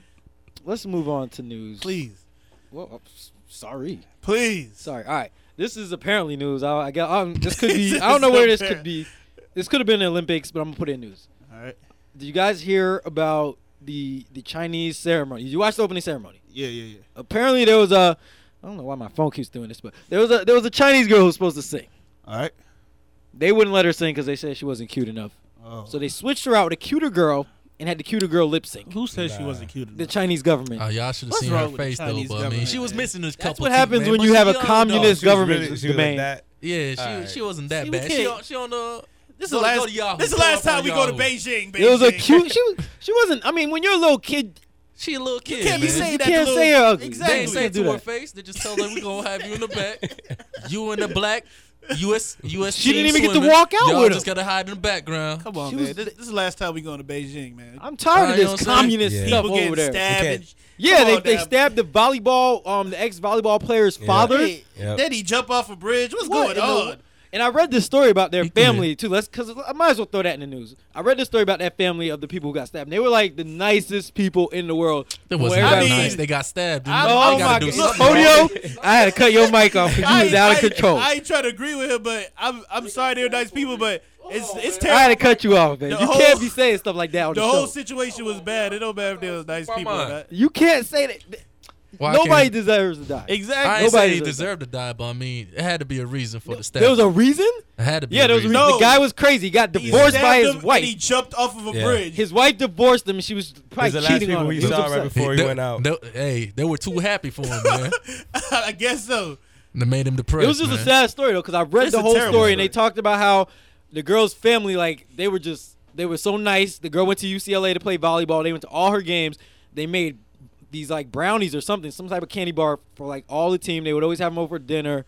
Speaker 2: let's move on to news.
Speaker 3: Please.
Speaker 2: Well, I'm s- sorry,
Speaker 3: Please.
Speaker 2: sorry. All right, this is apparently news. I, I got. Um, this could be. I don't know where this could be. This could have been the Olympics, but I'm gonna put it in news.
Speaker 3: All right.
Speaker 2: Did you guys hear about the the Chinese ceremony? Did you watch the opening ceremony?
Speaker 3: Yeah, yeah, yeah.
Speaker 2: Apparently, there was a. I don't know why my phone keeps doing this, but there was a there was a Chinese girl who was supposed to sing.
Speaker 3: All right.
Speaker 2: They wouldn't let her sing because they said she wasn't cute enough.
Speaker 3: Oh.
Speaker 2: So they switched her out with a cuter girl and had the cuter girl lip sync.
Speaker 3: Who said she
Speaker 4: Nah.
Speaker 3: wasn't cute enough?
Speaker 2: The Chinese government.
Speaker 6: Oh, y'all should have
Speaker 3: What's
Speaker 6: seen
Speaker 3: wrong
Speaker 6: her
Speaker 3: with the
Speaker 6: face though.
Speaker 3: Chinese
Speaker 6: But I mean,
Speaker 3: government,
Speaker 6: she was
Speaker 3: man?
Speaker 6: missing a couple.
Speaker 2: That's what
Speaker 6: teeth,
Speaker 2: happens
Speaker 6: man,
Speaker 2: when
Speaker 6: but
Speaker 2: you
Speaker 6: she
Speaker 2: have a
Speaker 6: young, though.
Speaker 2: communist
Speaker 4: was
Speaker 2: government
Speaker 4: really- she was like
Speaker 2: domain.
Speaker 4: that.
Speaker 6: Yeah, she
Speaker 4: Alright.
Speaker 6: she wasn't that
Speaker 3: See, we
Speaker 6: bad. She
Speaker 3: can't-
Speaker 6: on, she on the.
Speaker 3: This is the
Speaker 6: Go- go
Speaker 3: last.
Speaker 6: to Yahoo.
Speaker 3: This is the
Speaker 6: Pull
Speaker 3: last
Speaker 6: up on
Speaker 3: time we go to
Speaker 6: Yahoo.
Speaker 3: Beijing. Beijing.
Speaker 2: It was a cute. She was. She wasn't. I mean, when you're a little kid,
Speaker 6: She a little kid.
Speaker 3: You can't be
Speaker 6: man.
Speaker 3: saying
Speaker 2: you
Speaker 3: that.
Speaker 2: can't
Speaker 3: little,
Speaker 2: say her ugly.
Speaker 3: Exactly.
Speaker 6: They ain't say it
Speaker 2: do
Speaker 6: to her
Speaker 2: that.
Speaker 6: face. They just tell her we gonna have you in the back. You in the black. U.S. U.S.
Speaker 2: She didn't
Speaker 6: team
Speaker 2: even get to
Speaker 6: swimming.
Speaker 2: walk out
Speaker 6: Y'all
Speaker 2: with
Speaker 6: just
Speaker 2: him.
Speaker 6: gotta hide in the background.
Speaker 3: Come on,
Speaker 2: She
Speaker 3: man.
Speaker 2: was-
Speaker 3: this, this is the last time we going to Beijing, man.
Speaker 2: I'm tired
Speaker 6: Nah,
Speaker 2: of
Speaker 6: you know
Speaker 2: this
Speaker 6: what I'm
Speaker 2: communist
Speaker 4: saying?
Speaker 2: stuff
Speaker 3: People
Speaker 2: over
Speaker 3: getting
Speaker 2: there.
Speaker 3: stabbed.
Speaker 4: Okay.
Speaker 3: and-
Speaker 2: Yeah,
Speaker 3: Come
Speaker 2: they,
Speaker 3: on
Speaker 2: they
Speaker 3: now.
Speaker 2: stabbed the volleyball, um, the ex volleyball player's father.
Speaker 3: Hey,
Speaker 4: Yep.
Speaker 3: Then he jump off a bridge. What's
Speaker 2: What in
Speaker 3: going
Speaker 2: the-
Speaker 3: on?
Speaker 2: And I read this story about their
Speaker 6: You can-
Speaker 2: family too. Let's, cause I might as well throw that in the news. I read this story about that family of the people who got stabbed. And they were like the nicest people in the world.
Speaker 6: That was
Speaker 2: Well,
Speaker 6: not
Speaker 2: everybody-
Speaker 3: mean-
Speaker 6: nice. They got stabbed.
Speaker 3: I-
Speaker 6: They
Speaker 2: Oh
Speaker 3: They
Speaker 2: my
Speaker 6: gotta do
Speaker 2: God,
Speaker 6: something.
Speaker 2: Podio! I had to cut your mic off because you was
Speaker 3: ain't-
Speaker 2: out of
Speaker 3: ain't-
Speaker 2: control.
Speaker 3: I
Speaker 2: I,
Speaker 3: ain't trying to agree with him, but I'm I'm sorry they're nice people, but it's it's
Speaker 2: had to
Speaker 3: terrible.
Speaker 2: cut you off, man.
Speaker 3: The
Speaker 2: you
Speaker 3: whole-
Speaker 2: can't be saying stuff like that on
Speaker 3: The
Speaker 2: the,
Speaker 3: whole
Speaker 2: show.
Speaker 3: situation was bad. It don't matter if they was nice
Speaker 6: My
Speaker 3: people or
Speaker 6: mind.
Speaker 3: not.
Speaker 2: You can't say that.
Speaker 6: Why
Speaker 2: Nobody
Speaker 6: can't-
Speaker 2: deserves to die.
Speaker 3: Exactly.
Speaker 6: I ain't say
Speaker 2: Nobody
Speaker 6: he
Speaker 2: does
Speaker 6: deserved to die, but I mean, it had to be a reason for the stab.
Speaker 2: There was a reason.
Speaker 6: it had to be.
Speaker 2: Yeah,
Speaker 6: a
Speaker 2: there was a
Speaker 6: reason.
Speaker 2: reason.
Speaker 3: No.
Speaker 2: The guy was crazy. He got
Speaker 3: He
Speaker 2: divorced
Speaker 3: stabbed
Speaker 2: by
Speaker 3: him
Speaker 2: his
Speaker 3: and
Speaker 2: wife.
Speaker 3: he jumped off of a
Speaker 4: Yeah.
Speaker 3: bridge.
Speaker 2: His wife divorced him, and she was probably
Speaker 4: He's the last
Speaker 2: cheating
Speaker 4: people
Speaker 2: on him.
Speaker 4: we
Speaker 2: He was
Speaker 4: saw right
Speaker 2: upset.
Speaker 4: before he
Speaker 6: They-
Speaker 4: went out.
Speaker 6: they- hey, they were too happy for him, man.
Speaker 3: I guess so.
Speaker 6: They made him depressed.
Speaker 2: It was just
Speaker 6: man.
Speaker 2: a sad story though, because I read
Speaker 3: It's
Speaker 2: the
Speaker 3: a
Speaker 2: whole story,
Speaker 3: terrible
Speaker 2: and they
Speaker 3: story.
Speaker 2: talked about how the girl's family, like they were just, they were so nice. The girl went to UCLA to play volleyball. They went to all her games. They made these like brownies or something, some type of candy bar for like all the team. They would always have them over for dinner,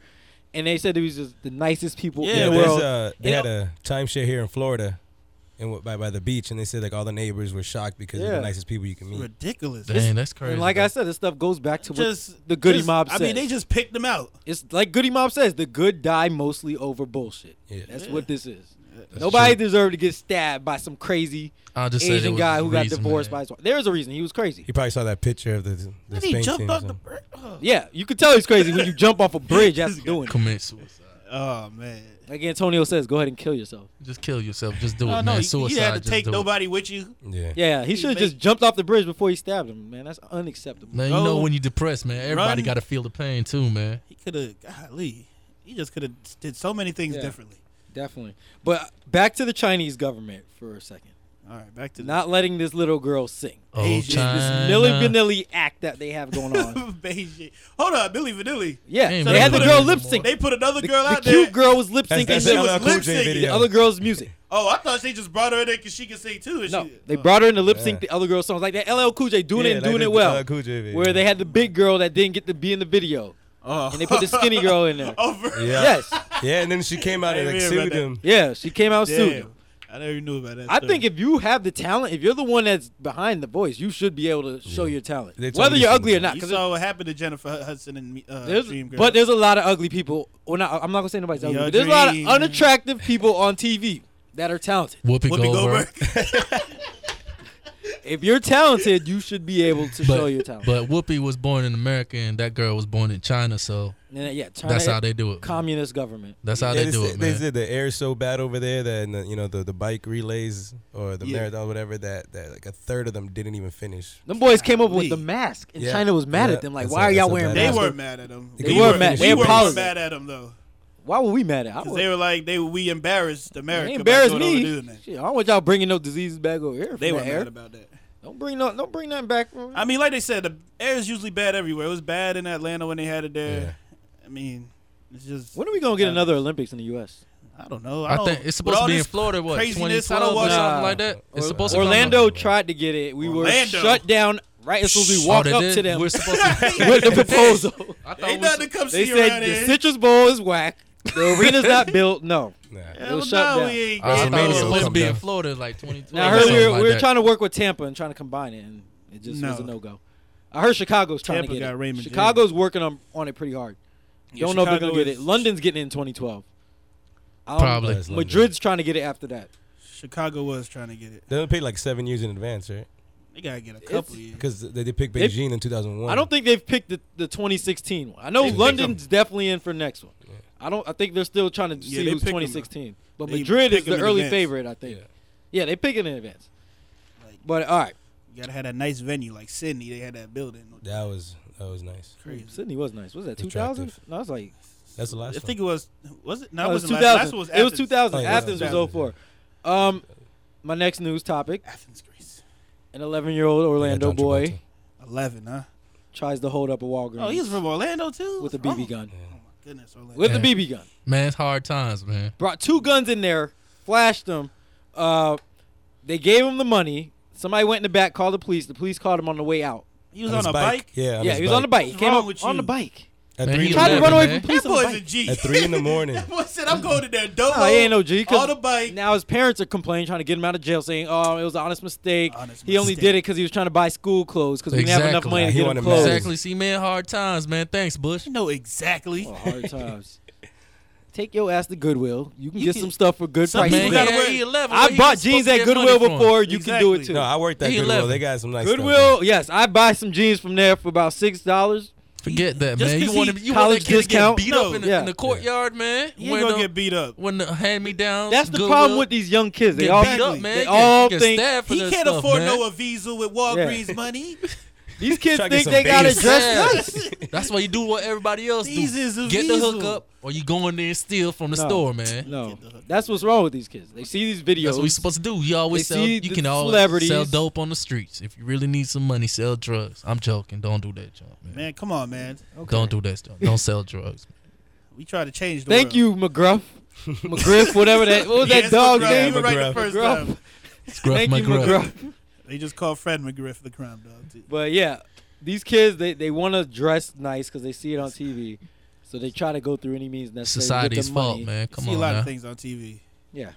Speaker 2: and they said it was just the nicest people
Speaker 3: Yeah,
Speaker 4: Yeah,
Speaker 2: in the
Speaker 4: there's
Speaker 2: world.
Speaker 4: uh, they had
Speaker 2: And-
Speaker 4: a timeshare here in Florida, and what- by by the beach, and they said like all the neighbors were shocked because they're
Speaker 2: Yeah.
Speaker 4: the nicest people you can meet.
Speaker 3: Ridiculous.
Speaker 6: Dang, that's crazy.
Speaker 2: and like
Speaker 6: though.
Speaker 2: I said, this stuff goes back to what
Speaker 3: just
Speaker 2: the Goody
Speaker 3: just-
Speaker 2: Mob
Speaker 3: I
Speaker 2: says.
Speaker 3: mean, they just picked them out.
Speaker 2: It's like Goody Mob says, the good die mostly over bullshit.
Speaker 4: Yeah.
Speaker 2: That's what this is. Nobody deserved to get stabbed by some crazy
Speaker 6: I'll just say there
Speaker 2: Asian
Speaker 6: was
Speaker 2: guy
Speaker 6: a
Speaker 2: who got
Speaker 6: reason,
Speaker 2: divorced
Speaker 6: man.
Speaker 2: by his wife. There's a reason. He was crazy.
Speaker 4: You probably saw that picture of the the
Speaker 3: And he
Speaker 4: Spain team.
Speaker 3: jumped
Speaker 4: or
Speaker 3: off the
Speaker 4: something.
Speaker 3: bridge. Oh.
Speaker 2: Yeah, you could tell he's crazy when you jump off a bridge after doing it.
Speaker 6: commit suicide.
Speaker 3: Oh, man.
Speaker 2: Like Antonio says, go ahead and kill yourself.
Speaker 6: Just kill yourself. Just do it,
Speaker 3: Oh,
Speaker 6: man.
Speaker 3: no, you,
Speaker 6: suicide.
Speaker 3: you had to
Speaker 6: just
Speaker 3: take
Speaker 6: do it.
Speaker 3: nobody with you.
Speaker 4: Yeah.
Speaker 2: Yeah, he
Speaker 3: He
Speaker 2: should have
Speaker 3: made-
Speaker 2: just jumped off the bridge before he stabbed him, man. That's unacceptable.
Speaker 6: Man, you know
Speaker 3: Go.
Speaker 6: when you depressed, man. Everybody
Speaker 3: Run.
Speaker 6: got to feel the pain too, man.
Speaker 3: He could have, golly, he just could have did so many things
Speaker 2: Yeah.
Speaker 3: differently.
Speaker 2: Definitely. But back to the Chinese government for a second.
Speaker 3: All right, back to
Speaker 2: Not letting this little girl sing.
Speaker 6: Oh,
Speaker 3: Hey, this
Speaker 6: China.
Speaker 2: Milli Vanilli act that they have going
Speaker 3: the
Speaker 2: on.
Speaker 3: Beijing. Hold up, Billy Vanilli.
Speaker 2: Yeah,
Speaker 6: Ain't
Speaker 2: so they had the
Speaker 6: Milli
Speaker 2: girl
Speaker 6: Vanilli
Speaker 2: lip
Speaker 6: no
Speaker 2: sync.
Speaker 3: They put another girl
Speaker 2: the
Speaker 3: out there.
Speaker 2: cute girl was lip
Speaker 4: That's
Speaker 2: syncing
Speaker 4: that
Speaker 3: she
Speaker 2: the,
Speaker 3: was
Speaker 4: LL Cool J
Speaker 3: lip-syncing.
Speaker 2: the
Speaker 4: video.
Speaker 2: other girl's music.
Speaker 3: Oh, I thought they just brought her in there because she could sing too. and
Speaker 2: No,
Speaker 3: she-
Speaker 2: they
Speaker 3: oh.
Speaker 2: brought her in the lip sync
Speaker 4: Yeah.
Speaker 2: the other girl songs like that. LL Cool J doing
Speaker 4: Yeah,
Speaker 2: it and
Speaker 4: like
Speaker 2: doing
Speaker 4: the
Speaker 2: it well.
Speaker 4: LL Cool J video.
Speaker 2: Where they had the big girl that didn't get to be in the video,
Speaker 3: Oh.
Speaker 2: and they put the skinny girl in there.
Speaker 3: over.
Speaker 4: Yeah.
Speaker 2: Yes,
Speaker 4: Yeah, and then she came out
Speaker 3: I
Speaker 4: and
Speaker 3: didn't
Speaker 4: like
Speaker 3: hear about
Speaker 4: sued
Speaker 3: that.
Speaker 4: him.
Speaker 2: yeah, she came out sued.
Speaker 3: Damn. I never even knew about that.
Speaker 2: I
Speaker 3: story.
Speaker 2: think if you have the talent, if you're the one that's behind the voice, you should be able to show your talent,
Speaker 4: They told
Speaker 2: whether
Speaker 4: me
Speaker 2: you're
Speaker 4: so.
Speaker 2: ugly or not.
Speaker 3: you
Speaker 2: 'cause
Speaker 3: saw what happened to Jennifer Hudson and uh,
Speaker 2: there's,
Speaker 3: Dream Girl.
Speaker 2: but there's a lot of ugly people. Well, not, I'm not gonna say nobody's ugly.
Speaker 3: Your
Speaker 2: But there's a lot of
Speaker 3: dream.
Speaker 2: unattractive people on TV that are talented.
Speaker 6: Whoopi,
Speaker 3: Whoopi
Speaker 6: Goldberg.
Speaker 3: Goldberg.
Speaker 2: If you're talented, you should be able to
Speaker 6: But,
Speaker 2: show your talent.
Speaker 6: but Whoopi was born in America and that girl was born in China, so
Speaker 2: And then, yeah, China,
Speaker 6: that's how they do it. man.
Speaker 2: communist government.
Speaker 6: That's how
Speaker 4: Yeah,
Speaker 6: they do
Speaker 4: said-
Speaker 6: it,
Speaker 4: They
Speaker 6: man.
Speaker 4: said the air is so bad over there that uh, you know the, the bike relays or the
Speaker 3: Yeah.
Speaker 4: marathon, whatever that that like a third of them didn't even finish.
Speaker 2: Them boys came up with the
Speaker 3: Golly.
Speaker 2: mask, and
Speaker 4: Yeah.
Speaker 2: China was mad
Speaker 4: Yeah,
Speaker 2: at them. Like,
Speaker 4: that's
Speaker 2: why
Speaker 4: a-
Speaker 2: are y'all
Speaker 4: that's a
Speaker 2: wearing
Speaker 4: bad
Speaker 3: They
Speaker 2: masks?
Speaker 4: idea.
Speaker 3: were mad at him.
Speaker 4: They
Speaker 2: were mad.
Speaker 3: We
Speaker 2: They
Speaker 3: were
Speaker 2: apologized.
Speaker 3: mad at him though.
Speaker 2: Why were we mad at? I
Speaker 3: 'Cause
Speaker 2: was,
Speaker 3: they
Speaker 2: they,
Speaker 3: were like, they we embarrassed America. by
Speaker 2: embarrassed
Speaker 3: doing all the doing
Speaker 2: me.
Speaker 3: that.
Speaker 2: Shit, I don't want y'all bringing no diseases back over here.
Speaker 3: They
Speaker 2: from
Speaker 3: were
Speaker 2: that air.
Speaker 3: mad about that.
Speaker 2: Don't bring no. Don't bring nothing back. From,
Speaker 3: I mean, like they said, the air is usually bad everywhere. It was bad in Atlanta when they had it there. I mean, it's just.
Speaker 2: when are we gonna get another Olympics in the U.S.?
Speaker 3: I don't know. I,
Speaker 6: I
Speaker 3: don't,
Speaker 6: think it's
Speaker 3: with
Speaker 6: supposed to
Speaker 3: all
Speaker 6: be in
Speaker 3: this
Speaker 6: Florida, what,
Speaker 3: craziness,
Speaker 6: 2012
Speaker 3: I don't
Speaker 6: or
Speaker 3: watch-
Speaker 6: something
Speaker 2: Nah.
Speaker 6: like that? It's
Speaker 4: Or-
Speaker 6: supposed to come
Speaker 2: Orlando
Speaker 6: up.
Speaker 2: tried to get it. We
Speaker 3: Orlando.
Speaker 2: were shut down right as soon as we walked
Speaker 6: Oh, they
Speaker 2: up
Speaker 6: did?
Speaker 2: to them
Speaker 6: We're supposed to.
Speaker 2: with the proposal.
Speaker 6: I thought
Speaker 3: Ain't
Speaker 6: we
Speaker 3: nothing to come
Speaker 2: they
Speaker 3: see
Speaker 2: said
Speaker 3: around
Speaker 2: the
Speaker 3: here.
Speaker 2: Citrus Bowl is whack. The arena's not built. No.
Speaker 4: Nah.
Speaker 2: It
Speaker 3: Hell
Speaker 2: was shut
Speaker 3: no,
Speaker 2: down.
Speaker 3: we ain't
Speaker 6: I thought
Speaker 3: getting
Speaker 6: it
Speaker 4: Romania
Speaker 6: was
Speaker 4: will
Speaker 6: supposed to
Speaker 4: come
Speaker 6: be in
Speaker 4: down.
Speaker 6: Florida like 2020.
Speaker 2: Now I
Speaker 6: or
Speaker 2: heard we
Speaker 6: something
Speaker 2: were,
Speaker 6: like
Speaker 2: we were
Speaker 6: that.
Speaker 2: trying to work with Tampa and trying to combine it, and it just
Speaker 3: No.
Speaker 2: was a no go. I heard Chicago's trying
Speaker 3: Tampa
Speaker 2: to get
Speaker 3: got
Speaker 2: it.
Speaker 3: Raymond James.
Speaker 2: Chicago's working on, on it pretty hard.
Speaker 3: Yeah,
Speaker 2: Don't know if they're
Speaker 3: Chicago
Speaker 2: gonna get it.
Speaker 3: is-
Speaker 2: London's getting it in 2012. I don't-
Speaker 6: Probably.
Speaker 4: That's lovely.
Speaker 2: Madrid's trying to get it after that.
Speaker 3: Chicago was trying to get it.
Speaker 4: They only paid like seven years in advance, right?
Speaker 3: They gotta get a couple years.
Speaker 4: Because they, they picked
Speaker 2: They-
Speaker 4: Beijing in 2001.
Speaker 2: I don't think they've picked the, the 2016 one. I know
Speaker 4: They picked
Speaker 2: London's definitely in for next one. I don't. I think they're still trying to
Speaker 3: Yeah,
Speaker 2: see
Speaker 3: they
Speaker 2: who's
Speaker 3: pick 'em.
Speaker 2: 2016. But
Speaker 3: They
Speaker 2: Madrid
Speaker 3: pick
Speaker 2: is
Speaker 3: 'em
Speaker 2: the
Speaker 3: in
Speaker 2: early
Speaker 3: advance.
Speaker 2: favorite, I think. Yeah, they pick it in advance.
Speaker 3: Like-
Speaker 2: But all right,
Speaker 3: You gotta have a nice venue like Sydney. They had that building.
Speaker 4: That was that was nice.
Speaker 3: Crazy.
Speaker 2: Sydney was nice. Was that 2000?
Speaker 4: Attractive.
Speaker 2: No, I was like
Speaker 4: That's the
Speaker 3: I
Speaker 4: last. one.
Speaker 3: think it was. Was it? No,
Speaker 2: No,
Speaker 3: it
Speaker 2: it was
Speaker 3: wasn't
Speaker 2: 2000.
Speaker 3: last. Last one was
Speaker 2: it was
Speaker 3: Athens.
Speaker 2: 2000.
Speaker 4: Oh, yeah,
Speaker 2: Athens
Speaker 4: yeah.
Speaker 2: was 04. Um, my next news topic:
Speaker 3: Athens, Greece.
Speaker 2: an 11 year old
Speaker 4: Yeah,
Speaker 2: Orlando
Speaker 4: John
Speaker 2: boy
Speaker 4: Travolta.
Speaker 3: Eleven, huh?
Speaker 2: tries to hold up a Walgreens
Speaker 3: Oh, he's from Orlando too.
Speaker 2: with a BB
Speaker 3: Oh,
Speaker 2: gun.
Speaker 3: Oh my goodness, Orlando.
Speaker 2: With a
Speaker 6: Yeah.
Speaker 2: BB gun,
Speaker 6: Man, it's hard times, man.
Speaker 2: brought two guns in there, flashed them. Uh, they gave him the money. Somebody went in the back, called the police. The police called him on the way out.
Speaker 3: he was
Speaker 4: his
Speaker 3: on a bike.
Speaker 4: Yeah,
Speaker 2: yeah, he was on the bike. He
Speaker 3: What's
Speaker 2: came
Speaker 3: wrong
Speaker 2: up
Speaker 3: with
Speaker 2: on the
Speaker 3: you?
Speaker 2: bike.
Speaker 4: At
Speaker 6: Man,
Speaker 4: three,
Speaker 6: he
Speaker 4: in
Speaker 2: Tried
Speaker 4: the
Speaker 2: to run away
Speaker 6: man.
Speaker 2: from police
Speaker 3: That
Speaker 2: on the
Speaker 3: boy's a
Speaker 2: bike.
Speaker 3: G.
Speaker 4: at three in the morning.
Speaker 3: That boy said, "I'm going to that dope."
Speaker 2: No, he ain't no G. 'cause
Speaker 3: On the bike.
Speaker 2: Now his parents are complaining, trying to get him out of jail, saying, "Oh, it was an honest mistake.
Speaker 3: Honest
Speaker 2: he only
Speaker 3: mistake.
Speaker 2: did it because he was trying to buy school clothes because we didn't have enough
Speaker 6: Exactly.
Speaker 2: money to
Speaker 4: He
Speaker 2: get him
Speaker 4: wanted
Speaker 2: clothes."
Speaker 4: Exactly.
Speaker 6: Exactly. See, man, hard times, man. Thanks, Bush.
Speaker 3: You know exactly.
Speaker 2: Oh, hard times. Take your ass to Goodwill. You can
Speaker 3: You
Speaker 2: get
Speaker 3: can-
Speaker 2: some stuff for good
Speaker 3: Some
Speaker 2: price.
Speaker 6: Man,
Speaker 3: people you
Speaker 6: he
Speaker 3: gotta
Speaker 6: had
Speaker 3: wear-
Speaker 6: E11. Where
Speaker 2: I
Speaker 6: he
Speaker 2: bought
Speaker 6: supposed
Speaker 2: jeans
Speaker 6: to
Speaker 2: at
Speaker 6: get
Speaker 2: Goodwill
Speaker 6: money from?
Speaker 2: before. You can do it
Speaker 3: Exactly.
Speaker 2: too.
Speaker 4: No, I worked at
Speaker 6: He
Speaker 4: Goodwill.
Speaker 6: left.
Speaker 4: They got some nice stuff.
Speaker 2: Goodwill, yes, I buy some jeans from there for about six dollars.
Speaker 6: Forget that,
Speaker 3: Just
Speaker 6: man.
Speaker 3: 'cause
Speaker 6: You want to
Speaker 3: he-
Speaker 6: you want
Speaker 2: college
Speaker 6: that kid to
Speaker 2: discount?
Speaker 6: get beat
Speaker 3: No.
Speaker 6: up in the,
Speaker 2: Yeah.
Speaker 6: in the courtyard, man.
Speaker 3: You
Speaker 6: when
Speaker 3: ain't gonna
Speaker 6: the,
Speaker 3: get beat up.
Speaker 6: when the hand me down.
Speaker 2: That's the problem with these young kids. They all
Speaker 6: beat
Speaker 3: Exactly.
Speaker 6: up, man.
Speaker 2: They
Speaker 6: Get-
Speaker 2: all
Speaker 6: get
Speaker 2: think
Speaker 6: stabbed for
Speaker 3: He
Speaker 6: that
Speaker 3: can't
Speaker 6: stuff,
Speaker 3: afford
Speaker 6: man.
Speaker 3: no Avizu with Walgreens money.
Speaker 2: these kids
Speaker 4: Try to get
Speaker 2: think
Speaker 4: some
Speaker 2: they gotta
Speaker 4: babies.
Speaker 2: dress nice.
Speaker 6: Yeah. That's why you do what everybody else
Speaker 3: These
Speaker 6: do.
Speaker 3: is a
Speaker 6: Get
Speaker 3: weasel.
Speaker 6: the hookup, or you go in there and steal from the
Speaker 2: No.
Speaker 6: store, man.
Speaker 2: No, that's what's wrong with these kids. They see these videos.
Speaker 6: That's what you're supposed to do. You always
Speaker 2: They
Speaker 6: sell.
Speaker 2: see
Speaker 6: You
Speaker 2: the
Speaker 6: can always
Speaker 2: celebrities.
Speaker 6: sell dope on the streets. If you really need some money, sell drugs. I'm joking. Don't do that, junk, man.
Speaker 3: Man, come on, man.
Speaker 6: Don't do that, junk. Don't sell drugs.
Speaker 3: We try to change the
Speaker 2: Thank
Speaker 3: world.
Speaker 2: you, McGruff, McGriff, whatever that. What was
Speaker 3: Yeah,
Speaker 2: that
Speaker 3: it's
Speaker 2: dog
Speaker 3: McGruff.
Speaker 2: name?
Speaker 3: You were right the
Speaker 4: McGruff.
Speaker 3: first
Speaker 2: McGruff.
Speaker 3: time.
Speaker 6: Scruff
Speaker 2: Thank you,
Speaker 6: McGruff.
Speaker 2: McGruff.
Speaker 3: They just called Fred McGriff the crime dog. too.
Speaker 2: But yeah, these kids they, they want to dress nice because they see it on TV, so they try to go through any means necessary. to get
Speaker 6: Society's
Speaker 2: the
Speaker 6: fault,
Speaker 2: money.
Speaker 6: man.
Speaker 3: You
Speaker 6: Come
Speaker 3: see a
Speaker 6: on,
Speaker 3: lot
Speaker 6: now.
Speaker 3: of things on TV.
Speaker 2: Yeah,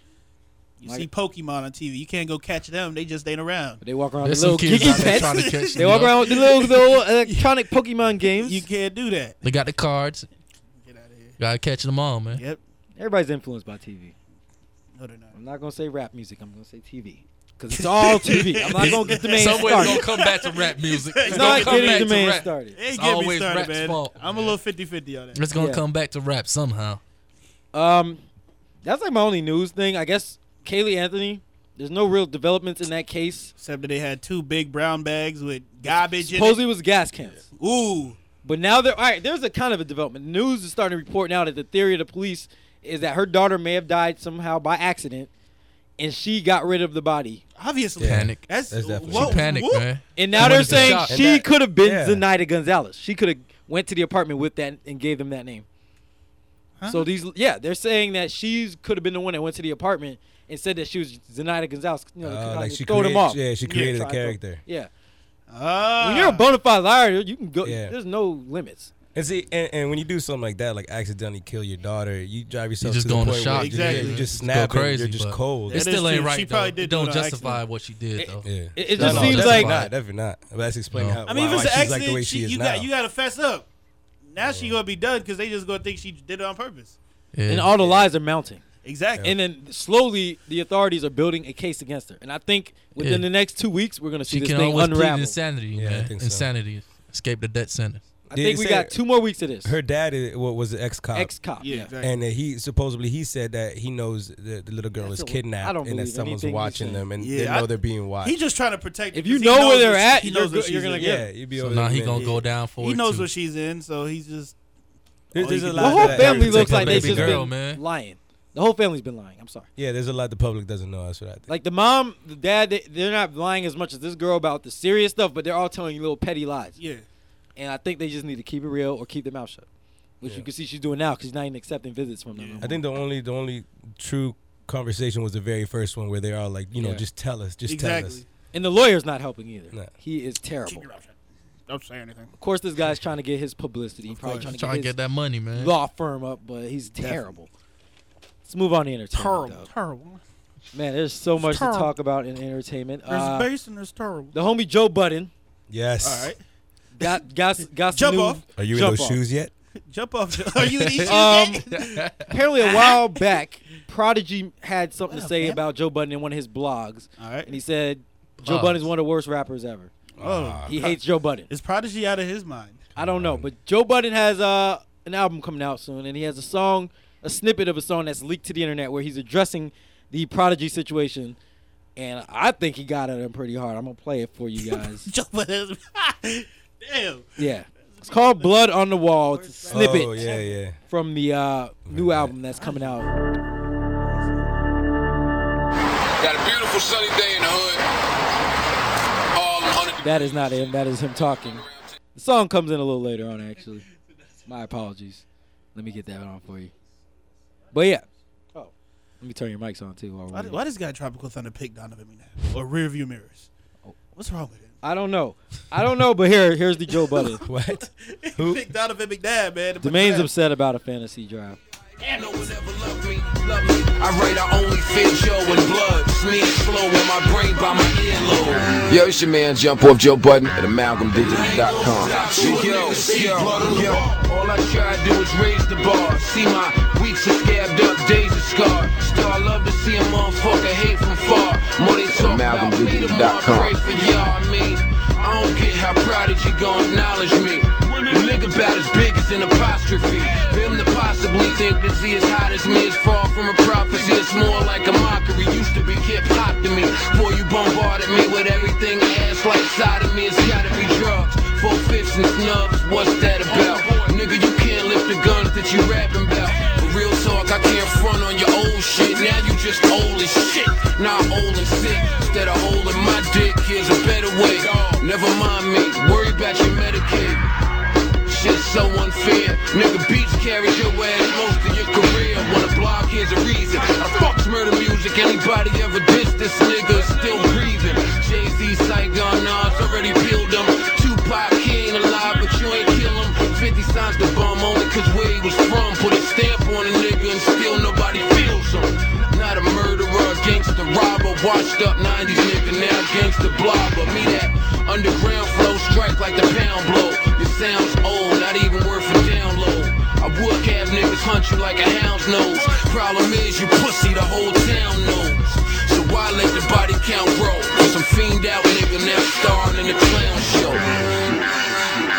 Speaker 3: You
Speaker 2: Like-
Speaker 3: see Pokemon on TV. You can't go catch them. They just ain't around.
Speaker 2: but they walk around
Speaker 6: There's
Speaker 2: with
Speaker 6: some
Speaker 2: little
Speaker 6: kids
Speaker 2: Giga
Speaker 6: out there trying
Speaker 2: pets.
Speaker 6: to catch.
Speaker 2: They walk
Speaker 6: them.
Speaker 2: around with the little, the little electronic Pokemon games.
Speaker 3: You can't do that.
Speaker 6: They got the cards.
Speaker 3: Get out of here.
Speaker 6: Gotta catch them all, man.
Speaker 3: Yep.
Speaker 2: Everybody's influenced by TV.
Speaker 3: No, they're not.
Speaker 2: I'm not gonna say rap music. I'm gonna say TV because it's all TV. I'm not gonna get the man
Speaker 6: Somewhere it's
Speaker 2: started.
Speaker 6: gonna come back to rap music. It's
Speaker 2: It's
Speaker 6: gonna
Speaker 2: not
Speaker 6: come back
Speaker 2: getting
Speaker 6: to
Speaker 2: the man
Speaker 6: rap.
Speaker 2: started.
Speaker 3: It ain't
Speaker 6: It's
Speaker 3: getting me
Speaker 6: always
Speaker 3: started,
Speaker 6: rap's
Speaker 3: man.
Speaker 6: fault, man.
Speaker 3: I'm a little 50-50 on that.
Speaker 6: It's gonna
Speaker 2: Yeah.
Speaker 6: come back to rap somehow.
Speaker 2: Um, that's like my only news thing. I guess Kaylee Anthony. There's no real developments in that case.
Speaker 3: Except that they had two big brown bags with garbage
Speaker 2: Supposedly it was gas cans.
Speaker 3: in it. Ooh.
Speaker 2: But now there, all right, there's a kind of a development. News is starting to report now that the theory of the police is that her daughter may have died somehow by accident, and she got rid of the body.
Speaker 3: Obviously,
Speaker 6: Panic.
Speaker 3: That's,
Speaker 4: That's definitely-
Speaker 3: whoa,
Speaker 6: She panicked,
Speaker 3: whoa.
Speaker 6: man.
Speaker 2: And now
Speaker 6: And
Speaker 2: they're
Speaker 6: wanted to
Speaker 2: saying
Speaker 6: shop.
Speaker 4: And
Speaker 2: she
Speaker 4: that-
Speaker 2: could have been
Speaker 4: yeah.
Speaker 2: Zenaida Gonzalez. She could have went to the apartment with that and gave them that name. So these, yeah, they're saying that she could have been the one that went to the apartment and said that she was Zenaida Gonzalez. You know, to
Speaker 4: Uh,
Speaker 2: kinda
Speaker 4: like she
Speaker 2: throw
Speaker 4: created,
Speaker 2: them off.
Speaker 4: yeah, she created
Speaker 2: try
Speaker 4: a
Speaker 2: to throw-
Speaker 4: character.
Speaker 2: Yeah,
Speaker 3: Ah.
Speaker 2: when you're a bona fide liar, you can go.
Speaker 4: Yeah.
Speaker 2: There's no limits.
Speaker 4: And see, and, and when you do something like that, like accidentally kill your daughter, you drive yourself
Speaker 6: just
Speaker 4: to the
Speaker 6: go
Speaker 4: point
Speaker 6: into
Speaker 4: where
Speaker 6: shock,
Speaker 4: you,
Speaker 3: yeah,
Speaker 4: exactly.
Speaker 3: yeah.
Speaker 4: you just
Speaker 6: Just
Speaker 4: snap
Speaker 6: go
Speaker 4: and
Speaker 6: crazy,
Speaker 4: you're just
Speaker 6: but-
Speaker 4: cold.
Speaker 6: It
Speaker 3: That is
Speaker 6: still ain't
Speaker 3: true.
Speaker 6: right.
Speaker 3: She
Speaker 6: though.
Speaker 3: probably
Speaker 6: It
Speaker 3: did do it
Speaker 6: don't
Speaker 3: on
Speaker 6: justify
Speaker 3: accident.
Speaker 6: what she did though.
Speaker 4: yeah.
Speaker 2: It, it
Speaker 6: No,
Speaker 2: just
Speaker 6: no,
Speaker 2: seems
Speaker 6: that's
Speaker 2: like
Speaker 6: why.
Speaker 4: not, definitely not. That's explaining
Speaker 6: No.
Speaker 4: how
Speaker 3: I
Speaker 4: why,
Speaker 3: mean, if
Speaker 4: why
Speaker 3: it's an
Speaker 4: she's
Speaker 3: accident,
Speaker 4: like the way
Speaker 3: she,
Speaker 4: she, is
Speaker 3: you
Speaker 4: now.
Speaker 3: got you got to fess up. Now she gonna be done because they just gonna think she did it on purpose.
Speaker 6: Yeah.
Speaker 2: and all the lies are mounting.
Speaker 3: Exactly.
Speaker 2: And then slowly, the authorities are building a case against her. And I think within
Speaker 6: Yeah.
Speaker 2: the next two weeks, we're going to see
Speaker 6: she
Speaker 2: this
Speaker 6: can
Speaker 2: thing
Speaker 6: always plead
Speaker 2: unravel.
Speaker 6: insanity,
Speaker 4: Yeah, I
Speaker 6: man.
Speaker 4: think so.
Speaker 6: Insanity. Escape the death sentence.
Speaker 2: I
Speaker 4: Did
Speaker 2: think
Speaker 4: it
Speaker 2: we
Speaker 4: say
Speaker 2: got two more weeks of this.
Speaker 4: Her dad is, wa- was an ex-cop.
Speaker 2: Ex cop.
Speaker 3: yeah,
Speaker 2: Yeah.
Speaker 3: exactly.
Speaker 4: and that he supposedly he said that he knows that the little girl
Speaker 2: That's
Speaker 4: is
Speaker 2: a-
Speaker 4: kidnapped
Speaker 2: I don't
Speaker 4: and that
Speaker 2: believe
Speaker 4: someone's
Speaker 2: anything he's
Speaker 4: watching
Speaker 2: saying.
Speaker 4: them and they
Speaker 3: Yeah,
Speaker 4: know
Speaker 3: I-
Speaker 4: they're being watched.
Speaker 3: He just trying to protect.
Speaker 2: If
Speaker 3: because
Speaker 2: you
Speaker 3: he
Speaker 2: know
Speaker 3: knows
Speaker 2: where they're
Speaker 3: what she-
Speaker 2: at,
Speaker 3: he
Speaker 2: you're
Speaker 3: knows
Speaker 2: go-
Speaker 3: what
Speaker 2: you're
Speaker 3: she's
Speaker 2: gonna
Speaker 3: in.
Speaker 2: get
Speaker 4: yeah, you'd be
Speaker 6: So
Speaker 4: over
Speaker 6: now
Speaker 4: there
Speaker 6: he
Speaker 4: in a
Speaker 6: gonna
Speaker 4: minute.
Speaker 6: go down for
Speaker 3: He
Speaker 6: it
Speaker 3: knows
Speaker 6: too.
Speaker 3: what she's in, so he's just.
Speaker 4: There's,
Speaker 3: all
Speaker 4: there's
Speaker 3: you
Speaker 4: a
Speaker 3: can
Speaker 4: lot.
Speaker 2: The
Speaker 4: of
Speaker 2: whole
Speaker 4: that-
Speaker 2: family looks
Speaker 6: protect
Speaker 2: like
Speaker 6: her
Speaker 2: they
Speaker 6: baby
Speaker 2: just
Speaker 6: girl,
Speaker 2: been
Speaker 6: man.
Speaker 2: lying. The whole family's been lying. I'm sorry.
Speaker 4: Yeah, there's a lot the public doesn't know. That's what I think.
Speaker 2: Like the mom, the dad, they, they're not lying as much as this girl about the serious stuff, but they're all telling you little petty lies.
Speaker 3: Yeah.
Speaker 2: And I think they just need to keep it real or keep their mouth shut, which you
Speaker 4: Yeah.
Speaker 2: can see she's doing now because she's not even accepting visits from them. no
Speaker 3: I
Speaker 2: more.
Speaker 4: I think the only the only true conversation was the very first one where they are like, you know,
Speaker 2: Yeah.
Speaker 4: just tell us, just tell us.
Speaker 3: Exactly.
Speaker 2: and the lawyer's not helping either.
Speaker 4: No.
Speaker 2: He is terrible.
Speaker 3: Keep your mouth shut. Don't say anything.
Speaker 2: Of course, this guy's trying to get his publicity. He's probably trying to
Speaker 6: Trying to
Speaker 2: get,
Speaker 6: get that money,
Speaker 2: his
Speaker 6: man.
Speaker 2: law firm up, but he's terrible. Let's move on to entertainment.
Speaker 3: Terrible.
Speaker 2: though.
Speaker 3: Terrible.
Speaker 2: Man, there's so much to
Speaker 3: terrible.
Speaker 2: talk about in entertainment.
Speaker 3: There's
Speaker 2: Uh,
Speaker 3: bass and there's terrible.
Speaker 2: the homie Joe Budden
Speaker 4: Yes.
Speaker 3: All right.
Speaker 2: got got got some
Speaker 3: Jump
Speaker 2: new-
Speaker 3: off.
Speaker 4: Are you
Speaker 2: Jump
Speaker 4: in those
Speaker 2: off.
Speaker 4: shoes yet?
Speaker 3: Jump off. Are you in these
Speaker 2: Um,
Speaker 3: shoes?
Speaker 2: apparently a while back, Prodigy had something to
Speaker 3: What up,
Speaker 2: say
Speaker 3: man?
Speaker 2: about Joe Budden in one of his blogs,
Speaker 3: All right.
Speaker 2: and he said Joe Budden is
Speaker 6: Blogs.
Speaker 2: one of the worst rappers ever.
Speaker 3: Oh,
Speaker 2: He hates Joe Budden.
Speaker 3: is Prodigy out of his mind?
Speaker 2: I don't know, but Joe Budden has uh, an album coming out soon, and he has a song, a snippet of a song that's leaked to the internet where he's addressing the prodigy situation, and I think he got at him pretty hard. I'm gonna play it for you guys.
Speaker 3: Jump off. Damn.
Speaker 2: yeah, it's called "Blood on the Wall." It's a snippet
Speaker 4: Oh yeah, yeah.
Speaker 2: from the uh, new album that's coming out.
Speaker 8: Got a beautiful sunny day in the hood. All under the
Speaker 2: That is not him. That is him talking. The song comes in a little later on, actually. My apologies. Let me get that on for you. But yeah. Oh, let me turn your mics on too. while we're
Speaker 3: Why,
Speaker 2: here.
Speaker 3: why does guy Tropical Thunder pick Donovan McNabb or rear view mirrors? What's wrong with him?
Speaker 2: I don't know. I don't know, but here, here's the Joe Budden.
Speaker 4: What?
Speaker 3: Who? Pick Donovan McNabb, man.
Speaker 2: Domain's upset about a fantasy draft.
Speaker 8: No one ever loved me, loved me. I write I only feel show in blood. Smeared slow in my brain by my earlobe. Yo, it's your man, Jump Off Joe Button at amalgamdigital.com. Yo, yo, yo. All I try to do is raise the bar. See my weeks are scabbed up, days are scarred. Star love to see a motherfucker hate from far. More they talk about me, the more I pray for y'all. I mean, I don't get how prodigy gon' acknowledge me. You nigga about as big as an apostrophe. Him to possibly think that he as hot as me is far from a prophecy. It's more like a mockery. Used to be hip hop to me. Before you bombarded me with everything ass like side of me. It's gotta be drugs. Four fifths and snubs. What's that about? Nigga, you can't lift the guns that you rapping about. But real talk, I can't front on your old shit. Now you just old as shit. Not old and sick. Instead of holding my dick, here's a better way. Never mind me. Worry about your Medicaid. Shit so unfair. Nigga, beats carried your ass most of your career. Wanna block, here's a reason. I fucks murder music. Anybody ever dissed this nigga is still breathing. Jay-Z, Saigon, Nas already peeled him. Tupac, he ain't alive, but you ain't kill him. 50 signs the bum only cause where he was from. Put a stamp on a nigga and still nobody feels him. Not a murderer, a gangster, robber. Washed up 90s nigga, now gangster blobber. Me that underground flow strike like the pound blow. Your sound's old, not even worth a download. I would have niggas hunt you like a hound's nose. Problem is, you pussy, the whole town knows. So why let the body count grow? Some fiend out nigga now starring in the clown show. And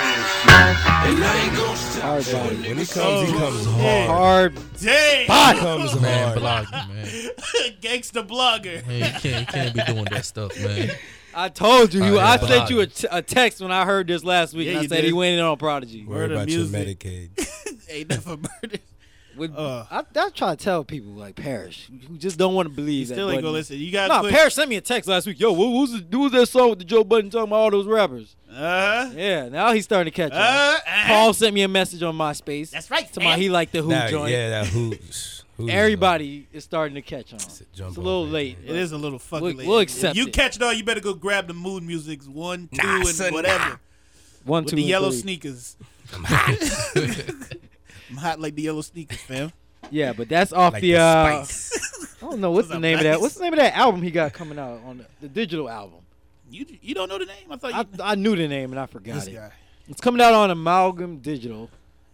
Speaker 8: I ain't gon' stop.
Speaker 2: Hard body.
Speaker 4: When he comes,
Speaker 3: Oh.
Speaker 4: he comes hard.
Speaker 2: Hard.
Speaker 3: Dang.
Speaker 4: He comes
Speaker 6: Man,
Speaker 4: hard.
Speaker 6: block you, man.
Speaker 3: Gangsta blogger.
Speaker 6: Man, you can't, you can't be doing that stuff, man.
Speaker 2: I told you. you
Speaker 6: Oh, yeah,
Speaker 2: I
Speaker 6: but-
Speaker 2: sent you a, t- a text when I heard this last week,
Speaker 3: Yeah,
Speaker 2: and I
Speaker 3: you
Speaker 2: said he
Speaker 3: did.
Speaker 2: went in on Prodigy.
Speaker 3: Word
Speaker 4: Worry
Speaker 3: of
Speaker 4: about your
Speaker 3: music.
Speaker 4: Medicaid.
Speaker 3: Ain't never murdered.
Speaker 2: With,
Speaker 3: Uh.
Speaker 2: I, I try to tell people like Parrish, who just don't want to believe that.
Speaker 3: Still ain't
Speaker 2: Budden-
Speaker 3: gonna listen. You got
Speaker 2: Nah,
Speaker 3: put,
Speaker 2: Parrish sent me a text last week. Yo, what what was the, what was that song with the Joe Budden talking about all those rappers?
Speaker 3: Uh,
Speaker 2: Yeah, now he's starting to catch
Speaker 3: uh,
Speaker 2: up.
Speaker 3: uh,
Speaker 2: Paul sent me a message on MySpace.
Speaker 3: That's right,
Speaker 2: To my
Speaker 3: fam.
Speaker 2: he like the Who
Speaker 4: That-
Speaker 2: joint.
Speaker 4: Yeah, that who's. who's
Speaker 2: Everybody is starting to catch on. It's,
Speaker 4: a jumbo
Speaker 2: a little
Speaker 4: right
Speaker 2: late.
Speaker 3: It is a little fucking
Speaker 2: We'll-
Speaker 3: late.
Speaker 2: we'll accept
Speaker 3: If you
Speaker 2: it.
Speaker 3: catch it all, you better go grab the mood music's one, two,
Speaker 4: Nah,
Speaker 3: and
Speaker 4: son,
Speaker 3: whatever.
Speaker 2: One,
Speaker 3: With
Speaker 2: two,
Speaker 3: the
Speaker 2: and
Speaker 3: yellow
Speaker 2: three.
Speaker 3: sneakers. I'm hot like the yellow sneakers, fam.
Speaker 2: Yeah, but that's off
Speaker 4: Like
Speaker 2: the.
Speaker 4: the
Speaker 2: uh,
Speaker 4: spice.
Speaker 2: I don't know what's the
Speaker 3: I'm
Speaker 2: name of that.
Speaker 3: nice.
Speaker 2: What's the name of that album he got coming out on the, the digital album?
Speaker 3: You you don't know the name? I thought you
Speaker 2: I, I knew the name and I forgot
Speaker 3: this
Speaker 2: it.
Speaker 3: guy.
Speaker 2: It's coming out on Amalgam Digital.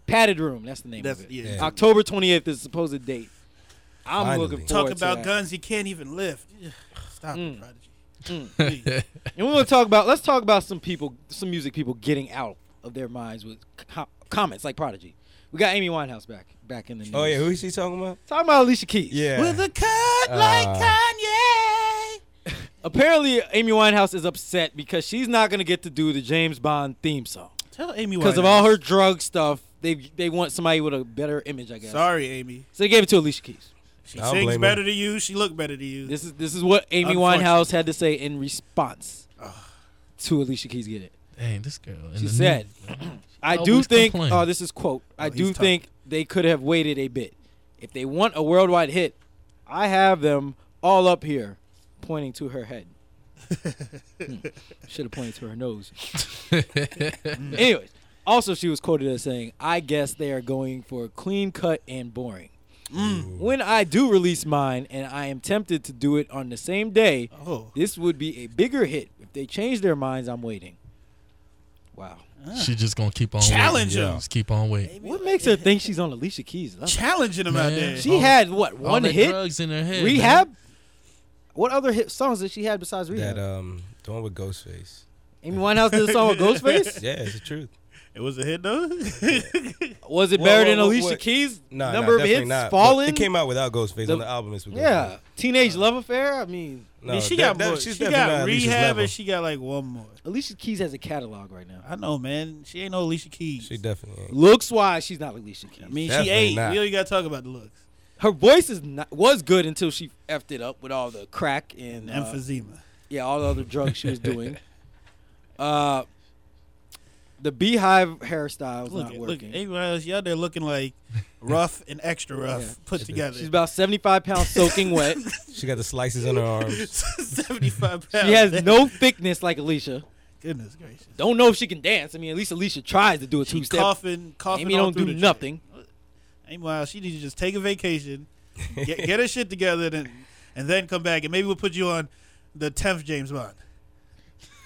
Speaker 2: Padded Room, that's the name
Speaker 3: That's
Speaker 2: of it.
Speaker 3: yeah.
Speaker 4: Yeah.
Speaker 2: October 28th is the supposed date. I'm
Speaker 4: Finally.
Speaker 2: looking forward
Speaker 3: Talk
Speaker 2: to
Speaker 3: about
Speaker 2: that. Mm.
Speaker 3: guns he can't even lift. Ugh, Stop it, prodigy. Please.
Speaker 2: And we want to talk about let's talk about some people, some music people getting out of their minds with co- comments like Prodigy. We got Amy Winehouse back back in the news.
Speaker 4: Oh yeah, who is she talking about?
Speaker 2: talking about Alicia Keys.
Speaker 4: Yeah.
Speaker 3: With a cut like
Speaker 4: Uh.
Speaker 3: Kanye.
Speaker 2: Apparently, Amy Winehouse is upset because she's not gonna get to do the James Bond theme song
Speaker 3: Tell Amy
Speaker 2: because of
Speaker 3: Winehouse.
Speaker 2: all her drug stuff. They they want somebody with a better image, I guess.
Speaker 3: Sorry, Amy.
Speaker 2: So they gave it to Alicia Keys.
Speaker 3: She
Speaker 4: I don't
Speaker 3: sings
Speaker 4: blame
Speaker 3: better to you. She look better to you.
Speaker 2: This is this is what Amy
Speaker 3: Unfortunately.
Speaker 2: Winehouse had to say in response to Alicia Keys get it.
Speaker 6: Dang, this girl. in
Speaker 2: She
Speaker 6: the
Speaker 2: said, "I do
Speaker 6: Always
Speaker 2: think.
Speaker 6: complain.
Speaker 2: Oh, this is quote. I
Speaker 3: he's
Speaker 2: do
Speaker 3: tough.
Speaker 2: think they could have waited a bit. If they want a worldwide hit, I have them all up here, pointing to her head. Should have pointed to her nose. Hmm. Anyways, also she was quoted as saying, "I guess they are going for clean cut and boring." When I do release mine, and I am tempted to do it on the same day,
Speaker 3: oh,
Speaker 2: this would be a bigger hit. If they change their minds, I'm waiting. Wow.
Speaker 6: She just gonna keep on
Speaker 3: Challenge
Speaker 6: waiting.
Speaker 3: him.
Speaker 6: Just keep on waiting.
Speaker 2: What makes her think she's on Alicia Keys? level?
Speaker 3: challenging him out
Speaker 6: Man.
Speaker 3: there.
Speaker 2: She had what
Speaker 6: All
Speaker 2: one
Speaker 6: that
Speaker 2: hit?
Speaker 6: drugs in her head.
Speaker 2: Rehab. What other hit songs did she had besides Rehab?
Speaker 4: That um, the one with Ghostface.
Speaker 2: Amy Winehouse did a song with Ghostface.
Speaker 4: Yeah, it's the truth.
Speaker 3: it was a hit though.
Speaker 2: Was it
Speaker 4: Whoa,
Speaker 2: better
Speaker 4: whoa,
Speaker 2: than
Speaker 4: whoa,
Speaker 2: Alicia
Speaker 4: what?
Speaker 2: Keys?
Speaker 4: No, nah,
Speaker 2: Number
Speaker 4: nah,
Speaker 2: of
Speaker 4: definitely
Speaker 2: hits,
Speaker 4: not. But
Speaker 2: Fallen.
Speaker 4: It came out without Ghostface
Speaker 2: The-
Speaker 4: on the album. It's with
Speaker 2: yeah,
Speaker 4: Ghostface.
Speaker 2: Teenage Love Affair. I mean,
Speaker 4: No,
Speaker 3: she
Speaker 4: that-
Speaker 3: got
Speaker 4: that-
Speaker 3: more.
Speaker 4: she's
Speaker 3: she
Speaker 4: definitely
Speaker 3: got
Speaker 4: not Alicia's
Speaker 3: rehab
Speaker 4: level.
Speaker 3: and she got like one more.
Speaker 2: Alicia Keys has a catalog right now.
Speaker 3: I know, man. She ain't no Alicia Keys.
Speaker 4: She definitely. Ain't.
Speaker 2: Looks wise, she's not Alicia Keys.
Speaker 3: I mean, she
Speaker 4: Definitely
Speaker 3: ate.
Speaker 4: not.
Speaker 3: We only got to talk about the looks.
Speaker 2: her voice is not, was good until she effed it up with all the crack and uh,
Speaker 3: Emphysema.
Speaker 2: Yeah, all the other drugs she was doing. Uh, the beehive hairstyle's
Speaker 3: Look,
Speaker 2: not
Speaker 3: at- look,
Speaker 2: working.
Speaker 3: everyone else, y'all there looking like rough and extra rough
Speaker 2: Yeah.
Speaker 3: put together.
Speaker 2: She's about 75 pounds soaking wet.
Speaker 4: She got the slices on her arms.
Speaker 3: 75 pounds.
Speaker 2: She has no thickness like Alicia.
Speaker 3: Goodness gracious.
Speaker 2: Don't know if she can dance. I mean, at least Alicia tries to do a
Speaker 3: She's
Speaker 2: two-step.
Speaker 3: coughing, coughing.
Speaker 2: Amy
Speaker 3: all
Speaker 2: don't
Speaker 3: through
Speaker 2: do
Speaker 3: the
Speaker 2: nothing.
Speaker 3: Train. Amy Wild, she needs to just take a vacation, get, get her shit together, then, and then come back, and maybe we'll put you on the 10th James Bond.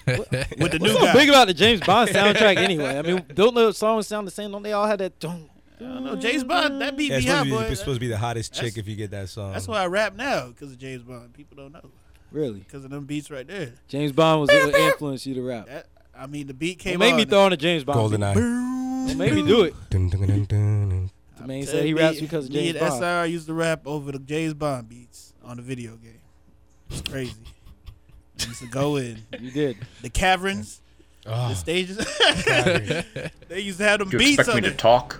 Speaker 3: With the new
Speaker 2: What's so
Speaker 3: guy.
Speaker 2: big about the James Bond soundtrack anyway? I mean, don't those songs sound the same? Don't they all have that? Don't.
Speaker 3: I don't know, James Bond, that beat
Speaker 4: Yeah, it's
Speaker 3: me
Speaker 4: supposed,
Speaker 3: high,
Speaker 4: to be,
Speaker 3: boy.
Speaker 4: it's supposed to be the hottest
Speaker 3: That's-
Speaker 4: chick if you get that song.
Speaker 3: That's why I rap now, because of James Bond. People don't know,
Speaker 2: Really?
Speaker 3: because of them beats right there.
Speaker 2: James Bond was what influenced you to rap.
Speaker 3: That, I mean, the beat
Speaker 2: It
Speaker 3: came
Speaker 2: made
Speaker 3: on.
Speaker 2: me throw on a James Bond.
Speaker 4: Golden
Speaker 2: beat.
Speaker 4: Eye.
Speaker 3: Boom.
Speaker 2: It made me do it.
Speaker 4: Dun, dun, dun, dun, dun.
Speaker 2: The man said he raps because of
Speaker 3: me
Speaker 2: James
Speaker 3: and
Speaker 2: Bond.
Speaker 3: SR used to rap over the James Bond beats on the video game. It's crazy. We used to go in
Speaker 2: You did.
Speaker 3: the caverns, the
Speaker 4: Oh,
Speaker 3: stages. they used to have them
Speaker 9: You
Speaker 3: beats
Speaker 9: expect
Speaker 3: on
Speaker 9: me
Speaker 3: it.
Speaker 9: to talk?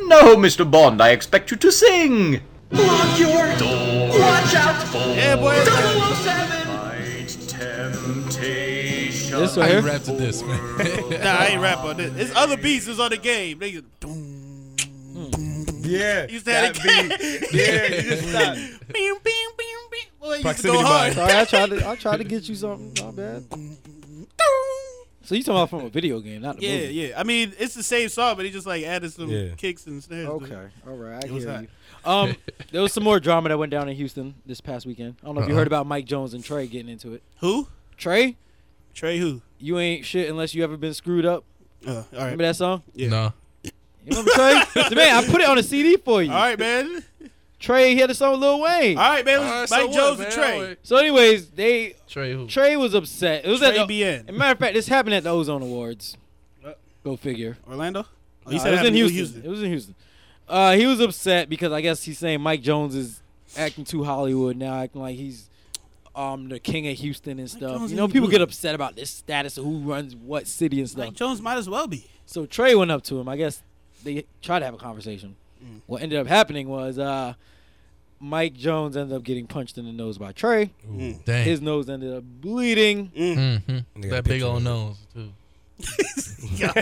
Speaker 9: No, Mr. Bond, I expect you to sing! Lock your door! Watch out for
Speaker 3: yeah, boy.
Speaker 9: temptation!
Speaker 2: This
Speaker 6: I
Speaker 2: right
Speaker 6: ain't
Speaker 2: here.
Speaker 6: rapped to this, man.
Speaker 3: Nah, I ain't rap on this. It's other beats that's on the game. They used to, boom,
Speaker 4: yeah.
Speaker 3: used to
Speaker 4: that
Speaker 3: have the game.
Speaker 4: Yeah, you just stopped.
Speaker 3: Bing, bing, bing, bing. Boy, you used to
Speaker 4: Proximity
Speaker 3: go hard.
Speaker 2: Sorry, I tried to I tried to get you something. My bad. So you talking about from a video game, not the
Speaker 3: Yeah,
Speaker 2: movie?
Speaker 3: yeah. I mean, it's the same song, but he just like added some
Speaker 4: Yeah.
Speaker 3: kicks and snares. to it.
Speaker 2: Okay, all right, I
Speaker 3: was
Speaker 2: hear
Speaker 3: hot.
Speaker 2: you. Um, there was some more drama that went down in Houston this past weekend. I don't know
Speaker 4: Uh-huh.
Speaker 2: if you heard about Mike Jones and Trey getting into it.
Speaker 3: Who?
Speaker 2: Trey,
Speaker 3: Trey? Who?
Speaker 2: you ain't shit unless you ever been screwed up.
Speaker 3: Uh, all right.
Speaker 2: Remember that song?
Speaker 3: Yeah.
Speaker 6: No.
Speaker 2: You remember Trey? So, man, I put it on a CD for you.
Speaker 3: All right, man.
Speaker 2: Trey, he had a song with Lil Wayne.
Speaker 3: All right, man.
Speaker 6: All right,
Speaker 3: Let's-
Speaker 6: so
Speaker 3: Mike
Speaker 6: what,
Speaker 3: Jones
Speaker 6: man?
Speaker 3: and
Speaker 6: I
Speaker 3: Trey.
Speaker 6: would-
Speaker 2: So, anyways, they
Speaker 6: Trey who?
Speaker 2: Trey was upset. It was
Speaker 3: Trey
Speaker 2: at the,
Speaker 3: BN.
Speaker 2: As a matter of fact, this happened at the Ozone Awards. Go figure.
Speaker 3: Orlando? Oh,
Speaker 2: No, it was in Houston. It was in Houston. Uh, he was upset because I guess he's saying Mike Jones is acting too Hollywood now, acting like he's um the king of Houston and stuff.
Speaker 3: Jones
Speaker 2: you know,
Speaker 3: ain't
Speaker 2: people
Speaker 3: good.
Speaker 2: get upset about this status of who runs what city and stuff.
Speaker 3: Mike Jones might as well be.
Speaker 2: so Trey went up to him. I guess they tried to have a conversation.
Speaker 3: Mm.
Speaker 2: What ended up happening was uh, Mike Jones ended up getting punched in the nose by Trey.
Speaker 3: Mm.
Speaker 6: Dang.
Speaker 2: His nose ended up bleeding.
Speaker 6: mm-hmm.
Speaker 4: They got
Speaker 6: That big
Speaker 4: pictures of
Speaker 6: old
Speaker 4: it.
Speaker 6: nose too.
Speaker 2: Yeah.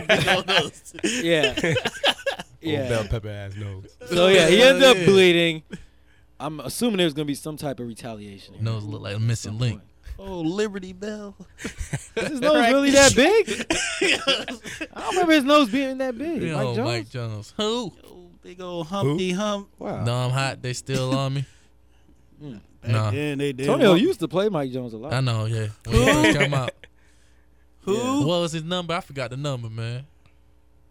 Speaker 4: Old
Speaker 2: yeah.
Speaker 4: bell pepper ass nose.
Speaker 2: So yeah, he ended up
Speaker 6: Yeah.
Speaker 2: bleeding. I'm assuming there's gonna be some type of retaliation. here.
Speaker 6: Nose look like a missing link.
Speaker 3: Oh, Liberty Bell.
Speaker 2: Is his nose really that big? I don't remember his nose being that big.
Speaker 6: Big
Speaker 2: Mike
Speaker 6: old
Speaker 2: Jones.
Speaker 6: Mike Jones. Who?
Speaker 3: Oh, big old Humpty Hump.
Speaker 2: Wow.
Speaker 6: No, I'm hot. They still on me.
Speaker 3: Back
Speaker 6: Nah.
Speaker 3: then they did.
Speaker 2: Antonio
Speaker 3: Well,
Speaker 2: used to play Mike Jones a lot.
Speaker 6: I know. Yeah. When he first come out.
Speaker 3: who?
Speaker 6: What was his number? I forgot the number, man.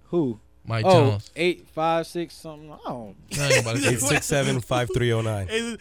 Speaker 2: Who?
Speaker 6: Mike
Speaker 2: Oh,
Speaker 6: Jones.
Speaker 2: eight, five, six, something. I don't.
Speaker 6: I ain't about to
Speaker 4: Eight
Speaker 6: say-
Speaker 4: six seven five three zero nine.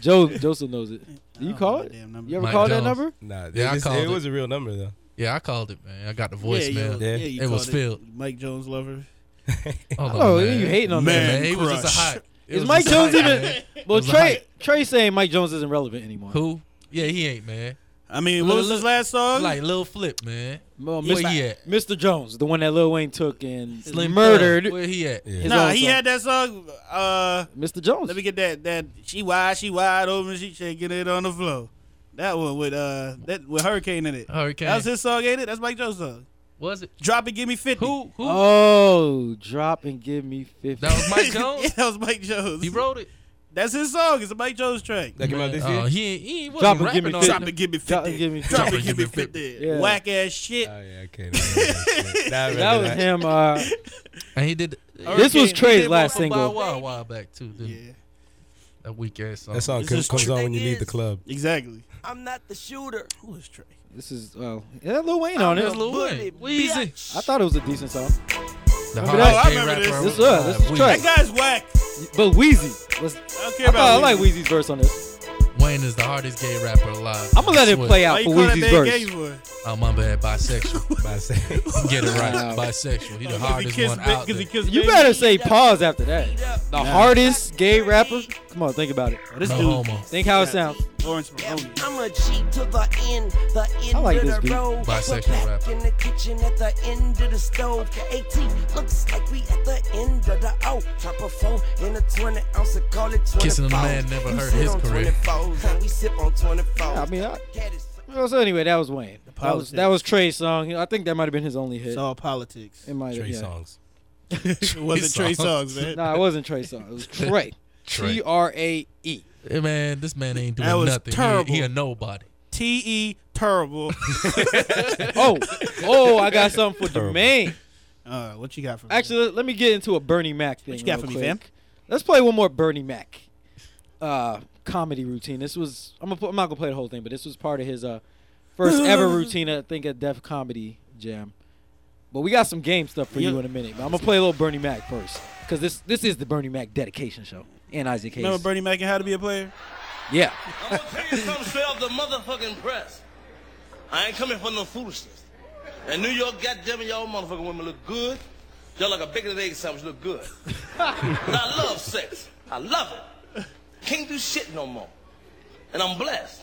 Speaker 2: Joe Joseph knows it. Do you
Speaker 3: Oh,
Speaker 2: call
Speaker 3: my
Speaker 2: it?
Speaker 3: damn number.
Speaker 2: You ever
Speaker 6: Mike
Speaker 2: call that
Speaker 6: Jones.
Speaker 2: number?
Speaker 4: Nah,
Speaker 6: Yeah, I
Speaker 4: this-
Speaker 6: called
Speaker 4: it
Speaker 6: it.
Speaker 4: was a real number though.
Speaker 6: Yeah, I called it, man. I got the
Speaker 3: Yeah, you-
Speaker 6: voicemail.
Speaker 4: Yeah.
Speaker 3: yeah, you
Speaker 6: It was
Speaker 3: called
Speaker 6: filled.
Speaker 3: Mike Jones lover.
Speaker 6: Hold
Speaker 2: Oh,
Speaker 6: on, man.
Speaker 2: you hating on
Speaker 3: Man.
Speaker 2: that?
Speaker 6: Man, he was just a
Speaker 3: crush.
Speaker 6: hot. it
Speaker 2: Is
Speaker 6: was
Speaker 2: Mike
Speaker 6: just a
Speaker 2: Jones
Speaker 6: hype,
Speaker 2: even?
Speaker 6: man. It
Speaker 2: Well,
Speaker 6: was a
Speaker 2: Trey
Speaker 6: hype.
Speaker 2: Trey saying Mike Jones isn't relevant anymore.
Speaker 6: Who? Yeah, he ain't, man.
Speaker 3: I mean, what was his last song?
Speaker 6: Like Lil Flip, man.
Speaker 2: Well,
Speaker 6: Where
Speaker 2: Mr.
Speaker 6: he at?
Speaker 2: Mr. Jones, the one that Lil Wayne took and
Speaker 6: Slim
Speaker 2: murdered.
Speaker 6: Thug. Where he at?
Speaker 4: Yeah.
Speaker 2: his
Speaker 3: nah,
Speaker 2: own
Speaker 3: he
Speaker 2: song.
Speaker 3: had that song. Uh,
Speaker 2: Mr. Jones.
Speaker 3: let me get that. That she wide, she wide open, she shaking it on the floor. That one with uh, that with Hurricane in it.
Speaker 6: Hurricane.
Speaker 3: That was his song, ain't it? That's Mike Jones' song.
Speaker 6: Was it?
Speaker 3: Drop it, give me fifty.
Speaker 6: Who? Who?
Speaker 2: oh, drop and give me fifty.
Speaker 6: That was Mike
Speaker 3: yeah,
Speaker 6: Jones.
Speaker 3: that was Mike Jones.
Speaker 6: He wrote it.
Speaker 3: That's his song. It's a Mike Jones track.
Speaker 4: That came out this year.
Speaker 6: Oh, he ain't. He ain't
Speaker 2: Drop
Speaker 6: wasn't
Speaker 2: it, give me
Speaker 6: rapping on
Speaker 2: fifty.
Speaker 3: Drop it, give me fifty.
Speaker 2: Drop and give me
Speaker 3: Drop
Speaker 6: fifty.
Speaker 3: it, give me fifty.
Speaker 2: Yeah.
Speaker 3: Whack ass shit.
Speaker 4: Oh yeah, okay. That, that, that,
Speaker 2: That was him. Uh,
Speaker 6: And he did.
Speaker 2: this was Trey's last
Speaker 6: Wow,
Speaker 2: single.
Speaker 6: wow, wow, back too. Dude.
Speaker 3: Yeah,
Speaker 6: That weak ass song.
Speaker 4: That song
Speaker 3: This
Speaker 4: comes,
Speaker 3: is
Speaker 4: comes
Speaker 3: true.
Speaker 4: on when you leave the club.
Speaker 3: exactly.
Speaker 1: I'm not the shooter.
Speaker 3: Who is Trey?
Speaker 2: This is well, it had Lil Wayne on it.
Speaker 6: That's Lil Wayne. Weezy.
Speaker 2: I thought it was a decent song,
Speaker 6: The
Speaker 2: Remember that?
Speaker 6: hardest
Speaker 3: Oh, I
Speaker 6: gay
Speaker 3: remember
Speaker 6: rapper
Speaker 2: this. This,
Speaker 6: of all
Speaker 2: uh, this is
Speaker 6: time.
Speaker 2: Trey.
Speaker 3: That guy's whack.
Speaker 2: but Wheezy was.
Speaker 3: I don't care
Speaker 2: I thought
Speaker 3: about.
Speaker 2: I
Speaker 3: Weezy.
Speaker 2: like Wheezy's verse on this.
Speaker 6: Wayne is the hardest gay rapper alive.
Speaker 2: I'm gonna let
Speaker 6: I
Speaker 2: it
Speaker 6: swear.
Speaker 2: play
Speaker 3: Why
Speaker 2: out for
Speaker 3: you call that
Speaker 2: Wheezy's
Speaker 3: man gay
Speaker 2: verse.
Speaker 3: for?
Speaker 6: Oh my bad, bisexual.
Speaker 4: By saying,
Speaker 6: Get it right,
Speaker 2: Wow.
Speaker 6: bisexual. He the
Speaker 3: Because Oh, he
Speaker 6: hardest
Speaker 3: kissed
Speaker 6: one
Speaker 3: big.
Speaker 6: out
Speaker 3: Because
Speaker 6: there.
Speaker 3: he kissed
Speaker 2: You
Speaker 3: big.
Speaker 2: better say pause after that. The hardest gay rapper. Come on, think about it.
Speaker 3: This
Speaker 6: No
Speaker 3: dude,
Speaker 6: homo.
Speaker 2: Think how it sounds.
Speaker 3: Lawrence Maroney.
Speaker 1: I'm a G to the end, the end
Speaker 2: I like
Speaker 1: of
Speaker 2: this
Speaker 1: the
Speaker 2: beat.
Speaker 1: road.
Speaker 6: Bisexual
Speaker 1: We're back
Speaker 6: rapper.
Speaker 1: in the kitchen at the end of the stove. The 18 looks like we at the end of the O. Drop a phone in a 20 ounce and call it 20
Speaker 6: Kissing a man never hurt his career.
Speaker 1: We sip on 24.
Speaker 2: Yeah, I mean, I, well, so anyway, that was Wayne. That was,
Speaker 3: politics.
Speaker 2: that was Trey's song. I think that might have been his only hit.
Speaker 3: It's all politics.
Speaker 2: It might have.
Speaker 4: Trey
Speaker 2: Yeah.
Speaker 4: songs.
Speaker 3: It wasn't Trey songs, man.
Speaker 2: No, it wasn't Trey song. It was Trey.
Speaker 6: Trey.
Speaker 2: T R A E.
Speaker 6: Hey, man, this man ain't doing
Speaker 3: That was
Speaker 6: nothing. He-
Speaker 3: terrible.
Speaker 6: He, a nobody.
Speaker 3: T E terrible.
Speaker 2: Oh, oh, I got something for
Speaker 4: Terrible.
Speaker 2: Jermaine.
Speaker 3: uh, what you got for me?
Speaker 2: Actually, let- let me get into a Bernie Mac thing.
Speaker 3: you got
Speaker 2: real
Speaker 3: for me,
Speaker 2: quick.
Speaker 3: fam?
Speaker 2: Let's play one more Bernie Mac uh, comedy routine. This was I'm, gonna, put- I'm not gonna play the whole thing, but this was part of his uh, first ever routine. I think at Def Comedy Jam. But we got some game stuff for you
Speaker 3: Yeah.
Speaker 2: in a minute. But I'm gonna play a little Bernie Mac first, cause this this is the Bernie Mac dedication show and Isaac Hayes.
Speaker 3: remember Bernie Mac and How to Be a Player?
Speaker 2: yeah,
Speaker 5: I'm gonna tell you something straight off the motherfucking press. I ain't coming for no foolishness. In New York, goddamn it, y'all motherfucking women look good. Y'all like a bacon and egg sandwich look good. and I love sex. I love it. Can't do shit no more. And I'm blessed.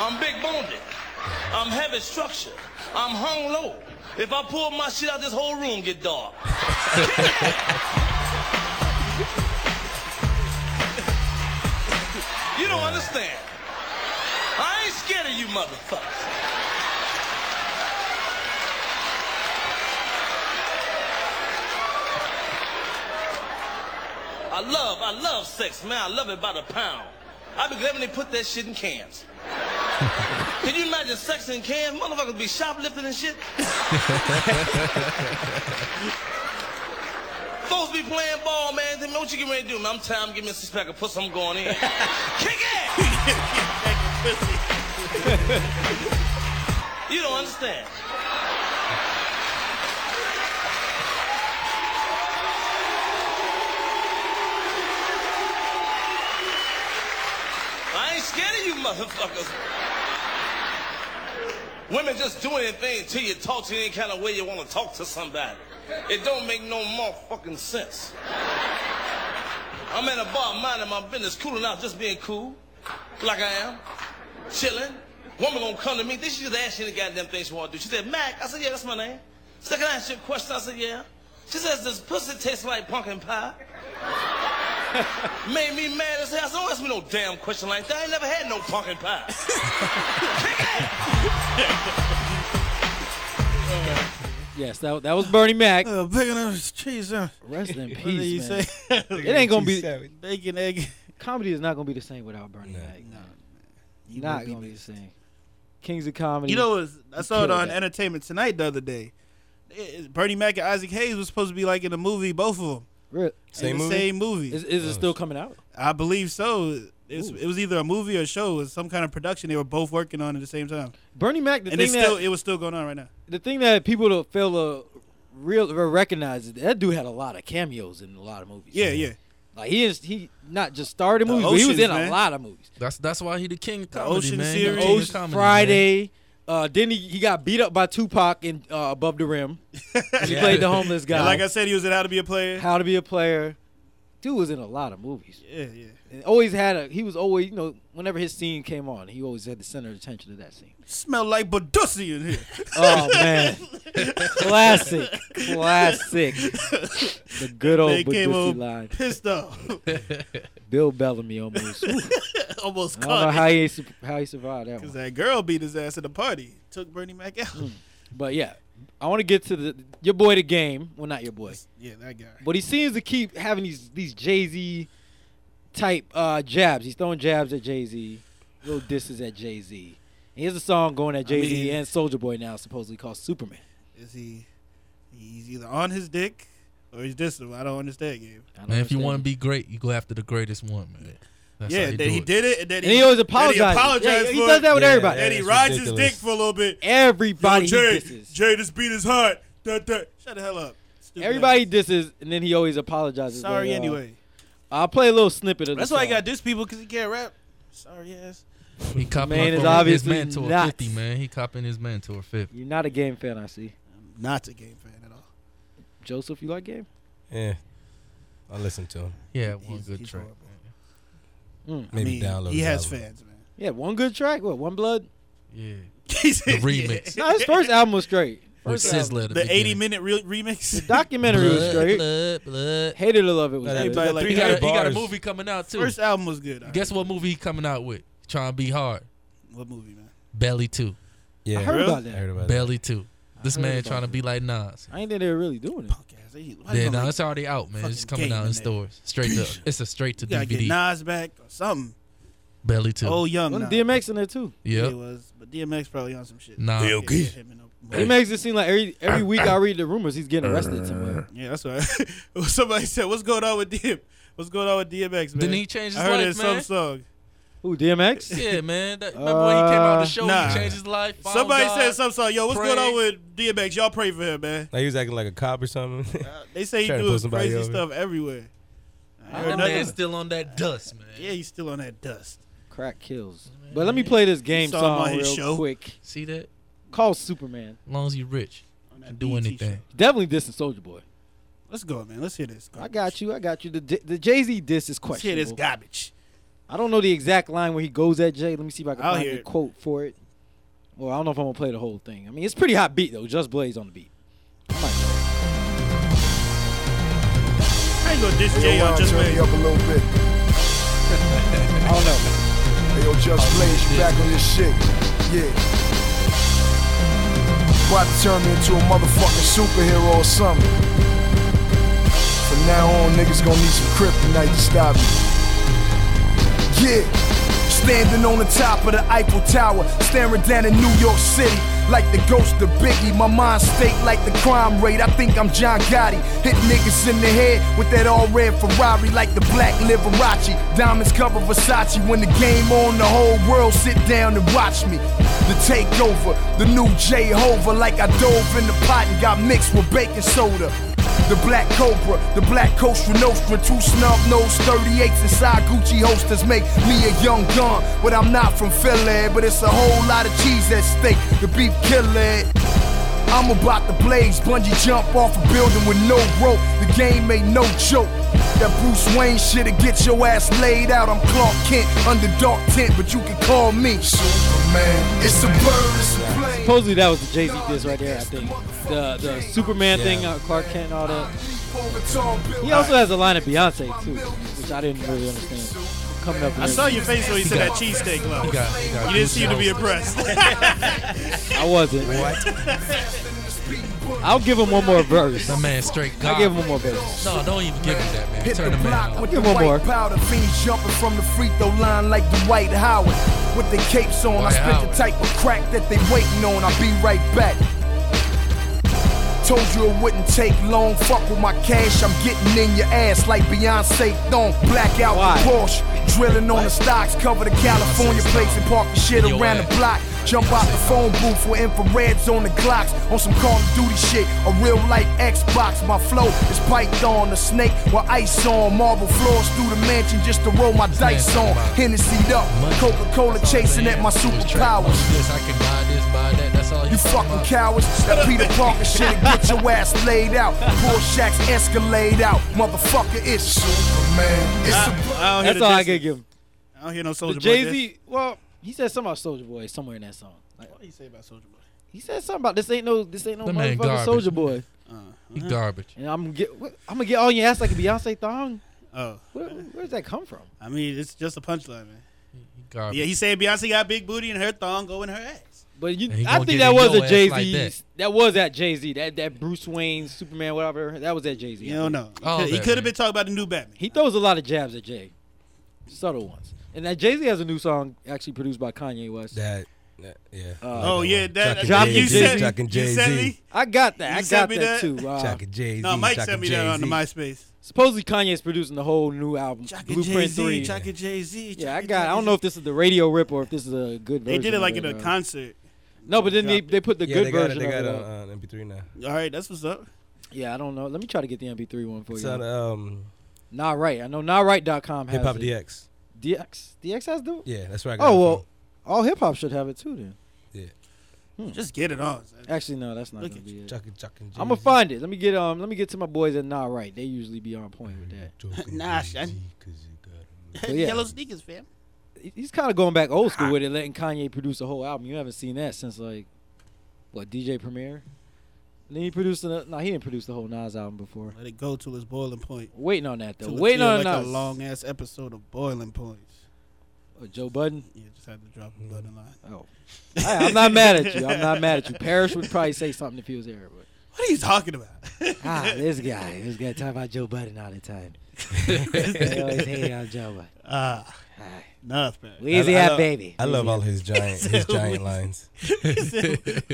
Speaker 5: I'm big boned. I'm heavy structured. I'm hung low. If I pull my shit out, this whole room get dark. You don't understand. I ain't scared of you motherfuckers. I love, I love sex, man. I love it by the pound. I'd be glad when they put that shit in cans. Can you imagine sex in cans? Motherfuckers be shoplifting and shit. Folks be playing ball, man. Tell me what you getting ready to do, man. I'm tired. I'm giving me a six pack of pussy. I'm going in. Kick it! you don't understand. I ain't scared of you motherfuckers. Women just do anything to you, talk to you any kind of way you want to talk to somebody. It don't make no motherfucking sense. I'm at a bar minding my business, cooling out, just being cool, like I am, chilling. Woman gonna come to me. Then she just asked me the goddamn thing she wanna do. She said, Mac. I said, yeah, that's my name. She said, can I ask you a question? I said, yeah. She says, does pussy taste like pumpkin pie? Made me mad as hell. I said, don't ask me no damn question like that. I ain't never had no pumpkin pie.
Speaker 2: Yes, that, that was Bernie Mac.
Speaker 3: Uh, bacon and cheese. Uh,
Speaker 2: Rest in
Speaker 3: what did you
Speaker 2: peace, man.
Speaker 3: say?
Speaker 2: It ain't gonna be
Speaker 3: Bacon, egg.
Speaker 2: comedy is not gonna be the same without Bernie Mac.
Speaker 3: You
Speaker 2: not
Speaker 3: would be
Speaker 2: gonna be the same. Kings of comedy.
Speaker 3: You know, it was, I saw it
Speaker 2: killed
Speaker 3: on
Speaker 2: that.
Speaker 3: Entertainment Tonight the other day. It- Bernie Mac and Isaac Hayes was supposed to be like in a movie, both of them.
Speaker 2: Real-
Speaker 4: Same
Speaker 3: in the
Speaker 4: movie? Oh,
Speaker 3: Same movie.
Speaker 2: is, is it still coming out?
Speaker 3: I believe so. It was, it was either a movie or a show. It was some kind of production they were both working on at the same time.
Speaker 2: Bernie Mac. The
Speaker 3: and
Speaker 2: thing
Speaker 3: it's still,
Speaker 2: that
Speaker 3: it was still going on right now.
Speaker 2: the thing that people don't fail to real or recognize is that dude had a lot of cameos in a lot of movies.
Speaker 3: Yeah, yeah.
Speaker 2: Like he is he not just starred in
Speaker 3: The
Speaker 2: movies, but he was
Speaker 3: Oceans,
Speaker 2: in
Speaker 3: man.
Speaker 2: a lot of movies.
Speaker 6: That's that's why he the king of comedy,
Speaker 3: Ocean
Speaker 6: man.
Speaker 3: series.
Speaker 6: He the king of
Speaker 3: Ocean
Speaker 6: comedy, man.
Speaker 2: Friday. Uh, then he, he got beat up by Tupac in uh, Above the Rim. he played the homeless guy.
Speaker 3: And like I said, he was in How to Be a Player.
Speaker 2: How to Be a Player. Dude was in a lot of movies.
Speaker 3: yeah, yeah.
Speaker 2: And always had a he was always you know whenever his scene came on, he always had the center of attention to that scene.
Speaker 3: Smell like Badusi in here.
Speaker 2: Oh man, classic, classic. The good old
Speaker 3: they came
Speaker 2: Badusi
Speaker 3: over
Speaker 2: line.
Speaker 3: pissed off.
Speaker 2: Bill Bellamy almost. Ooh,
Speaker 3: Almost
Speaker 2: I don't know
Speaker 3: caught
Speaker 2: how
Speaker 3: it.
Speaker 2: he su- how he survived that
Speaker 3: Because
Speaker 2: one.
Speaker 3: that girl beat his ass at the party. Took Bernie Mac out.
Speaker 2: Hmm. But yeah, I want to get to the your boy the game. Well, not your boy,
Speaker 3: Yeah, that guy.
Speaker 2: but he seems to keep having these these Jay Z type uh, jabs. He's throwing jabs at Jay Z, little disses at Jay Z. He has a song going at Jay Z
Speaker 3: mean-
Speaker 2: and Soldier Boy now, supposedly called Superman.
Speaker 3: Is he? He's either on his dick or he's distant. I don't understand, Gabe.
Speaker 2: I don't
Speaker 6: Man, if you
Speaker 2: understand
Speaker 6: want to
Speaker 2: it.
Speaker 6: be great, you go after the greatest one, man. That's how
Speaker 3: yeah,
Speaker 6: they
Speaker 3: that
Speaker 6: do
Speaker 3: he
Speaker 6: it.
Speaker 3: did it, and then
Speaker 2: and he always apologizes.
Speaker 3: And he apologized
Speaker 2: yeah,
Speaker 3: for
Speaker 2: he does that with
Speaker 4: Yeah,
Speaker 2: everybody.
Speaker 3: And he
Speaker 4: That's
Speaker 3: rides his
Speaker 4: ridiculous.
Speaker 3: dick for a little bit.
Speaker 2: Everybody
Speaker 3: Yo, Jay,
Speaker 2: he disses.
Speaker 3: Jay, this beat is hot. Da, da. Shut the hell up. Stupid
Speaker 2: Everybody
Speaker 3: ass.
Speaker 2: disses, and then he always apologizes.
Speaker 3: Sorry
Speaker 2: like, uh,
Speaker 3: anyway.
Speaker 2: I'll play a little snippet of
Speaker 3: That's
Speaker 2: the
Speaker 3: why I
Speaker 2: song.
Speaker 3: got diss people because he can't rap. Sorry ass.
Speaker 6: He copping
Speaker 2: Man
Speaker 6: up
Speaker 2: is
Speaker 6: on
Speaker 2: obviously
Speaker 6: his mentor
Speaker 2: nuts.
Speaker 6: 50, man. He copping his mentor 50.
Speaker 2: You're not a game fan, I see.
Speaker 3: I'm not a game fan at all.
Speaker 2: Joseph, you like game?
Speaker 4: Yeah, I listen to him.
Speaker 6: Yeah, one
Speaker 3: He's-
Speaker 6: good
Speaker 3: he's
Speaker 6: track.
Speaker 3: horrible.
Speaker 4: Maybe
Speaker 3: I mean,
Speaker 4: download.
Speaker 3: He
Speaker 4: the
Speaker 3: has
Speaker 4: album.
Speaker 3: fans, man.
Speaker 2: Mm. Yeah, one good track. What? One blood?
Speaker 6: Yeah.
Speaker 3: He's
Speaker 6: The remix.
Speaker 2: No, his first album was great.
Speaker 6: With
Speaker 2: First album.
Speaker 6: Sizzler at
Speaker 3: The 80
Speaker 6: beginning.
Speaker 3: minute re- remix.
Speaker 2: Documentary was
Speaker 6: Blood,
Speaker 2: great.
Speaker 6: blood, blood.
Speaker 2: Hated to love it
Speaker 4: That
Speaker 2: was good.
Speaker 4: ain't
Speaker 3: Everybody
Speaker 4: got
Speaker 3: like
Speaker 6: He
Speaker 4: He
Speaker 6: got,
Speaker 4: had
Speaker 6: a, he got a
Speaker 4: bars.
Speaker 6: movie coming out, too.
Speaker 3: First album was good. all right.
Speaker 6: Guess what movie he coming out with? Trying to be hard.
Speaker 3: what movie, man?
Speaker 6: Belly 2.
Speaker 4: Yeah,
Speaker 2: I heard
Speaker 3: Really?
Speaker 2: about
Speaker 4: I
Speaker 2: that.
Speaker 4: heard about that.
Speaker 6: Belly 2. This
Speaker 2: heard
Speaker 6: man
Speaker 2: about
Speaker 6: trying to
Speaker 2: that.
Speaker 6: be like Nas.
Speaker 2: I ain't think they were really doing it.
Speaker 3: Punk ass. He- why you
Speaker 6: Yeah,
Speaker 3: gonna
Speaker 6: no,
Speaker 3: make-
Speaker 6: it's already out, man. It's
Speaker 3: fucking
Speaker 6: coming
Speaker 3: game
Speaker 6: out
Speaker 3: in
Speaker 6: in
Speaker 3: there.
Speaker 6: stores. Straight up. It's a straight to
Speaker 3: you gotta get
Speaker 6: DVD.
Speaker 3: Nas back or something.
Speaker 6: Belly 2.
Speaker 3: Oh, young.
Speaker 2: Wasn't
Speaker 3: Nas.
Speaker 2: DMX in there too?
Speaker 3: He
Speaker 6: yep.
Speaker 3: was, but DMX probably on some shit.
Speaker 6: Nah.
Speaker 3: Yeah, yeah, him and the-
Speaker 2: He makes it seem like every every week I read the rumors he's getting arrested somewhere.
Speaker 3: Yeah, that's why somebody said, "What's going on with DM? What's going on with DMX, man?"
Speaker 6: Didn't he change his
Speaker 3: I heard
Speaker 6: life,
Speaker 3: it in some
Speaker 6: man?
Speaker 3: song.
Speaker 2: Who DMX?
Speaker 6: Yeah, man. That, remember when he came out
Speaker 2: Uh,
Speaker 6: the show?
Speaker 3: nah.
Speaker 6: He changed his life. found
Speaker 3: somebody
Speaker 6: God.
Speaker 3: said some song. Yo, what's going
Speaker 6: pray.
Speaker 3: on with DMX? Y'all pray for him, man.
Speaker 4: Like he was acting like a cop or something.
Speaker 3: They say he
Speaker 4: Trying to
Speaker 3: doing
Speaker 4: pull somebody
Speaker 3: crazy
Speaker 4: over.
Speaker 3: stuff everywhere. I heard
Speaker 6: That
Speaker 3: nothing.
Speaker 6: man's still on that dust, man.
Speaker 3: yeah, he's still on that dust.
Speaker 2: Crack kills. But let me play this game
Speaker 3: Saw him on
Speaker 2: song
Speaker 3: his
Speaker 2: real
Speaker 3: show.
Speaker 2: quick.
Speaker 6: See that? As
Speaker 2: Call Superman.
Speaker 6: long as you rich,
Speaker 3: On
Speaker 6: you
Speaker 3: that
Speaker 6: can do
Speaker 3: BET
Speaker 6: anything.
Speaker 3: show.
Speaker 2: Definitely dissing Soldier Boy.
Speaker 3: Let's go, man. Let's hear this.
Speaker 2: I got you. I got you. The, J- the Jay Z diss is
Speaker 3: Let's hear this
Speaker 2: questionable.
Speaker 3: garbage.
Speaker 2: I don't know the exact line where he goes at Jay. Let me see if I can
Speaker 3: I'll
Speaker 2: find
Speaker 3: hear
Speaker 2: a
Speaker 3: it.
Speaker 2: quote for it. Well, I don't know if I'm gonna play the whole thing. I mean, it's pretty hot beat though. Just Blaze on the beat. I might play it.
Speaker 3: I ain't gonna diss
Speaker 1: Hey,
Speaker 3: Jay
Speaker 1: yo,
Speaker 3: on
Speaker 1: Ron,
Speaker 3: just
Speaker 1: turn me
Speaker 3: man.
Speaker 1: up a little bit.
Speaker 2: I don't know. Oh,
Speaker 1: Hey, yo, Just Blaze, you back on your shit. Yeah. About to turn me into a motherfucking superhero or something. From now on, niggas gonna need some kryptonite to stop me. Yeah. Standing on the top of the Eiffel Tower, staring down at New York City. Like the ghost of Biggie, my mind state like the crime rate. I think I'm John Gotti. Hit niggas in the head with that all red Ferrari, like the black Liberace. Diamonds cover Versace. When the game on, the whole world sit down and watch me. The takeover, the new Jehovah, like I dove in the pot and got mixed with baking soda. The Black Cobra, the Black Coastal Nostra, two snub nose 38s inside Gucci holsters make me a young gun. But I'm not from Philly, but it's a whole lot of cheese at stake. The beef killer. I'm about to blaze, bungee jump off a building with no rope. The game ain't no joke. That Bruce Wayne shit'll get your ass laid out. I'm Clark Kent under dark tent, but you can call me Superman. It's a bird, it's a plane.
Speaker 2: Supposedly that was the Jay Z diss right there. I think the the Superman thing, uh, Clark Kent, and all that. He also has a line of Beyonce too, which I didn't really understand. Coming up,
Speaker 3: I saw your face when you said that cheesesteak
Speaker 6: He
Speaker 3: love.
Speaker 6: got, he got
Speaker 3: You
Speaker 6: Gucci
Speaker 3: didn't seem to be
Speaker 6: on.
Speaker 3: impressed.
Speaker 2: I wasn't. I'll give him one more verse.
Speaker 6: That man straight. God.
Speaker 2: I'll give him one more verse.
Speaker 6: No, don't even give him that, man.
Speaker 1: Hit
Speaker 6: Turn
Speaker 1: the
Speaker 6: the man
Speaker 1: block
Speaker 6: off.
Speaker 1: with the
Speaker 2: Give one more.
Speaker 1: white powder. Fiends jumping from the free throw line like Dwight Howard. With their capes on, I
Speaker 6: Dwight
Speaker 1: spit the
Speaker 6: Howard.
Speaker 1: type of crack that they waiting on. I'll be right back. Told you it wouldn't take long. Fuck with my cash, I'm getting in your ass like Beyonce Thong. Black out
Speaker 2: Why?
Speaker 1: the Porsche, drilling on the stocks, cover the California plates and park the shit
Speaker 6: In your
Speaker 1: around the
Speaker 6: ass.
Speaker 1: block. Jump out the phone booth with infrareds on the Glocks on some Call of Duty shit, a real life Xbox. My flow is Python, a snake with ice on, marble floors through the mansion just to roll my dice
Speaker 6: talking
Speaker 1: on.
Speaker 6: about
Speaker 1: Hennessy up,
Speaker 6: money.
Speaker 1: Coca Cola chasing at my
Speaker 6: This track,
Speaker 1: superpowers.
Speaker 6: oh, This, I can buy this, buy that. That's all
Speaker 1: You fucking cowards, that Peter Parker shit'll get your ass laid out. Poor Shaq's Escalade out, motherfucker. It's Superman.
Speaker 6: Ah.
Speaker 1: It's a
Speaker 3: I don't hear
Speaker 2: That's
Speaker 3: the
Speaker 2: all I
Speaker 3: diss-
Speaker 2: could give him.
Speaker 3: I don't hear no
Speaker 2: The
Speaker 3: soldier.
Speaker 2: Jay Z, well, he said something about Soldier Boy somewhere in that song. Like,
Speaker 3: What do you say about soldier boy?
Speaker 2: he said something about this ain't no this ain't no
Speaker 6: That man
Speaker 2: motherfucking
Speaker 6: garbage.
Speaker 2: Soldier Boy.
Speaker 3: Uh, Uh-huh.
Speaker 6: He garbage.
Speaker 2: And I'm gonna get I'm gonna get on your ass like a Beyonce thong.
Speaker 3: Oh,
Speaker 2: Where, where does that come from?
Speaker 3: I mean, it's just a punchline, man.
Speaker 6: He garbage.
Speaker 3: Yeah, he said Beyonce got big booty and her thong go in her ass.
Speaker 2: But you,
Speaker 6: And he
Speaker 2: I
Speaker 6: gonna
Speaker 2: think
Speaker 6: get
Speaker 2: that
Speaker 6: in
Speaker 2: was
Speaker 6: your
Speaker 2: a
Speaker 6: ass
Speaker 2: Jay Z.
Speaker 6: like
Speaker 2: that.
Speaker 6: that.
Speaker 2: was at Jay Z. That that Bruce Wayne, Superman, whatever. That was at Jay Z.
Speaker 3: You don't know. He
Speaker 4: Oh,
Speaker 6: All
Speaker 3: could- He
Speaker 6: that,
Speaker 3: could have
Speaker 6: man.
Speaker 3: been talking about the new Batman.
Speaker 2: He throws a lot of jabs at Jay, subtle ones. And that Jay Z has a new song actually produced by Kanye West.
Speaker 4: That, that yeah.
Speaker 3: Oh yeah, that
Speaker 2: Chuck
Speaker 4: Chuck
Speaker 2: and
Speaker 3: you
Speaker 4: and
Speaker 2: Jay-Z.
Speaker 4: Jay-Z.
Speaker 3: sent
Speaker 4: Chuck and
Speaker 3: you sent
Speaker 4: Jay-Z.
Speaker 3: me.
Speaker 2: I got that.
Speaker 3: You
Speaker 2: I got
Speaker 3: sent me
Speaker 2: that,
Speaker 3: that?
Speaker 2: too. Uh,
Speaker 4: Chuck and Jay-Z.
Speaker 3: No, Mike
Speaker 4: Chuck
Speaker 3: sent
Speaker 4: and
Speaker 3: me that on the
Speaker 4: Jay-Z.
Speaker 3: MySpace.
Speaker 2: supposedly Kanye's producing the whole new album,
Speaker 3: Chuck and Jay
Speaker 2: Blueprint Three.
Speaker 3: Z, Chuck and Jay Z.
Speaker 2: yeah, I got. I don't know if this is the radio rip or if this is a good
Speaker 3: they
Speaker 2: version.
Speaker 3: did it
Speaker 2: of
Speaker 3: like in a
Speaker 2: uh,
Speaker 3: concert.
Speaker 2: No, Oh, but then they, they put the
Speaker 4: Yeah,
Speaker 2: good
Speaker 4: they got it.
Speaker 2: version
Speaker 4: They got
Speaker 2: of it.
Speaker 4: it
Speaker 2: up.
Speaker 4: on uh, MP3 now.
Speaker 3: All right, that's what's up.
Speaker 2: yeah, I don't know. Let me try to get the MP3 one for
Speaker 4: It's
Speaker 2: you.
Speaker 4: on um,
Speaker 2: Not right. I know notright.com has
Speaker 4: Hip Hop
Speaker 2: it.
Speaker 4: DX.
Speaker 2: DX. DX has the.
Speaker 4: Yeah, that's where I got
Speaker 2: Oh
Speaker 4: it
Speaker 2: well,
Speaker 4: from.
Speaker 2: all hip hop should have it too. Then Hmm.
Speaker 3: Just get it on.
Speaker 2: actually, no, that's not
Speaker 3: Look
Speaker 2: gonna
Speaker 3: at
Speaker 2: be it.
Speaker 4: Chuck and Chuck and Jay-Z.
Speaker 2: I'm gonna find it. Let me get um. Let me get to my boys at Not Right. They usually be on point with that.
Speaker 4: Chuck and
Speaker 3: Nah,
Speaker 4: Jay-Z,
Speaker 3: son.
Speaker 4: 'cause you got 'em.
Speaker 2: But yeah.
Speaker 3: Yellow sneakers, fam.
Speaker 2: He- He's kind of going back old school with it, letting Kanye produce a whole album. You haven't seen that since like what DJ Premier. And then he produced. No, nah, he didn't produce the whole Nas album before.
Speaker 3: Let it go till it's boiling point.
Speaker 2: Waiting on that though.
Speaker 3: Till it
Speaker 2: Waiting
Speaker 3: feel
Speaker 2: on
Speaker 3: like
Speaker 2: Nas.
Speaker 3: a long ass episode of Boiling Points.
Speaker 2: Oh, Joe Budden.
Speaker 3: Yeah, just had to drop a
Speaker 4: Mm-hmm.
Speaker 3: button line.
Speaker 2: Oh, I, am not mad at you. I'm not mad at you. Parrish would probably say something if he was here, but.
Speaker 3: What are you talking about?
Speaker 2: Ah, this guy. This guy talking about Joe Budden all the time. they always hate on Joe Budden.
Speaker 3: Ah, nah, fam.
Speaker 2: Weezy
Speaker 4: I
Speaker 2: had
Speaker 4: love-
Speaker 2: baby.
Speaker 4: I love all his giant his giant lines.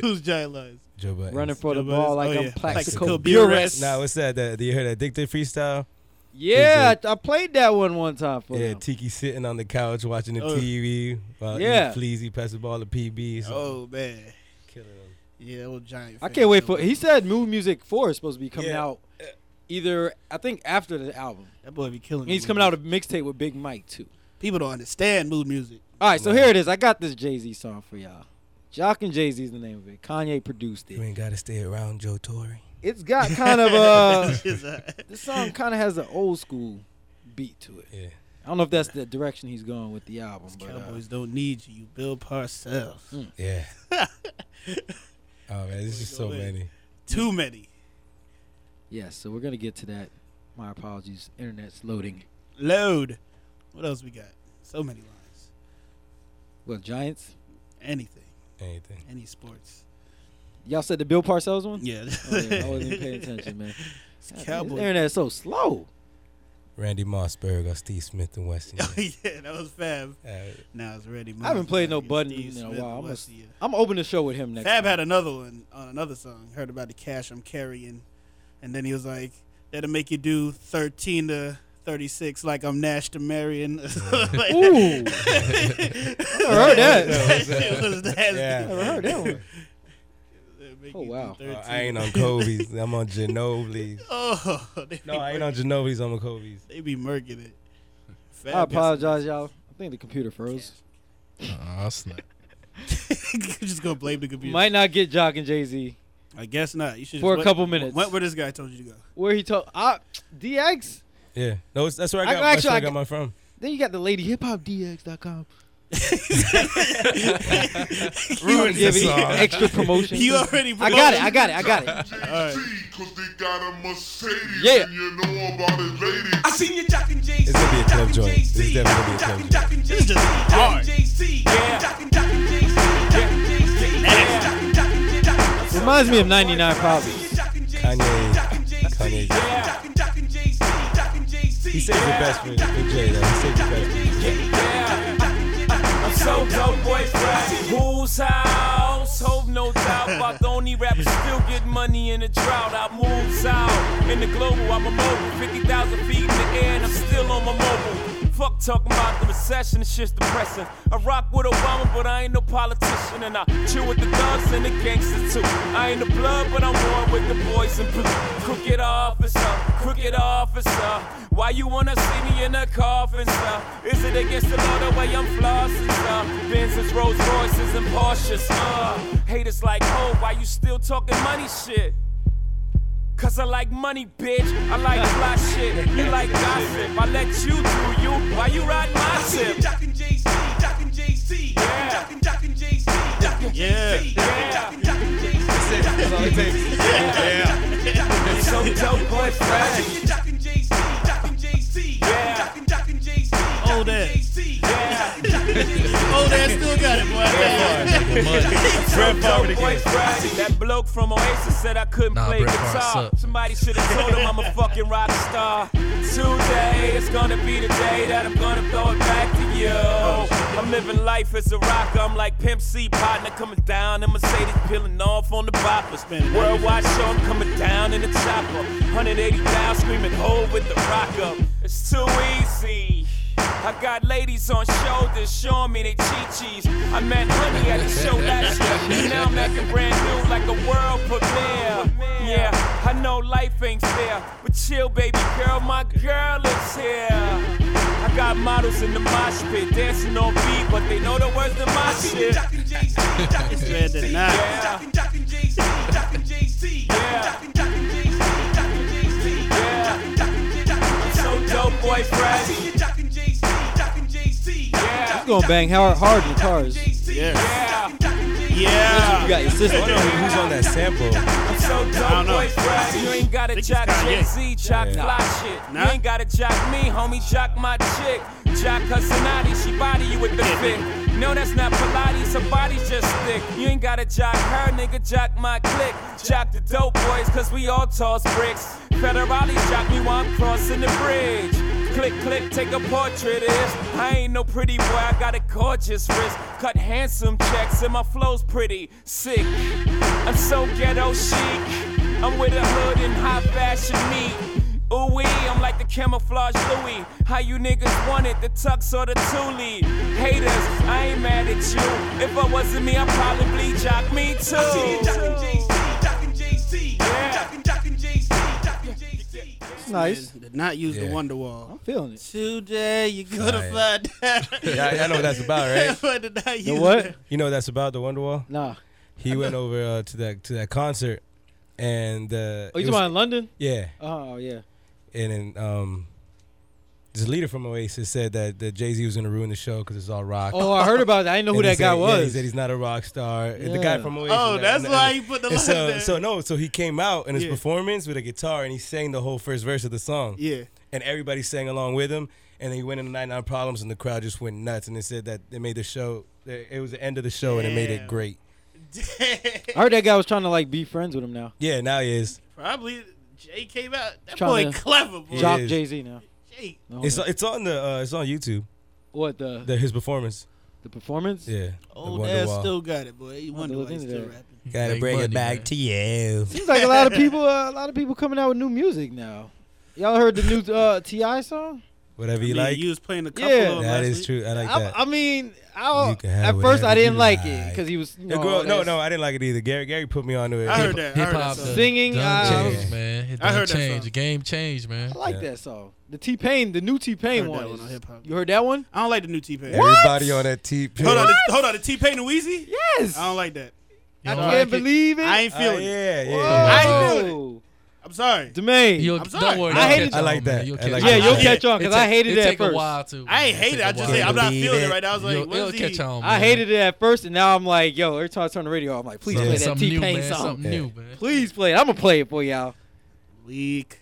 Speaker 3: Who's giant lies?
Speaker 4: Joe Budden.
Speaker 2: running for the
Speaker 3: Joe
Speaker 2: ball
Speaker 3: Budden's-
Speaker 2: like
Speaker 3: oh,
Speaker 2: I'm
Speaker 3: yeah.
Speaker 2: Plaxico
Speaker 3: Plaxico
Speaker 2: Buress.
Speaker 3: Buress.
Speaker 4: Nah, what's that? That you heard that Addicted freestyle?
Speaker 2: Yeah, I, I played that one one time for
Speaker 4: Yeah,
Speaker 2: them.
Speaker 4: Tiki sitting on the couch watching the
Speaker 3: Oh.
Speaker 4: TV while
Speaker 2: Yeah.
Speaker 4: yeah. Fleazy passes ball to PB. So
Speaker 3: Oh man,
Speaker 4: killing him.
Speaker 3: yeah, old giant.
Speaker 2: I
Speaker 3: fan.
Speaker 2: can't wait for. He said Move Music Four is supposed to be coming
Speaker 4: Yeah.
Speaker 2: out either I think after the album.
Speaker 3: that boy be killing.
Speaker 2: And he's
Speaker 3: me.
Speaker 2: coming out a mixtape with Big Mike too.
Speaker 3: People don't understand mood music.
Speaker 2: All right, so here it is. I got this Jay Z song for y'all. Jock and Jay Z is the name of it. Kanye produced
Speaker 4: You
Speaker 2: it.
Speaker 4: ain't gotta stay around Joe Torre.
Speaker 2: It's got kind of a.
Speaker 3: It's, uh,
Speaker 2: This song kind of has an old school beat to it.
Speaker 4: Yeah.
Speaker 2: I don't know if that's the direction he's going with the album, but uh,
Speaker 3: Cowboys don't need you. You Bill Parcells.
Speaker 2: Mm.
Speaker 4: Yeah. oh man, there's just so
Speaker 3: Go ahead.
Speaker 4: many.
Speaker 3: Too many.
Speaker 2: yeah. So we're gonna get to that. My apologies. Internet's loading.
Speaker 3: Load. What else we got? So many lines.
Speaker 2: Well, Giants.
Speaker 3: Anything.
Speaker 4: Anything.
Speaker 3: Any sports.
Speaker 2: Y'all said the Bill Parcells one.
Speaker 3: Yeah.
Speaker 2: Oh, yeah, I wasn't even paying attention, man.
Speaker 3: it's
Speaker 2: God, This
Speaker 3: Cowboys.
Speaker 2: internet's so slow.
Speaker 4: Randy Mossberg or Steve Smith and Weston.
Speaker 3: Oh, yeah, that was Fab.
Speaker 4: Mm-hmm. Uh,
Speaker 3: Now it's ready.
Speaker 2: I haven't played no button in a while. I'm,
Speaker 3: West,
Speaker 2: gonna- I'm opening the show with him next.
Speaker 3: Fab
Speaker 2: time.
Speaker 3: had another one on another song. Heard about the cash I'm carrying, and then he was like, "That'll make you do 13 to 36, like I'm Nash to Marion." Like that.
Speaker 2: Ooh, I never heard that.
Speaker 3: That shit was nasty.
Speaker 2: I
Speaker 4: yeah.
Speaker 2: never heard that one.
Speaker 3: That'll make
Speaker 2: Oh,
Speaker 3: you do
Speaker 2: wow.
Speaker 4: Oh,
Speaker 3: 13.
Speaker 4: I ain't on Kobe's. I'm on Ginobili's.
Speaker 3: Oh, they
Speaker 4: No,
Speaker 3: be
Speaker 4: I ain't on Ginobili's. I'm on Kobe's.
Speaker 3: They be murking it. Fab
Speaker 2: I apologize, y'all. I think the computer froze.
Speaker 6: Uh, I'll snap.
Speaker 3: You're just gonna blame the computer.
Speaker 2: Might not get Jock and Jay Z.
Speaker 3: I guess not. You should
Speaker 2: For a
Speaker 3: just went-
Speaker 2: couple minutes.
Speaker 3: Went where this guy told you to go.
Speaker 2: Where he told I DX.
Speaker 4: Yeah, no, it's, that's where I
Speaker 2: I-
Speaker 4: got, that's
Speaker 2: actually,
Speaker 4: where I
Speaker 2: I
Speaker 4: got
Speaker 2: got-
Speaker 4: mine from.
Speaker 2: Then you got the lady hiphopdx.com.
Speaker 6: Ruins the
Speaker 2: Yeah, but he-
Speaker 6: song.
Speaker 2: extra promotion.
Speaker 3: You already
Speaker 2: I got it. I got it. I got it.
Speaker 10: Cause they got a Mercedes
Speaker 2: Yeah.
Speaker 10: and you know about it, ladies.
Speaker 11: I seen you jockin' Jay-Z.
Speaker 4: It's gonna be a club
Speaker 11: jockin'
Speaker 4: joint. This is
Speaker 11: Jay-Z,
Speaker 4: definitely gonna be a club
Speaker 11: jockin', jockin'
Speaker 4: joint.
Speaker 11: Jay-Z, jockin' Jay-Z, jockin', jockin' Jay-Z, jockin' Jay-Z, jockin', jockin' Jay- jockin', jockin',
Speaker 2: Reminds me of 99 Problems.
Speaker 11: jockin' Jay-Z, jockin'
Speaker 4: Kanye,
Speaker 11: Jay-Z,
Speaker 4: Kanye.
Speaker 11: jockin', jockin' Jay-Z, jockin' Jay-Z,
Speaker 4: He saves the best for for Jay though. He saves the best.
Speaker 12: I'm so dope, boyfriend. Who's house? Hope no doubt about the only rapper still get money in a drought. I move south in the global. I'm a mobile, 50,000 feet in the air, and I'm still on my mobile. Fuck talking about the recession, this shit's depressing. I rock with Obama, but I ain't no politician, and I chill with the thugs and the gangsters too. I ain't the blood, but I'm one with the boys in blue. Crooked officer, crooked officer. Why you wanna see me in a coffin, sir? Is it against the law the way I'm flossing, sir? Benz's, Rolls Royces, and Porsches, uh. Haters like, oh, why you still talking money shit? Cause I like money, bitch. I like fly shit. You like gossip. I let you do you. Why you ride my ship?
Speaker 11: jockin' Jay-Z, jockin' Jay-Z, jockin', jockin' Jay-Z, jockin' Jay-Z, jockin', jockin' Jay-Z, jockin', jockin', jockin',
Speaker 12: So
Speaker 11: jockin',
Speaker 12: dope, boy, fresh.
Speaker 11: jockin' Jay-Z, jockin' Jay-Z, jockin', jockin' Jay-Z,
Speaker 3: Old ass.
Speaker 11: Old
Speaker 3: ass still got it,
Speaker 12: Brett Favre That bloke from Oasis said I couldn't
Speaker 6: Nah,
Speaker 12: play
Speaker 6: Brett Favre
Speaker 12: guitar.
Speaker 6: suck.
Speaker 12: Somebody should have told him I'm a fucking rock star. Today is gonna be the day that I'm gonna throw it back to you. I'm living life as a rocker. I'm like Pimp C partner coming down in Mercedes, peeling off on the boppers. Worldwide show, I'm coming down in the chopper. 180 down, screaming hold with the rock up. It's too easy. I got ladies on shoulders showing me they chi-chis. I met honey at the show last year. Now I'm acting brand new like a world premiere. Yeah, I know life ain't fair, but chill, baby girl, my girl is here. I got models in the mosh pit dancing on beat, but they know the words to my shit.
Speaker 3: Better than not.
Speaker 12: Yeah. So dope, boy, fresh.
Speaker 2: You gonna bang hard, hard in cars.
Speaker 12: Yeah,
Speaker 2: You
Speaker 3: Yeah.
Speaker 2: got your sister.
Speaker 4: I don't know who's on that sample.
Speaker 12: I'm so
Speaker 3: don't
Speaker 12: dope,
Speaker 3: know.
Speaker 12: boy, fresh. You ain't gotta
Speaker 3: Think it's
Speaker 12: jock
Speaker 3: Kanye.
Speaker 12: Jay Z, jock fly shit.
Speaker 3: Nah.
Speaker 12: You ain't gotta jock me, homie, jock my chick. Jock her Sonati, she body you with the fit. No, that's not Pilates, her body's just thick. You ain't gotta jock her, nigga, jock my click. Jock the dope boys, cause we all toss bricks. Federale jock me while I'm crossing the bridge. Click, click, take a portrait of this. I ain't no pretty boy, I got a gorgeous wrist. Cut handsome checks, and my flow's pretty sick. I'm so ghetto chic. I'm with a hood and high fashion meat. Ooh wee, I'm like the camouflage Louis. How you niggas want it, the tux or the tule? Haters, I ain't mad at you. If it wasn't me, I'd probably jock me too.
Speaker 2: It's nice.
Speaker 3: Did not use the
Speaker 4: Yeah.
Speaker 3: Wonder Wall.
Speaker 2: Feeling it.
Speaker 3: Today you
Speaker 4: Fire.
Speaker 3: gonna find out.
Speaker 4: Yeah, I know what that's about, right?
Speaker 3: but did not use
Speaker 2: You know what?
Speaker 3: that.
Speaker 4: You know what that's about the Wonderwall.
Speaker 2: Nah.
Speaker 4: He went over uh, to that to that concert, and uh,
Speaker 2: Oh,
Speaker 4: it
Speaker 2: you
Speaker 4: was-
Speaker 2: talking about in London?
Speaker 4: yeah,
Speaker 2: Oh yeah.
Speaker 4: and then um, this leader from Oasis said that that Jay Z was gonna ruin the show because it's all rock.
Speaker 2: Oh, I heard about that. I didn't know who
Speaker 4: And he
Speaker 2: that guy
Speaker 4: said- yeah, he
Speaker 2: was.
Speaker 4: said he's not a rock star. And The guy
Speaker 2: Yeah.
Speaker 4: from Oasis.
Speaker 3: Oh,
Speaker 4: and-
Speaker 3: that's
Speaker 4: and-
Speaker 3: why
Speaker 4: and-
Speaker 3: he put the
Speaker 4: and
Speaker 3: line
Speaker 4: so,
Speaker 3: there.
Speaker 4: so Oh, no, so he came out in his
Speaker 3: Yeah.
Speaker 4: performance with a guitar and he sang the whole first verse of the song.
Speaker 3: Yeah.
Speaker 4: And everybody sang along with him. And then he went into 99 Problems and the crowd just went nuts. And they said that it made the show, it was the end of the show and it made it
Speaker 3: Damn.
Speaker 4: great.
Speaker 2: I heard that guy was trying to like be friends with him now.
Speaker 4: Yeah, now he is.
Speaker 3: Probably Jay came out. That
Speaker 2: Tryna-
Speaker 3: boy clever, boy.
Speaker 4: Yeah.
Speaker 2: Jock
Speaker 4: is.
Speaker 2: Jay Z now.
Speaker 3: Jay.
Speaker 2: No,
Speaker 4: It's,
Speaker 2: man.
Speaker 4: it's on the uh, it's on YouTube.
Speaker 2: what
Speaker 3: Uh.
Speaker 2: the the,
Speaker 4: The, his performance.
Speaker 2: performance?
Speaker 4: Yeah.
Speaker 3: Old
Speaker 4: the
Speaker 3: ass
Speaker 4: Wonderwall.
Speaker 3: still got it, boy. You wonder
Speaker 2: look
Speaker 3: why he's
Speaker 2: into
Speaker 3: still
Speaker 2: that.
Speaker 3: rapping.
Speaker 4: Gotta
Speaker 6: Make
Speaker 4: bring it
Speaker 6: money,
Speaker 4: back
Speaker 6: man.
Speaker 4: to you.
Speaker 2: Seems like a lot of people uh, a lot of people coming out with new music now. Y'all heard the new uh, Ti song?
Speaker 4: Whatever
Speaker 3: I
Speaker 4: you
Speaker 3: mean,
Speaker 4: like.
Speaker 3: You was playing a couple
Speaker 2: Yeah.
Speaker 3: of them
Speaker 4: that
Speaker 3: last
Speaker 4: is
Speaker 3: week.
Speaker 4: true. I like
Speaker 2: I,
Speaker 4: that.
Speaker 2: I mean, I,
Speaker 4: You can have
Speaker 2: Oh, at first
Speaker 4: whatever
Speaker 2: I didn't
Speaker 4: you
Speaker 2: like, it
Speaker 4: like.
Speaker 2: because he was you
Speaker 4: The
Speaker 2: know,
Speaker 4: girl- no,
Speaker 2: that's-
Speaker 4: no, I didn't like it either. Gary, Gary put me onto it.
Speaker 3: I heard that. I heard that.
Speaker 6: Hip-hop
Speaker 3: song.
Speaker 6: done
Speaker 2: Singing,
Speaker 6: done
Speaker 4: uh,
Speaker 6: changed, man. It
Speaker 3: I
Speaker 6: done
Speaker 3: heard that
Speaker 6: changed.
Speaker 3: song.
Speaker 6: The game changed, man.
Speaker 2: I like
Speaker 4: Yeah.
Speaker 2: that song. The T Pain, the new T Pain
Speaker 3: Heard
Speaker 2: one.
Speaker 3: that one
Speaker 2: is-
Speaker 3: on Hip Hop.
Speaker 2: You heard that one?
Speaker 3: I don't like the new T Pain.
Speaker 4: Everybody on that T.
Speaker 3: Hold on, the, hold on. The T Pain and Wheezy.
Speaker 2: Yes.
Speaker 3: I don't like that.
Speaker 2: I can't believe it.
Speaker 3: I ain't feeling
Speaker 2: Uh,
Speaker 3: it.
Speaker 2: yeah, yeah,
Speaker 3: I
Speaker 2: yeah.
Speaker 3: ain't fealing it. I'm sorry.
Speaker 2: Jermaine,
Speaker 3: You'll-
Speaker 2: I'm
Speaker 3: don't
Speaker 2: sorry.
Speaker 3: worry,
Speaker 2: I
Speaker 3: you'll
Speaker 2: hated
Speaker 3: catch I like
Speaker 2: it.
Speaker 3: that.
Speaker 6: You'll I
Speaker 2: yeah,
Speaker 6: catch like
Speaker 2: you'll
Speaker 6: that.
Speaker 2: catch on because
Speaker 6: It
Speaker 2: I
Speaker 6: take-
Speaker 2: hated
Speaker 6: it
Speaker 2: it at
Speaker 6: take a
Speaker 2: first.
Speaker 6: while to-
Speaker 3: I ain't
Speaker 6: it
Speaker 3: hate it.
Speaker 6: take
Speaker 3: I
Speaker 6: a
Speaker 3: just
Speaker 6: while.
Speaker 3: say I'm not
Speaker 6: Believe
Speaker 3: feeling
Speaker 6: it.
Speaker 3: it right now. I was like,
Speaker 6: You'll-
Speaker 3: what
Speaker 6: it'll
Speaker 3: is he?
Speaker 6: catch on,
Speaker 2: I
Speaker 6: man.
Speaker 2: hated it at first, and now I'm like, yo, every time I turn the radio, I'm like, please
Speaker 6: Something-
Speaker 2: play that
Speaker 6: something
Speaker 2: T
Speaker 6: new,
Speaker 2: Pain
Speaker 6: man,
Speaker 2: song.
Speaker 6: something new, man.
Speaker 2: Please play it. I'm gonna play it for y'all.
Speaker 3: Leak.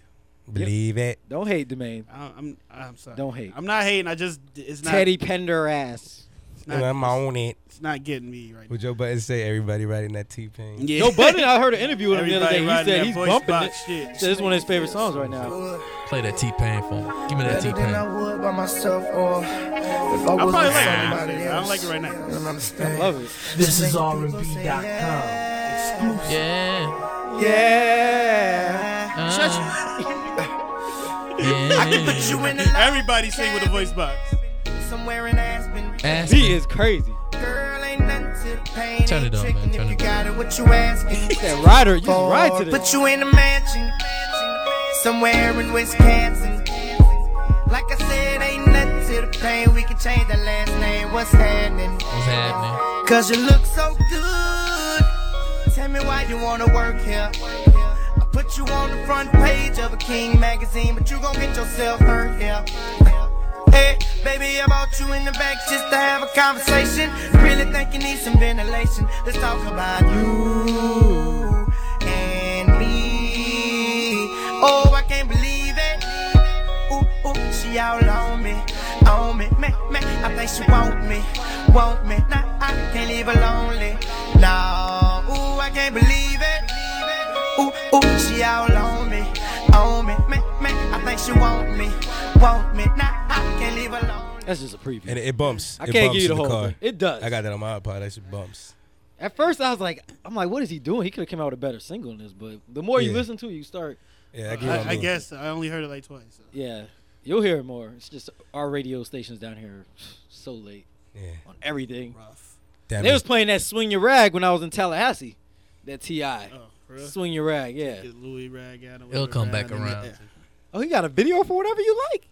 Speaker 4: Believe it.
Speaker 2: Don't hate the man.
Speaker 3: I- I'm, I'm sorry.
Speaker 2: Don't hate.
Speaker 3: I'm not hating. I just it's not.
Speaker 2: Teddy Pender ass.
Speaker 3: It's
Speaker 4: And I'm on it.
Speaker 3: It's not getting me right.
Speaker 4: Would Joe Budden say everybody writing that T Pain?
Speaker 3: Yeah.
Speaker 2: Joe Budden, I heard an interview with him the other
Speaker 3: Everybody
Speaker 2: day. He
Speaker 3: riding
Speaker 2: said
Speaker 3: that
Speaker 2: he's
Speaker 3: voice
Speaker 2: bumping it.
Speaker 3: box
Speaker 2: Said
Speaker 3: shit.
Speaker 2: This is one of his favorite songs right now.
Speaker 6: Play that T Pain for me. Give me that
Speaker 13: Better
Speaker 6: T
Speaker 13: than
Speaker 6: Pain.
Speaker 13: I would by myself or if I
Speaker 3: I'm
Speaker 13: was
Speaker 3: probably
Speaker 13: with
Speaker 3: like, "Ah,
Speaker 13: somebody
Speaker 3: I
Speaker 13: else.
Speaker 3: don't like it right now.
Speaker 13: You don't understand.
Speaker 3: I love it.
Speaker 13: This is R&B.com. Exclusive.
Speaker 6: Yeah.
Speaker 13: Yeah.
Speaker 2: Uh-huh.
Speaker 3: I can put you in Everybody sing with a voice box.
Speaker 13: Somewhere in Aspen.
Speaker 2: He is crazy.
Speaker 13: Girl, ain't nothing to the pain.
Speaker 6: Turn
Speaker 13: ain't
Speaker 6: it up, man.
Speaker 13: tricking
Speaker 6: Turn
Speaker 13: if you
Speaker 6: it up.
Speaker 13: got it, what you asking.
Speaker 2: that rider, you just ride to this.
Speaker 13: Put you in a mansion. Somewhere in Wisconsin. Like I said, ain't nothing to the pain. We can change the last name. What's happening?
Speaker 6: What's happening?
Speaker 13: Cause you look so good. Tell me why you wanna work here. I put you on the front page of a King magazine, but you gon' get yourself hurt here. Hey, baby, I bought you in the back just to have a conversation. Really think you need some ventilation. Let's talk about you and me. Oh, I can't believe it. Ooh, ooh, she all on me, on me, man, man. I think she want me, want me. Nah, I can't leave her lonely. No, ooh, I can't believe it. Ooh, ooh, she all on me, on me, man, man. I think she want me, want me. Nah, I can't leave her lonely.
Speaker 2: That's just a preview.
Speaker 4: And it, it bumps.
Speaker 2: I
Speaker 4: It
Speaker 2: can't
Speaker 4: bumps
Speaker 2: give you the
Speaker 4: in
Speaker 2: whole
Speaker 4: car.
Speaker 2: thing. It does.
Speaker 4: I got that on my iPod. That shit bumps.
Speaker 2: At first, I was like, I'm like, what is he doing? He could have came out with a better single than this. But the more you
Speaker 4: Yeah.
Speaker 2: listen to, it, you start.
Speaker 4: Yeah, I get what I'm
Speaker 3: I, I
Speaker 4: doing.
Speaker 3: guess I only heard it like twice. so.
Speaker 2: Yeah, you'll hear it more. It's just our radio stations down here are so late
Speaker 4: Yeah.
Speaker 2: on everything. Rough.
Speaker 4: Damn
Speaker 2: they
Speaker 4: it.
Speaker 2: was playing that swing your rag when I was in Tallahassee. That Ti.
Speaker 13: Oh,
Speaker 3: for real?
Speaker 2: swing your rag. Yeah.
Speaker 3: Get Louis Rag out of
Speaker 6: It'll come back
Speaker 3: and-
Speaker 6: around.
Speaker 3: yeah.
Speaker 2: Oh, he got a video for whatever you like.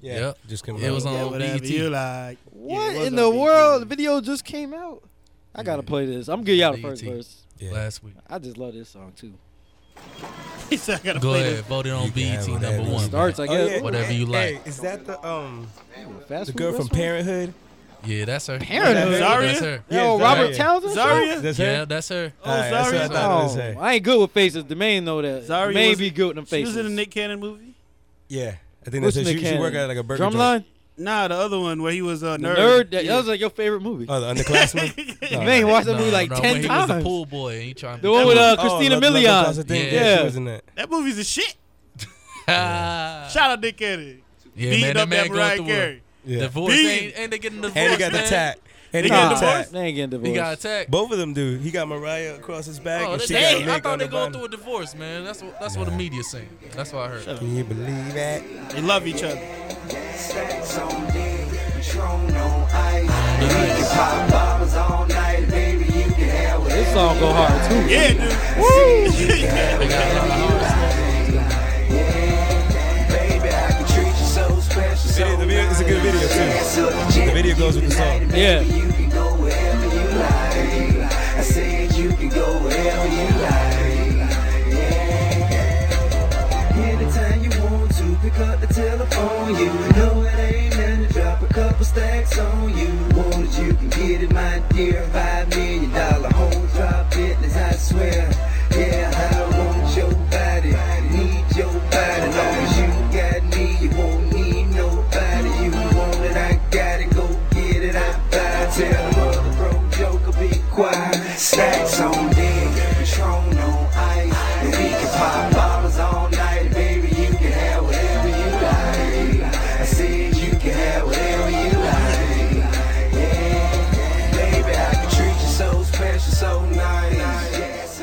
Speaker 4: Yeah.
Speaker 6: Yep.
Speaker 4: Just come
Speaker 6: It
Speaker 4: out.
Speaker 6: was
Speaker 4: Yeah,
Speaker 6: on
Speaker 3: Whatever
Speaker 6: BET.
Speaker 3: you like.
Speaker 2: What in
Speaker 3: was on
Speaker 2: the
Speaker 3: BET.
Speaker 2: world? The video just came out. I gotta play this. I'm giving y'all the first
Speaker 6: BET.
Speaker 2: verse.
Speaker 4: Yeah.
Speaker 6: Last week.
Speaker 2: I just love this song too.
Speaker 3: He said I gotta
Speaker 6: Go
Speaker 3: play
Speaker 6: ahead.
Speaker 3: this.
Speaker 6: Voted on BET
Speaker 4: have
Speaker 6: number
Speaker 4: one.
Speaker 6: one. man.
Speaker 2: Starts, I
Speaker 4: Oh,
Speaker 2: guess.
Speaker 4: yeah.
Speaker 6: Whatever you
Speaker 4: Hey,
Speaker 6: like.
Speaker 4: is that the um
Speaker 2: Fast
Speaker 4: the
Speaker 2: food
Speaker 4: girl from
Speaker 2: restaurant?
Speaker 4: Parenthood?
Speaker 6: Yeah, that's her.
Speaker 2: Parenthood?
Speaker 6: That's
Speaker 3: Zarya?
Speaker 6: her.
Speaker 2: Yo, Robert Townsend?
Speaker 3: Zaria?
Speaker 4: That's
Speaker 6: Yeah,
Speaker 4: her.
Speaker 6: that's her.
Speaker 3: Oh,
Speaker 4: Alright, that's what I
Speaker 3: Zaria.
Speaker 4: thought it was her.
Speaker 2: Oh, I ain't good with faces. The main know that.
Speaker 3: Zaria
Speaker 2: May
Speaker 3: was-
Speaker 2: be good with them
Speaker 3: She
Speaker 2: faces.
Speaker 3: was in a Nick Cannon movie.
Speaker 4: Yeah, I think
Speaker 2: What's
Speaker 4: that's her.
Speaker 2: Nick
Speaker 4: She, she worked
Speaker 2: Cannon?
Speaker 4: at like a burger joint.
Speaker 2: Drumline.
Speaker 3: Nah, the other one where he was a
Speaker 2: The
Speaker 3: nerd.
Speaker 2: nerd. That,
Speaker 3: Yeah.
Speaker 2: that was like your favorite movie.
Speaker 4: Oh, the underclassman.
Speaker 2: you may watch that
Speaker 6: No,
Speaker 2: movie like
Speaker 6: no,
Speaker 2: ten
Speaker 6: when
Speaker 2: times.
Speaker 6: He was a pool boy. And he trying
Speaker 2: The one with uh,
Speaker 4: Oh,
Speaker 2: Christina
Speaker 4: Love- Love Don't Cost a
Speaker 2: Milian.
Speaker 4: Thing.
Speaker 6: Yeah.
Speaker 4: Yeah, she was in that.
Speaker 3: That movie's a shit.
Speaker 6: Ah.
Speaker 3: Shout out Nick Cannon.
Speaker 6: Yeah,
Speaker 3: Beating
Speaker 6: man,
Speaker 3: up
Speaker 6: that man
Speaker 3: that
Speaker 6: going
Speaker 3: Mariah
Speaker 6: through
Speaker 3: Carey.
Speaker 6: a
Speaker 4: Yeah.
Speaker 6: divorce.
Speaker 3: Beat.
Speaker 6: Ain't, ain't they getting divorced?
Speaker 4: And he got the
Speaker 6: man?
Speaker 4: tat. And he
Speaker 3: They
Speaker 4: got
Speaker 3: got
Speaker 4: the tat.
Speaker 3: divorced?
Speaker 2: They ain't getting divorced.
Speaker 6: He got attacked.
Speaker 4: Both of them do. He got Mariah across his back,
Speaker 6: Oh,
Speaker 4: and
Speaker 6: they,
Speaker 4: she got a
Speaker 6: they- I
Speaker 4: lick
Speaker 6: thought
Speaker 4: on
Speaker 6: they
Speaker 4: the bottom.
Speaker 6: going through a divorce, man. That's what that's what the media's saying. That's what I heard.
Speaker 4: Can you believe that?
Speaker 3: They love each other.
Speaker 2: This song go hard too.
Speaker 3: Yeah, dude. Woo!
Speaker 4: Video, the video, it's a good video too. The video goes with the song.
Speaker 2: Yeah.
Speaker 13: Anytime you want to, pick up the telephone. You know it ain't nothing to drop a couple stacks on you. Want it, you can get it, my dear. Five million dollar home drop business, I swear. Yeah, I want your body, need your body. Long as you got me, you won't need nobody. You want it, I got it, go get it, I buy. Tell mother bro, joker, be quiet. Stacks on deck, Patron on ice. And we can pop bottles all night, baby. You can have whatever you like. I said you can have whatever you like. Yeah, baby, I can treat you so special, so nice.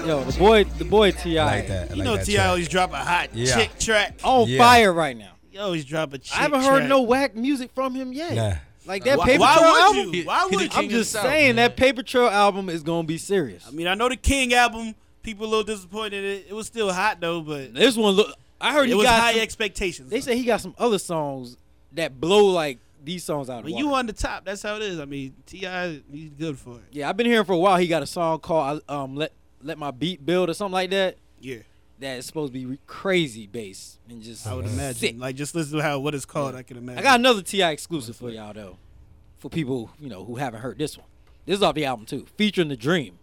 Speaker 2: Yo, the boy, the boy Ti.
Speaker 4: I like that. I
Speaker 3: You
Speaker 4: like
Speaker 3: know
Speaker 4: that
Speaker 3: Ti
Speaker 4: track.
Speaker 3: always drop a hot
Speaker 4: Yeah.
Speaker 3: chick track.
Speaker 2: On
Speaker 4: Yeah.
Speaker 2: fire right now.
Speaker 3: He always drop a chick
Speaker 2: I haven't heard
Speaker 3: track.
Speaker 2: no whack music from him yet.
Speaker 4: Nah.
Speaker 2: Like that
Speaker 3: Why-
Speaker 2: paper
Speaker 3: why
Speaker 2: trail
Speaker 3: would
Speaker 2: album.
Speaker 3: you? Why
Speaker 6: He the
Speaker 3: would
Speaker 6: king
Speaker 2: I'm
Speaker 6: of
Speaker 2: just
Speaker 6: the South,
Speaker 2: saying
Speaker 6: man.
Speaker 2: that paper trail album is gonna be serious.
Speaker 3: I mean, I know the King album, people a little disappointed. It, it was still hot though, but
Speaker 2: This one look. I heard
Speaker 3: it
Speaker 2: he
Speaker 3: was
Speaker 2: got
Speaker 3: high
Speaker 2: some-
Speaker 3: expectations.
Speaker 2: They say he got some other songs that blow like these songs out. of
Speaker 3: When
Speaker 2: water.
Speaker 3: you on the top, that's how it is. I mean, Ti, he's good for it.
Speaker 2: Yeah, I've been hearing for a while. He got a song called I- um, "Let Let My Beat Build" or something like that.
Speaker 3: Yeah,
Speaker 2: that is supposed to be re- crazy bass and just.
Speaker 3: I would imagine.
Speaker 2: sick.
Speaker 3: Like just listen to how what it's called. I can imagine.
Speaker 2: I got another Ti exclusive for y'all though, for people you know who haven't heard this one. This is off the album too, featuring the Dream,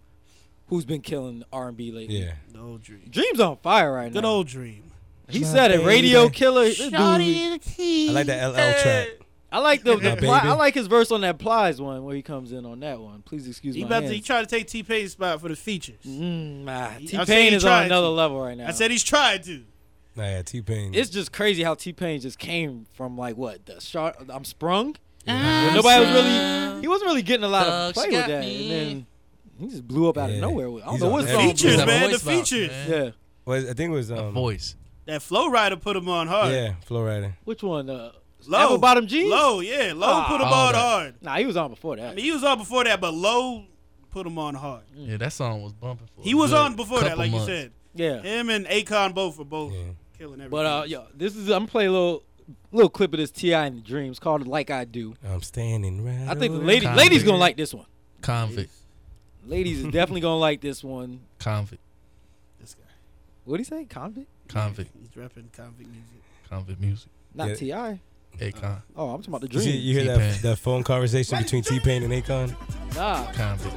Speaker 2: who's been killing R and B lately.
Speaker 4: Yeah.
Speaker 3: The old dream.
Speaker 2: Dream's on fire right now.
Speaker 3: Good old Dream.
Speaker 2: He
Speaker 3: My
Speaker 2: said it.
Speaker 3: baby.
Speaker 2: Radio killer. this dude-
Speaker 3: Shorty the key. I like that LL track.
Speaker 2: I like the,
Speaker 3: My
Speaker 2: the pli-
Speaker 3: baby.
Speaker 2: I like his verse on that Plies one where he comes in on that one. Please excuse
Speaker 3: He
Speaker 2: my
Speaker 3: about to he
Speaker 2: hands.
Speaker 3: try to take T Pain's spot for the features.
Speaker 2: Mm, nah,
Speaker 3: He- I
Speaker 2: T
Speaker 3: said he
Speaker 2: Pain is on
Speaker 3: tried
Speaker 2: another
Speaker 3: to.
Speaker 2: level right now.
Speaker 3: I said he's tried to.
Speaker 4: Nah, yeah, T Pain.
Speaker 2: It's just crazy how T Pain just came from like what the shot. I'm sprung. When nobody was really. He wasn't really getting a lot of
Speaker 3: Thugs
Speaker 2: play with
Speaker 3: got
Speaker 2: that,
Speaker 3: me.
Speaker 2: and then he just blew up out of nowhere. with- I don't know what's
Speaker 4: on
Speaker 2: wrong.
Speaker 4: every-
Speaker 2: with him. Yeah.
Speaker 4: Was- I think it was um,
Speaker 6: voice.
Speaker 3: That Flow Rider put him on hard.
Speaker 4: Yeah, Flow Rider.
Speaker 2: Which one? Uh,
Speaker 3: Low.
Speaker 2: Apple bottom jeans.
Speaker 3: Low, yeah. Low
Speaker 2: Ah.
Speaker 3: put him on hard.
Speaker 2: Nah, he was on before that. Mm.
Speaker 3: I mean, he was on before that, but Low put him on hard.
Speaker 6: Yeah, that song was bumping. For
Speaker 3: He
Speaker 6: a
Speaker 3: was
Speaker 6: good
Speaker 3: on before
Speaker 6: couple
Speaker 3: that, like
Speaker 6: months.
Speaker 3: you said.
Speaker 2: Yeah.
Speaker 3: Him and Akon both were both killing everything.
Speaker 2: But uh, yo, this is I'm gonna play a little little clip of this Ti and the Dreams called "Like I Do."
Speaker 4: I'm standing right.
Speaker 2: I think
Speaker 4: over
Speaker 2: ladies
Speaker 4: there.
Speaker 2: ladies gonna like this one.
Speaker 6: Convict.
Speaker 2: Ladies is definitely gonna like this one.
Speaker 6: Convict.
Speaker 3: This guy.
Speaker 2: What do you say? Convict?
Speaker 6: Convict.
Speaker 3: He's rapping convict music.
Speaker 6: Convict music.
Speaker 2: Not
Speaker 4: Yeah.
Speaker 2: Ti.
Speaker 6: Akon.
Speaker 2: Oh, I'm talking about the
Speaker 4: You,
Speaker 2: Dream.
Speaker 4: see- you hear that, that phone conversation between T Pain and Akon?
Speaker 2: Nah.
Speaker 6: Convict.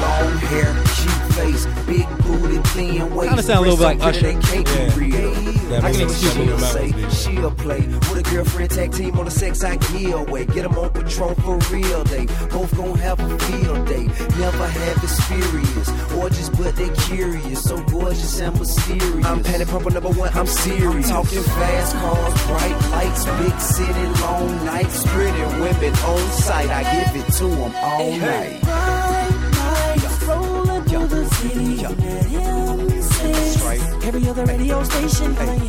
Speaker 14: Long hair, cute face, big booty, thin waist.
Speaker 2: Kinda sound a little bit like Usher.
Speaker 14: They can't
Speaker 2: Yeah.
Speaker 14: be real.
Speaker 2: That
Speaker 14: I can
Speaker 2: makes sense.
Speaker 14: she'll
Speaker 2: That
Speaker 14: say,
Speaker 2: makes
Speaker 14: she'll play. With a girlfriend, tag team on the sex, I give away. Get them on Patron for real, they both gon' have a field day. Never have experience, gorgeous, but they curious. So gorgeous and mysterious. I'm panic pumper number one, I'm serious. I'm talking fast cars, bright lights, big city, long nights, pretty women on sight. I give it to them all night. That's right. Every other radio station playing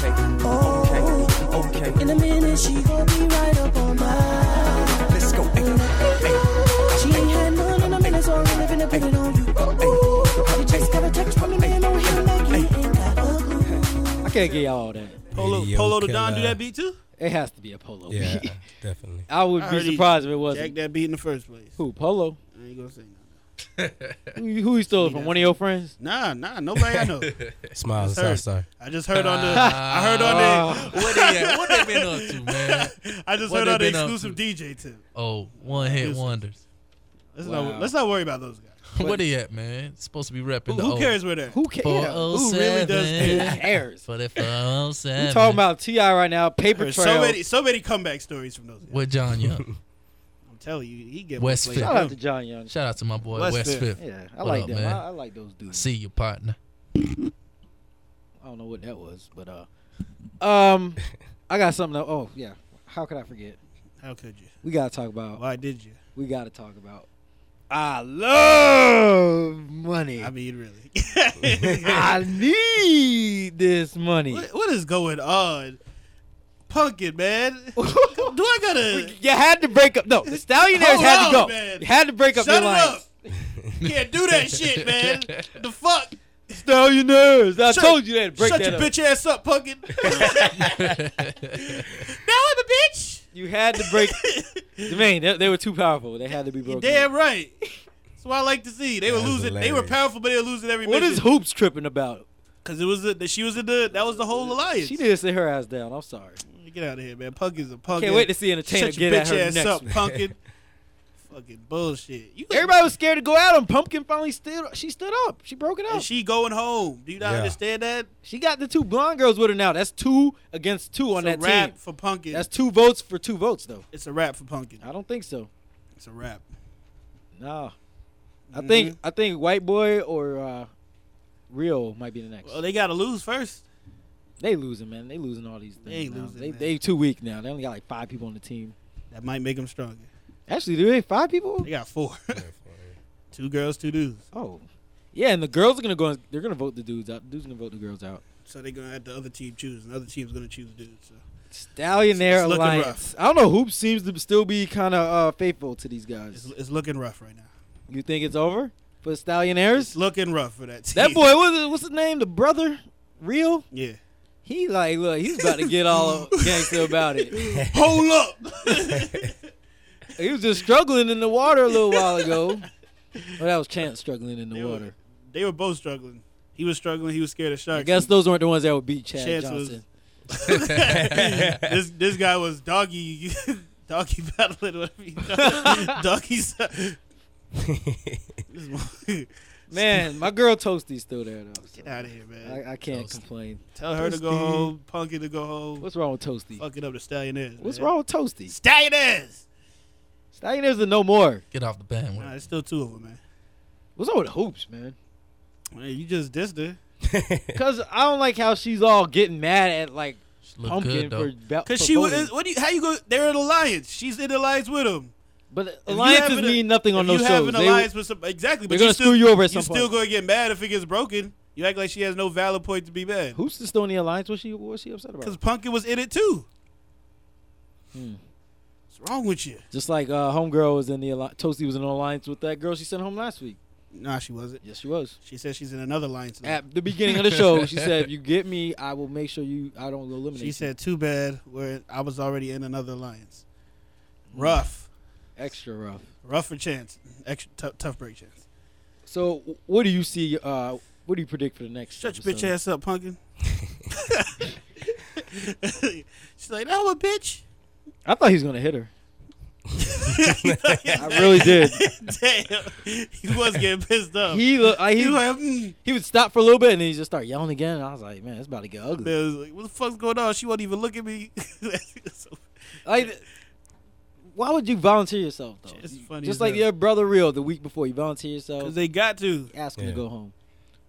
Speaker 14: Okay, okay, okay. In a minute, she gon' be right up on my. Let's go. Ay, ay, she ain't had none in a minute, so I'm living up in it on you. Ooh, you just got a text from the man over here like you ain't got a clue.
Speaker 2: I can't get y'all all that.
Speaker 3: Polo, Polo the Don do that beat too?
Speaker 2: It has to be a Polo.
Speaker 4: Yeah,
Speaker 2: beat.
Speaker 4: definitely.
Speaker 2: I would
Speaker 3: I
Speaker 2: be
Speaker 3: heard he
Speaker 2: surprised if it
Speaker 3: Jack
Speaker 2: wasn't.
Speaker 3: that beat in the first place.
Speaker 2: Who Polo?
Speaker 3: I ain't gonna say
Speaker 2: Who, you- who he stole it from? One of your friends?
Speaker 3: Nah, nah, nobody I know.
Speaker 4: Smiles,
Speaker 3: I
Speaker 4: South
Speaker 3: just
Speaker 4: Star.
Speaker 3: heard, I just heard on the.
Speaker 2: Ah.
Speaker 3: I heard on the.
Speaker 6: Ah. What they- what they been up to, man?
Speaker 3: I just
Speaker 6: What
Speaker 3: heard
Speaker 6: they
Speaker 3: on the
Speaker 6: been up
Speaker 3: exclusive
Speaker 6: to?
Speaker 3: DJ tip.
Speaker 6: Oh, one hit wonders.
Speaker 3: Let's
Speaker 6: Wow.
Speaker 3: not. Let's not worry about those guys.
Speaker 6: Where they at, man? It's supposed to be repping.
Speaker 3: Who-
Speaker 6: the
Speaker 3: who
Speaker 6: old-
Speaker 3: cares where they're at? Who ca-
Speaker 2: yeah, who
Speaker 3: really does
Speaker 6: 407,
Speaker 3: care? Who cares?
Speaker 6: For the 407.
Speaker 2: We talking about Ti right now. Paper
Speaker 3: There's
Speaker 2: trail.
Speaker 3: so many, so many comeback stories from those. Guys.
Speaker 6: with John Young.
Speaker 3: I'm telling you, he get
Speaker 6: West
Speaker 3: played.
Speaker 6: Fifth.
Speaker 2: Shout out to John Young.
Speaker 6: Shout out to my boy
Speaker 2: West
Speaker 6: West,
Speaker 2: Fifth.
Speaker 6: Fifth.
Speaker 2: Yeah, I
Speaker 6: What
Speaker 2: like
Speaker 6: up,
Speaker 2: them.
Speaker 6: man?
Speaker 2: I- I like those dudes.
Speaker 6: See you, partner.
Speaker 2: I don't know what that was, but uh, um, I got something. To, oh yeah, how could I forget?
Speaker 3: How could you?
Speaker 2: We gotta talk about.
Speaker 3: Why did you?
Speaker 2: We gotta talk about. I love money. I
Speaker 3: mean, really.
Speaker 2: I need this money.
Speaker 3: What, what is going on? Pumpkin, man. Do I gotta?
Speaker 2: You had to break up. No, the Stallionaires
Speaker 3: Hold
Speaker 2: had to
Speaker 3: on,
Speaker 2: go.
Speaker 3: man.
Speaker 2: You had to break up their
Speaker 3: Shut it
Speaker 2: lines.
Speaker 3: Can't do that shit, man. The fuck?
Speaker 2: Stallionaires. I
Speaker 3: Shut-
Speaker 2: told you that. Break
Speaker 3: Shut
Speaker 2: that up.
Speaker 3: your bitch ass up, pumpkin. now I'm a bitch.
Speaker 2: You had to break. Jermaine, they, they were too powerful. They had to be broken.
Speaker 3: Damn right. That's what I like to see. They were
Speaker 2: That was
Speaker 3: losing. They were
Speaker 2: hilarious.
Speaker 3: powerful, but they were losing every.
Speaker 2: What is hoops tripping about?
Speaker 3: Because it was the, she was in the that was the whole alliance.
Speaker 2: She did sit her ass down. I'm sorry.
Speaker 3: Get out of here, man. Punkin's a punkin.
Speaker 2: Can't wait to see Entertainer
Speaker 3: Shut your
Speaker 2: get at
Speaker 3: bitch
Speaker 2: her
Speaker 3: ass
Speaker 2: next
Speaker 3: up,
Speaker 2: one.
Speaker 3: punkin. Fucking bullshit. You
Speaker 2: Everybody was scared to go at him. Pumpkin finally stood. She stood up. She broke it up.
Speaker 3: and she going home. Do you not
Speaker 2: Yeah.
Speaker 3: understand that?
Speaker 2: She got the two blonde girls with her now. That's two against two on
Speaker 3: It's a
Speaker 2: that
Speaker 3: wrap
Speaker 2: team.
Speaker 3: for Punkin.
Speaker 2: That's two votes for two votes though.
Speaker 3: It's a wrap for Punkin.
Speaker 2: I don't think so.
Speaker 3: It's a Mm-hmm. wrap.
Speaker 2: No. I think I think White Boy or uh, Rio might be the next.
Speaker 3: Well, they gotta lose first.
Speaker 2: They losing, man. They losing all these things.
Speaker 3: They
Speaker 2: now.
Speaker 3: losing,
Speaker 2: They,
Speaker 3: man.
Speaker 2: they too weak now. They only got like five people on the team.
Speaker 3: That might make them stronger.
Speaker 2: Actually, do they five people?
Speaker 3: They got four. two girls, two dudes.
Speaker 2: Oh, yeah. And the girls are gonna go. They're gonna vote the dudes out. The dudes gonna vote the girls out.
Speaker 3: So they're gonna have the other team choose. Another team's gonna choose dudes. So.
Speaker 2: Stallionaire
Speaker 3: It's looking
Speaker 2: Alliance. I don't know. Hoop seems to still be kind of uh, faithful to these guys.
Speaker 3: It's, it's looking rough right now.
Speaker 2: You think it's over for the Stallionaires?
Speaker 3: Looking rough for that team.
Speaker 2: That boy, what, what's his name? The brother? real?
Speaker 3: Yeah.
Speaker 2: He like look, he's about to get all gangster about it.
Speaker 3: Hold up.
Speaker 2: he was just struggling in the water a little while ago. Well, that was Chance struggling in the water.
Speaker 3: They were both struggling. He was struggling. He was scared of sharks.
Speaker 2: I guess those weren't the ones that would beat Chad
Speaker 3: Chance was-
Speaker 2: Johnson.
Speaker 3: this this guy was doggy doggy battling whatever he dog, doggy. style. This mo-
Speaker 2: Man, my girl Toasty's still there though.
Speaker 3: Get out of here, man.
Speaker 2: I, I can't complain.
Speaker 3: Tell her to go
Speaker 2: Toasty.
Speaker 3: home. Punky to go home.
Speaker 2: What's wrong with Toasty?
Speaker 3: Fucking up the stallionaires.
Speaker 2: What's
Speaker 3: man.
Speaker 2: wrong with Toasty?
Speaker 3: Stallionaires.
Speaker 2: Stallionaires are no more.
Speaker 6: Get off the bandwagon.
Speaker 3: Nah, there's still two of them, man.
Speaker 2: What's up with hoops, man?
Speaker 3: Man, you just dissed her.
Speaker 2: Cause I don't like how she's all getting mad at like
Speaker 3: look
Speaker 2: Pumpkin
Speaker 3: good, though.
Speaker 2: for belt.
Speaker 3: Cause she was. What do you? How you go? They're an alliance. She's in alliance with them.
Speaker 2: But alliances mean nothing on
Speaker 3: if
Speaker 2: those
Speaker 3: you have
Speaker 2: shows.
Speaker 3: an
Speaker 2: They-
Speaker 3: alliance with some, exactly.
Speaker 2: they're
Speaker 3: But
Speaker 2: gonna
Speaker 3: still,
Speaker 2: screw you over at some
Speaker 3: still
Speaker 2: point.
Speaker 3: gonna get mad if it gets broken. You act like she has no valid point to be mad.
Speaker 2: Who's the Stony Alliance? What's she? What's she upset about?
Speaker 3: Cause Pumpkin was in it too.
Speaker 2: Hmm.
Speaker 3: What's wrong with you?
Speaker 2: Just like uh, homegirl was in the alli- Toasty was in an alliance with that girl she sent home last week.
Speaker 3: Nah, she wasn't.
Speaker 2: Yes, she was.
Speaker 3: She said she's in another alliance. now.
Speaker 2: At the beginning of the show, she said, "If you get me, I will make sure you. I don't eliminate."
Speaker 3: She
Speaker 2: you."
Speaker 3: said, "Too bad, where I was already in another alliance. Rough,
Speaker 2: Hmm. extra rough,
Speaker 3: rough for chance, extra tough, tough break chance.
Speaker 2: "So, w- what do you see? Uh, what do you predict for the next?"
Speaker 3: Shut your
Speaker 2: episode?
Speaker 3: bitch ass up, pumpkin." She's like, "No, a bitch."
Speaker 2: I thought he was gonna hit her. I really did.
Speaker 3: Damn, he was getting pissed up.
Speaker 2: He look. Like, he,
Speaker 3: was like, mm.
Speaker 2: he would stop for a little bit and then he just start yelling again. And I was like, "Man, it's about to get ugly."
Speaker 3: Man, was like, "What the fuck's going on?" She won't even look at me. So-
Speaker 2: Like, why would you volunteer yourself though?
Speaker 3: It's funny
Speaker 2: Just
Speaker 3: as
Speaker 2: like
Speaker 3: hell.
Speaker 2: your brother real the week before, you volunteer yourself.
Speaker 3: 'Cause they got to
Speaker 2: ask him to go home.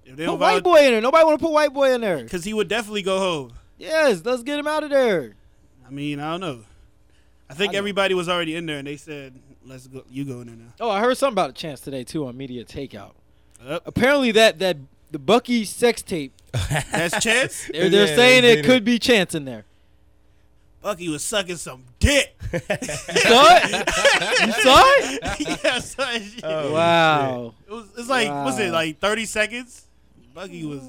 Speaker 3: If they
Speaker 2: Put
Speaker 3: don't
Speaker 2: white boy in there. Nobody want to put white boy in there.
Speaker 3: because he would definitely go home.
Speaker 2: Yes, let's get him out of there.
Speaker 3: I mean, I don't know. I think
Speaker 2: I know.
Speaker 3: everybody was already in there, and they said, "Let's go. You go in there now."
Speaker 2: Oh, I heard something about a chance today too on media takeout.
Speaker 3: Yep.
Speaker 2: Apparently that that the Bucky sex tape.
Speaker 3: That's chance.
Speaker 2: They're, they're
Speaker 3: Yeah,
Speaker 2: saying
Speaker 3: they
Speaker 2: it
Speaker 3: did
Speaker 2: could be chance in there.
Speaker 3: Bucky was sucking some dick. you
Speaker 2: saw it? You saw it?
Speaker 3: yeah, I saw that shit.
Speaker 2: Oh, Wow.
Speaker 3: It was, it's like, what's it,
Speaker 2: Wow.
Speaker 3: like 30 seconds? Bucky was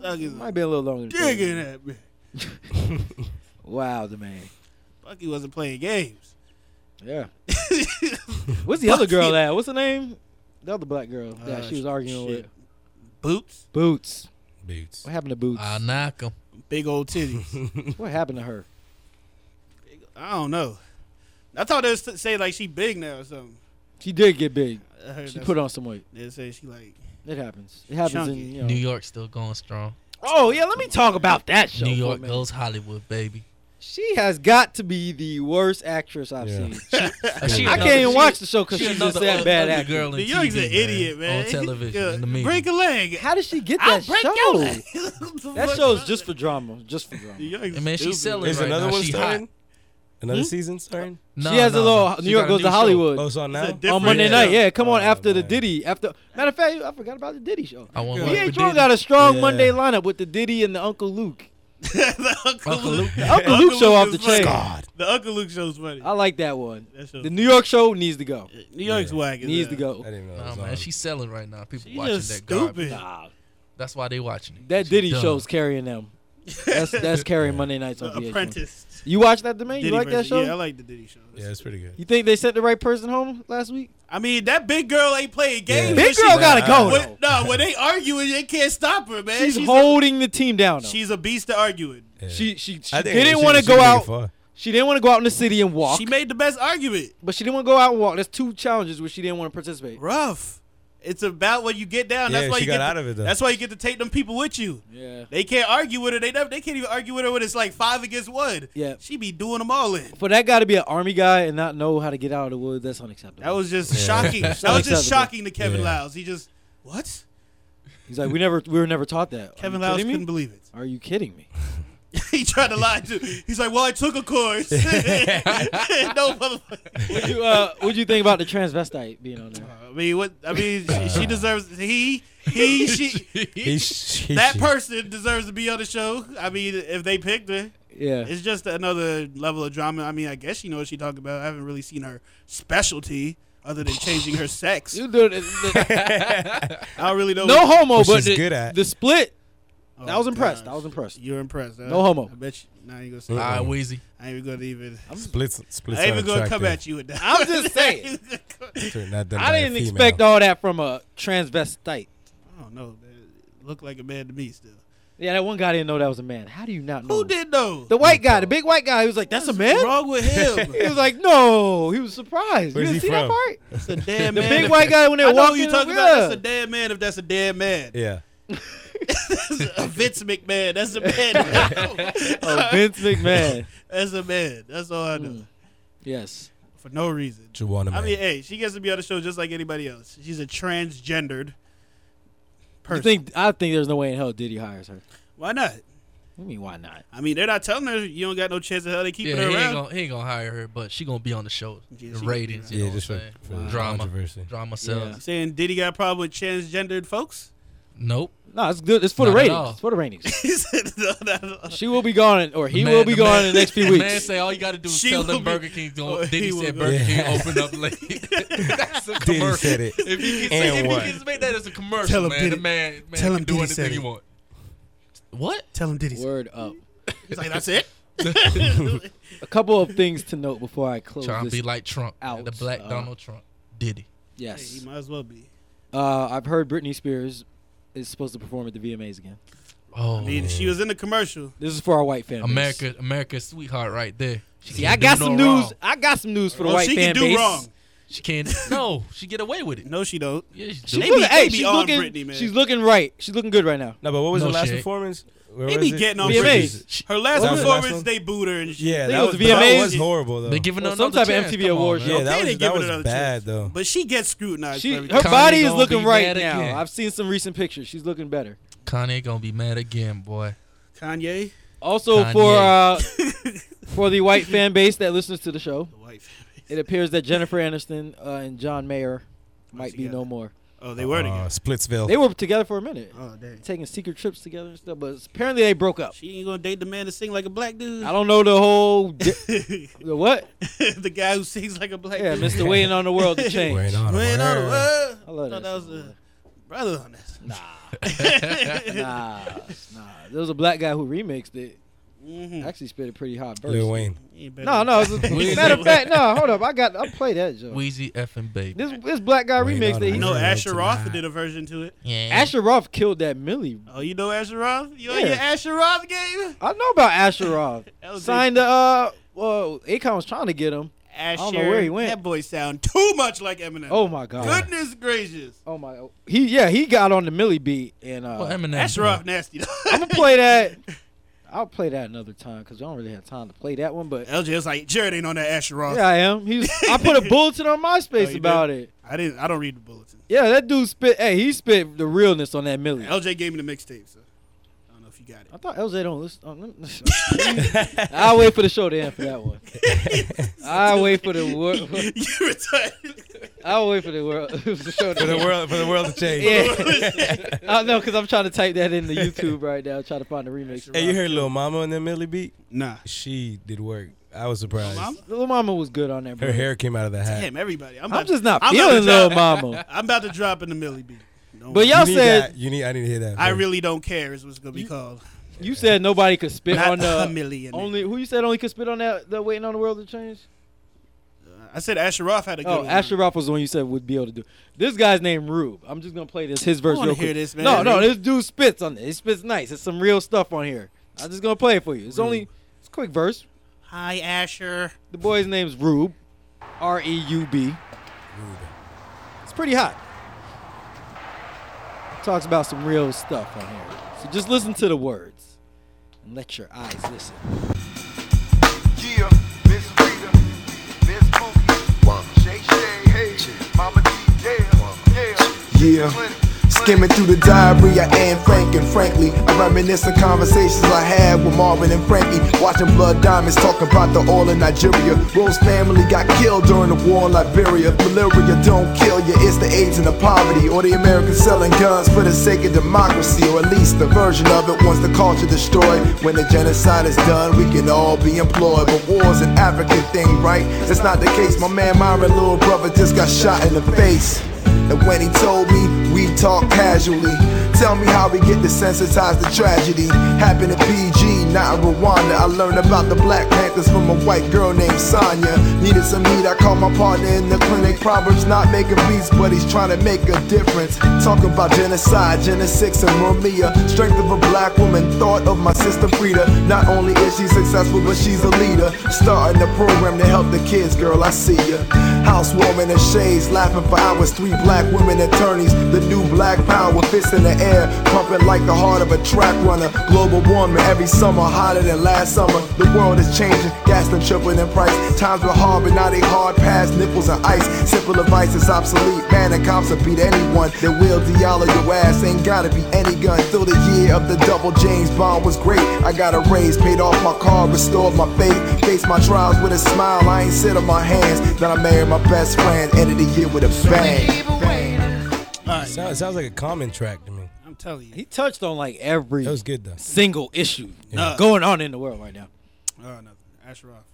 Speaker 3: sucking some
Speaker 2: Might be a little longer. Than
Speaker 3: dick in
Speaker 2: 30.
Speaker 3: that man.
Speaker 2: Wow, the man.
Speaker 3: Bucky wasn't playing games.
Speaker 2: Yeah. What's the other girl at? What's her name? The other black girl that
Speaker 3: Uh,
Speaker 2: she was arguing
Speaker 3: shit.
Speaker 2: with.
Speaker 3: Boots?
Speaker 2: Boots.
Speaker 4: Boots.
Speaker 2: What happened to Boots?
Speaker 6: I knock him.
Speaker 3: Big old titties.
Speaker 2: what happened to her?
Speaker 3: I don't know. I thought they was t- say like she big now or something.
Speaker 2: She did get big.
Speaker 3: I heard
Speaker 2: She
Speaker 3: that's-
Speaker 2: put on some weight.
Speaker 3: They say she like
Speaker 2: It happens. It happens
Speaker 3: Chunky.
Speaker 2: in you know.
Speaker 6: New York still going strong.
Speaker 2: Oh yeah, let me talk about that show.
Speaker 6: New
Speaker 2: for a
Speaker 6: York
Speaker 2: minute.
Speaker 6: goes Hollywood, baby.
Speaker 2: She has got to be the worst actress I've seen.
Speaker 6: She
Speaker 2: I
Speaker 6: another-
Speaker 2: can't even
Speaker 6: she-
Speaker 2: watch the show because
Speaker 6: she
Speaker 2: she's just
Speaker 6: another
Speaker 2: that
Speaker 6: ug-
Speaker 2: bad
Speaker 6: ugly
Speaker 2: actress.
Speaker 6: girl in New York's TV, an man, idiot, man. on television, in the media.
Speaker 3: break a leg.
Speaker 2: How did she get
Speaker 3: I'll
Speaker 2: that
Speaker 3: break your leg.
Speaker 2: show? that show is just for drama. Just for drama.
Speaker 3: Young's
Speaker 6: man, she's selling
Speaker 4: Is
Speaker 6: right
Speaker 4: another
Speaker 6: now.
Speaker 4: one
Speaker 6: She
Speaker 4: starting?
Speaker 6: hot.
Speaker 4: Another
Speaker 2: Hmm?
Speaker 4: season starting?
Speaker 6: No,
Speaker 2: she has
Speaker 6: no,
Speaker 2: a little
Speaker 6: no. She
Speaker 2: New York
Speaker 6: got a Oh,
Speaker 2: goes
Speaker 6: new
Speaker 2: to
Speaker 6: show.
Speaker 2: Hollywood.
Speaker 4: Oh, it's on now?
Speaker 2: on Monday
Speaker 4: Yeah.
Speaker 2: night. Yeah, come on after the Diddy. After matter of fact, I forgot about the Diddy show.
Speaker 6: I want
Speaker 2: We
Speaker 6: one for
Speaker 2: ain't drunk
Speaker 6: Diddy.
Speaker 2: got a strong
Speaker 6: Yeah.
Speaker 2: Monday lineup with the Diddy and the Uncle Luke.
Speaker 6: Uncle Luke.
Speaker 2: Uncle Luke show off the
Speaker 3: is funny.
Speaker 2: chain.
Speaker 3: The Uncle Luke show's funny.
Speaker 2: I like that one.
Speaker 3: That show's
Speaker 2: The New York show needs to go.
Speaker 3: New York's whack. as
Speaker 2: Needs to
Speaker 3: hell.
Speaker 2: go.
Speaker 6: Nah,
Speaker 2: um,
Speaker 6: man, she's selling right now. People
Speaker 3: She
Speaker 6: watching
Speaker 3: just
Speaker 6: that
Speaker 3: stupid.
Speaker 6: garbage. That's why they watching it.
Speaker 2: That Diddy
Speaker 6: dumb.
Speaker 2: show's carrying them. That's that's carrying Monday nights on
Speaker 3: The
Speaker 2: VH1.
Speaker 3: Apprentice.
Speaker 2: You watch that, Domain? You
Speaker 3: Diddy
Speaker 2: like that
Speaker 3: versus-
Speaker 2: show?
Speaker 3: Yeah, I like the Diddy show.
Speaker 4: Yeah, it's pretty good.
Speaker 2: You think they sent the right person home last week?
Speaker 3: I mean, that big girl ain't playing games.
Speaker 2: Big
Speaker 3: when she-
Speaker 2: girl gotta go,
Speaker 3: When, no, when they arguing, they can't stop her, man.
Speaker 2: She's,
Speaker 3: She's,
Speaker 2: holding the team down. Though.
Speaker 3: she's a beast to arguing.
Speaker 2: She she, she
Speaker 4: I think
Speaker 2: didn't
Speaker 4: she-
Speaker 2: want to
Speaker 4: she
Speaker 2: go
Speaker 4: made it
Speaker 2: out.
Speaker 4: far.
Speaker 2: She didn't want to go out in the city and walk.
Speaker 3: She made the best argument.
Speaker 2: but she didn't want to go out and walk. That's two challenges where she didn't want to participate.
Speaker 3: Rough. It's about when you get down. That's
Speaker 4: Yeah,
Speaker 3: why
Speaker 4: she
Speaker 3: you
Speaker 4: got
Speaker 3: get
Speaker 4: out
Speaker 3: to-
Speaker 4: of it, though.
Speaker 3: That's why you get to take them people with you.
Speaker 2: Yeah.
Speaker 3: They can't argue with her. They never, they can't even argue with her when it's like five against one.
Speaker 2: Yeah.
Speaker 3: She be doing them all in.
Speaker 2: For that guy to be an army guy and not know how to get out of the woods, that's unacceptable.
Speaker 3: That was just shocking. That was just shocking to Kevin
Speaker 2: Yeah.
Speaker 3: Lyles. He just what?
Speaker 2: He's like, we never, we were never taught that. Are
Speaker 3: Kevin
Speaker 2: you
Speaker 3: Lyles
Speaker 2: kidding me?
Speaker 3: couldn't believe it.
Speaker 2: Are you kidding me?
Speaker 3: he tried to lie to. He's like, well, I took a course. no motherfucker.
Speaker 2: Would you, uh, what'd you think about the transvestite being on there?
Speaker 3: I mean, what? I mean, she, she deserves. He, he, she.
Speaker 4: He- she-
Speaker 3: that
Speaker 4: she-
Speaker 3: person deserves to be on the show. I mean, if they picked her,
Speaker 2: Yeah.
Speaker 3: it's just another level of drama. I mean, I guess she knows what she talking about. I haven't really seen her specialty other than changing her sex.
Speaker 2: You do it.
Speaker 3: I don't really know.
Speaker 2: No
Speaker 3: what-
Speaker 2: homo, but the, the split I was impressed. I was impressed.
Speaker 3: Oh, You're impressed. huh?
Speaker 2: No homo.
Speaker 3: I bet you. Nah, I ain't gonna say.
Speaker 6: All right,
Speaker 3: that.
Speaker 6: Weezy.
Speaker 3: I ain't gonna even. I'm
Speaker 4: Splits- splits
Speaker 3: I ain't
Speaker 4: are
Speaker 3: even gonna come
Speaker 4: attractive.
Speaker 3: at you with that.
Speaker 2: I'm just saying.
Speaker 4: Turn that down
Speaker 2: I
Speaker 4: by a
Speaker 2: didn't
Speaker 4: female.
Speaker 2: expect all that from a transvestite.
Speaker 3: I don't know. Man. Look like a man to me still.
Speaker 2: Yeah, that one guy didn't know that was a man. How do you not know?
Speaker 3: Who did though?
Speaker 2: The white guy, the big white guy, he was like, "That's a man."
Speaker 3: wrong with him?
Speaker 2: he was like, "No," he was surprised.
Speaker 3: Where's
Speaker 2: you
Speaker 3: he
Speaker 2: didn't see that
Speaker 3: from?
Speaker 2: part?
Speaker 3: It's a dead
Speaker 2: the
Speaker 3: man.
Speaker 2: big white guy when
Speaker 3: I
Speaker 2: they
Speaker 3: know
Speaker 2: walked
Speaker 3: who you
Speaker 2: in,
Speaker 3: talking
Speaker 2: yeah.
Speaker 3: about. That's a dead man. If that's a dead man.
Speaker 4: Yeah.
Speaker 3: a Vince McMahon. That's a man.
Speaker 2: Oh, Vince McMahon. Hmm.
Speaker 3: that's a man. That's all I know.
Speaker 2: Yes.
Speaker 3: For no reason.
Speaker 4: Juwanna
Speaker 3: I
Speaker 4: Man.
Speaker 3: mean, hey, she gets to be on the show just like anybody else. She's a transgendered.
Speaker 2: You think I think there's no way in hell Diddy hires her.
Speaker 3: Why not?
Speaker 2: I mean, why not?
Speaker 3: I mean, they're not telling her you don't got no chance of hell. They keeping
Speaker 6: yeah,
Speaker 3: her
Speaker 6: he ain't,
Speaker 3: around.
Speaker 6: gonna, he ain't gonna hire her, but she gonna be on the show.
Speaker 3: Yeah,
Speaker 6: the
Speaker 3: she-
Speaker 6: ratings, you
Speaker 4: Yeah,
Speaker 6: know
Speaker 4: just
Speaker 6: what
Speaker 4: for-
Speaker 6: I'm
Speaker 4: for
Speaker 6: saying?
Speaker 4: the
Speaker 6: drama,
Speaker 4: controversy.
Speaker 6: drama sells.
Speaker 3: You Saying Diddy got a problem with transgendered folks?
Speaker 6: Nope.
Speaker 2: No, it's good. It's for the
Speaker 6: Not at
Speaker 2: ratings.
Speaker 6: all.
Speaker 2: It's for the ratings.
Speaker 3: He said, no, no, no.
Speaker 2: she will be gone, or he
Speaker 6: The man-
Speaker 2: will be
Speaker 6: the
Speaker 2: gone
Speaker 6: man-
Speaker 2: in the next few
Speaker 6: the
Speaker 2: weeks.
Speaker 6: Man say all you gotta do is
Speaker 3: She
Speaker 6: tell
Speaker 3: will
Speaker 6: them
Speaker 3: be-
Speaker 6: Burger King.
Speaker 3: Oh,
Speaker 6: Don't,
Speaker 3: he
Speaker 6: then he
Speaker 3: will
Speaker 6: said
Speaker 3: be-
Speaker 6: Burger
Speaker 4: Yeah.
Speaker 6: King open up late. That's a
Speaker 4: Diddy
Speaker 6: commercial.
Speaker 4: said it.
Speaker 6: If he
Speaker 4: And
Speaker 6: can, say, if
Speaker 4: one.
Speaker 6: he can make that as a commercial,
Speaker 3: Tell him
Speaker 6: man,
Speaker 3: Diddy-
Speaker 6: the man, man
Speaker 3: tell him
Speaker 6: can do
Speaker 3: Diddy
Speaker 6: anything
Speaker 3: said
Speaker 6: he
Speaker 3: it.
Speaker 6: want. What?
Speaker 3: Tell him Diddy.
Speaker 2: Word up.
Speaker 3: He's like, that's it.
Speaker 2: A couple of things to note before I close.
Speaker 6: Trying to
Speaker 2: this
Speaker 6: be like Trump,
Speaker 2: out.
Speaker 6: the black
Speaker 4: Oh.
Speaker 2: Uh,
Speaker 6: Donald Trump. Diddy.
Speaker 2: Yes.
Speaker 3: Hey, he might as well be.
Speaker 2: Uh, I've heard Britney Spears is supposed to perform at the VMAs again.
Speaker 6: Oh,
Speaker 3: I mean, she was in the commercial.
Speaker 2: This is for our white fan base.
Speaker 6: America, America's sweetheart, right there. She
Speaker 2: See,
Speaker 6: can't
Speaker 2: I
Speaker 6: do
Speaker 2: got
Speaker 6: no
Speaker 2: some
Speaker 6: wrong.
Speaker 2: news. I got some news
Speaker 4: Oh,
Speaker 2: for the
Speaker 3: Well,
Speaker 2: white
Speaker 3: she
Speaker 2: fan
Speaker 3: can do
Speaker 2: base.
Speaker 3: wrong.
Speaker 6: She can't. No, she get away with it.
Speaker 3: No, she don't.
Speaker 6: Yeah, she
Speaker 2: She
Speaker 6: do.
Speaker 2: looking,
Speaker 3: be-
Speaker 2: hey,
Speaker 3: they be
Speaker 2: she's
Speaker 3: on
Speaker 2: looking,
Speaker 3: Britney, man.
Speaker 2: she's looking right. She's looking good right now.
Speaker 4: No, but what was
Speaker 6: No
Speaker 4: her last
Speaker 6: shit.
Speaker 4: performance? Where
Speaker 3: They
Speaker 4: was
Speaker 3: be
Speaker 4: it?
Speaker 3: getting on
Speaker 4: Where
Speaker 2: VMAs.
Speaker 4: was it?
Speaker 3: Her last
Speaker 4: That was the last
Speaker 3: performance,
Speaker 4: one?
Speaker 3: they booed her and shit.
Speaker 4: Yeah,
Speaker 2: think
Speaker 4: that
Speaker 2: it was
Speaker 4: was,
Speaker 2: the
Speaker 4: that
Speaker 2: VMAs.
Speaker 4: was horrible though.
Speaker 6: They giving
Speaker 2: Well,
Speaker 6: her
Speaker 2: some
Speaker 6: another
Speaker 2: type of
Speaker 6: chance.
Speaker 2: MTV
Speaker 6: Come on,
Speaker 2: Awards
Speaker 6: man.
Speaker 4: yeah, that
Speaker 3: they
Speaker 4: was
Speaker 3: didn't
Speaker 4: that
Speaker 3: give it
Speaker 4: was
Speaker 3: another
Speaker 4: bad
Speaker 3: chance.
Speaker 4: though.
Speaker 3: But she gets scrutinized.
Speaker 2: She,
Speaker 3: for
Speaker 2: her
Speaker 3: everything.
Speaker 6: Kanye
Speaker 2: body is
Speaker 6: gonna
Speaker 2: looking
Speaker 6: be
Speaker 2: right
Speaker 6: mad
Speaker 2: now.
Speaker 6: again.
Speaker 2: I've seen some recent pictures. She's looking better.
Speaker 6: Kanye gonna be mad again, boy.
Speaker 3: Kanye,
Speaker 2: Also
Speaker 6: Kanye.
Speaker 2: for uh, for the white fan base that listens to the show,
Speaker 3: the white family.
Speaker 2: it appears that Jennifer Aniston uh, and John Mayer might be
Speaker 3: together.
Speaker 2: no more.
Speaker 3: Oh, they were
Speaker 4: Uh,
Speaker 3: together.
Speaker 4: Splitsville.
Speaker 2: They were together for a minute,
Speaker 3: Oh, dang.
Speaker 2: taking secret trips together and stuff. But apparently they broke up.
Speaker 3: She ain't gonna date the man that sing like a black dude.
Speaker 2: I don't know the whole di- the what.
Speaker 3: the guy who sings like a black
Speaker 2: Yeah,
Speaker 3: dude.
Speaker 2: Mister Waiting on the World to Change.
Speaker 4: Waiting on
Speaker 3: Man, I don't-
Speaker 4: her.
Speaker 2: I
Speaker 3: uh,
Speaker 2: love that
Speaker 3: thought that was
Speaker 2: song,
Speaker 3: a brother on this.
Speaker 2: Nah, nah, nah. There was a black guy who remixed it.
Speaker 3: Mm-hmm.
Speaker 2: Actually, spit a pretty hot verse.
Speaker 4: Lil Wayne.
Speaker 2: No, no. it's
Speaker 6: Wheezy.
Speaker 2: a- matter of fact, no. Hold up, I got. I play that joke.
Speaker 6: Wheezy effing baby.
Speaker 2: This this black guy
Speaker 4: Wait,
Speaker 2: remix
Speaker 4: no,
Speaker 2: that
Speaker 3: I
Speaker 2: he.
Speaker 4: no.
Speaker 3: know
Speaker 4: Yeah,
Speaker 3: Asher Roth
Speaker 4: tonight.
Speaker 3: did a version to it.
Speaker 6: yeah.
Speaker 2: Asher Roth killed that Millie.
Speaker 3: Oh, you know Asher Roth? You know
Speaker 2: Yeah.
Speaker 3: your Asher Roth game?
Speaker 2: I know about Asher Roth.
Speaker 3: That was
Speaker 2: Signed the uh. Well, Akon was trying to get him.
Speaker 3: Asher.
Speaker 2: don't know where he went.
Speaker 3: That boy sound too much like Eminem.
Speaker 2: Oh my god.
Speaker 3: Goodness gracious.
Speaker 2: Oh my. He yeah he got on the Millie beat and uh.
Speaker 6: Well, Eminem.
Speaker 3: Asher Roth nasty.
Speaker 2: I'm gonna play that. I'll play that another time because I don't really have time to play that one. But
Speaker 3: LJ was like, Jared ain't on that Asher Roth.
Speaker 2: yeah, I am. He's. I put a bulletin on
Speaker 3: Oh,
Speaker 2: MySpace
Speaker 3: you
Speaker 2: about
Speaker 3: did?
Speaker 2: it.
Speaker 3: I didn't. I don't read the bulletin.
Speaker 2: Yeah, that dude spit. Hey, he spit the realness on that Millie.
Speaker 3: LJ gave me the mixtape, so I don't know if you got
Speaker 2: I thought LJ don't listen. Oh, let me- I'll wait for the show to end for that one. I'll wait for the world.
Speaker 3: it. you retarded.
Speaker 2: I'll wait for the world. the show to
Speaker 4: For the
Speaker 2: end.
Speaker 4: world, for the world to change.
Speaker 2: Yeah. I know because I'm trying to type that into YouTube right now, trying to find the remix.
Speaker 4: Hey, you heard Lil Mama on that Millie beat?
Speaker 3: Nah.
Speaker 4: She did work. I was surprised.
Speaker 3: Mama?
Speaker 2: Little Mama was good on that. Bro.
Speaker 4: Her hair came out of the hat.
Speaker 3: Damn, everybody. I'm, about
Speaker 2: I'm
Speaker 3: to-
Speaker 2: just not
Speaker 3: I'm about to
Speaker 2: feeling Little
Speaker 3: drop-
Speaker 2: Mama.
Speaker 3: I'm about to drop in the Millie beat. Don't
Speaker 2: But
Speaker 3: worry.
Speaker 2: y'all
Speaker 4: you need
Speaker 2: said
Speaker 4: that. You need. I need to hear that.
Speaker 3: I
Speaker 4: first.
Speaker 3: really don't care is what's gonna be called.
Speaker 2: you said nobody could spit
Speaker 3: Not
Speaker 2: on
Speaker 3: a
Speaker 2: the
Speaker 3: million.
Speaker 2: only who you said only could spit on that the waiting on the world to change.
Speaker 3: I said Asher Roth had a good
Speaker 2: Oh,
Speaker 3: one.
Speaker 2: Asher Roth was the one you said would be able to do. This guy's named Rube. I'm just gonna play this his verse
Speaker 3: wanna
Speaker 2: real
Speaker 3: hear
Speaker 2: quick.
Speaker 3: this, man.
Speaker 2: No, no,
Speaker 3: Rube.
Speaker 2: this dude spits on this. He spits nice. It's some real stuff on here. I'm just gonna play it for you. It's only it's a quick verse.
Speaker 3: Hi, Asher.
Speaker 2: The boy's name's Rube, R E U B. It's pretty hot. Talks about some real stuff on here. So just listen to the words and let your eyes listen.
Speaker 10: Yeah, Miss Rita, Miss Mookie, Shay Shay, hey, Mama D, yeah, yeah,
Speaker 1: Yeah. Skimming through the diary, I am thinking, frankly. I reminisce of conversations I had with Marvin and Frankie. Watching Blood Diamonds talking about the oil in Nigeria. Rose family got killed during the war in Liberia. Malaria don't kill you, it's the AIDS and the poverty. Or the Americans selling guns for the sake of democracy. Or at least the version of it once the culture destroyed. When the genocide is done, we can all be employed. But war's an African thing, right? That's not the case. My man, Myron, little brother, just got shot in the face. And when he told me
Speaker 15: We talk casually. Tell me how we get desensitized to tragedy. Happened in PG, not in Rwanda. I learned about the Black Panthers from a white girl named Sonya. Needed some heat, I called my partner in the clinic. Proverbs not making beats, but he's trying to make a difference. Talking about genocide, Genesis and Romia. Strength of a black woman, thought of my sister Frida. Not only is she successful, but she's a leader. Starting a program to help the kids, girl, I see ya. Housewarming in shades, laughing for hours. Three black women attorneys, the new black power, fists in the air, pumping like the heart of a track runner. Global warming every summer, hotter than last summer. The world is changing, gas them tripling in price. Times were hard, but now they hard pass, nipples and ice. Simple advice is obsolete, man, and cops will beat anyone. They will diallo your ass, ain't gotta be any gun. Still the year of the double James Bond was great. I got a raise, paid off my car, restored my faith. Faced my trials with a smile, I ain't sit on my hands. Then I married my best friend, ended the year with a bang.
Speaker 4: Sounds, sounds like a common track to me.
Speaker 3: I'm telling you.
Speaker 2: He touched on like every
Speaker 4: That was good, though.
Speaker 2: single issue
Speaker 3: Yeah.
Speaker 2: going on in the world right now.
Speaker 3: Oh, nothing. Asher off.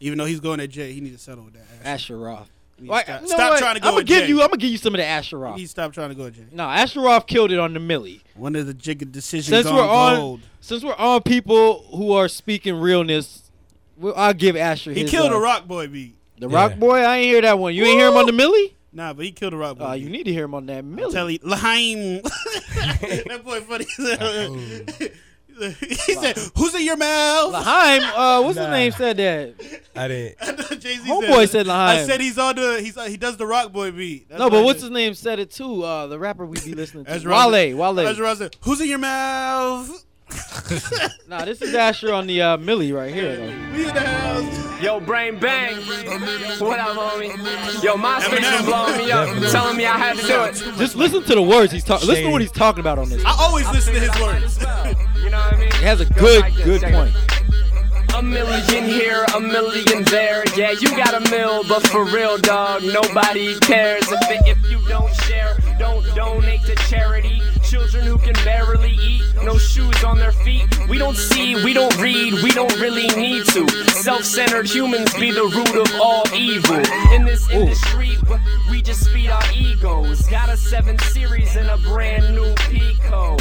Speaker 3: Even though he's going to J, he needs to settle with that.
Speaker 2: Asher Roth.
Speaker 3: He
Speaker 2: Like,
Speaker 3: stop
Speaker 2: you know
Speaker 3: stop
Speaker 2: what?
Speaker 3: trying to go
Speaker 2: I'm gonna
Speaker 3: at
Speaker 2: give
Speaker 3: Jay.
Speaker 2: you. I'm gonna give you some of the Asheroff.
Speaker 3: He stopped trying to go at Jay.
Speaker 2: No, Asheroff killed it on the Millie.
Speaker 3: One of the jig decisions
Speaker 2: Since
Speaker 3: on
Speaker 2: we're on,
Speaker 3: gold.
Speaker 2: since we're on people who are speaking realness, well, I'll give Asher.
Speaker 3: He
Speaker 2: his,
Speaker 3: killed
Speaker 2: uh,
Speaker 3: a rock boy beat.
Speaker 2: The Rock Boy. I ain't hear that one. You ain't hear him on the Millie.
Speaker 3: Nah, but he killed a rock boy.
Speaker 2: Uh, you need to hear him on that Millie.
Speaker 3: Tell he Laheim. that boy funny. he said, "Who's in your mouth?"
Speaker 2: Laheim. Uh, what's his name? Said that.
Speaker 4: I didn't.
Speaker 3: Jay-Z
Speaker 2: Homeboy said
Speaker 3: I
Speaker 2: Laheim.
Speaker 3: said he's on the. He's on, he does the rock boy beat. That's
Speaker 2: no,
Speaker 3: I
Speaker 2: but what's
Speaker 3: said.
Speaker 2: his name said it too. Uh, the rapper we be listening to.
Speaker 3: That's
Speaker 2: Wale. Wale.
Speaker 3: That's Ross said, Who's in your mouth?
Speaker 2: Nah, this is Asher on the uh, Millie right here. Though.
Speaker 16: Yo, brain bang. What up, homie? Yo, MySpace been blowing me up, telling me I had to do it.
Speaker 2: Just listen to the words he's talking. Listen to what he's talking about on this.
Speaker 3: I always listen to his words.
Speaker 16: You know what I mean?
Speaker 2: It has a good, good
Speaker 16: Check it.
Speaker 2: point.
Speaker 16: A million here, a million there. Yeah, you got a mill, but for real, dog, nobody cares if, it, if you don't share. Don't donate to charity. Children who can barely eat, no shoes on their feet. We don't see, we don't read, we don't really need to. Self-centered humans be the root of all evil. In this industry, w- we just feed our egos. Got a seven series and a brand new Pico.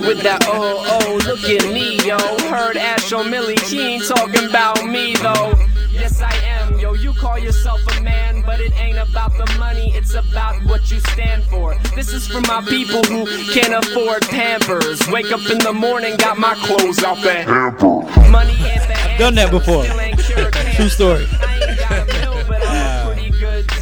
Speaker 16: With that oh oh, look at me, yo. Heard Ash Millie, he ain't talking about me though. Yes, I am, yo. You call yourself a man, but it ain't about the money, it's about what you stand for. This is for my people who can't afford Pampers. Wake up in the morning, got my clothes off at money and the
Speaker 2: I've done that before. True story.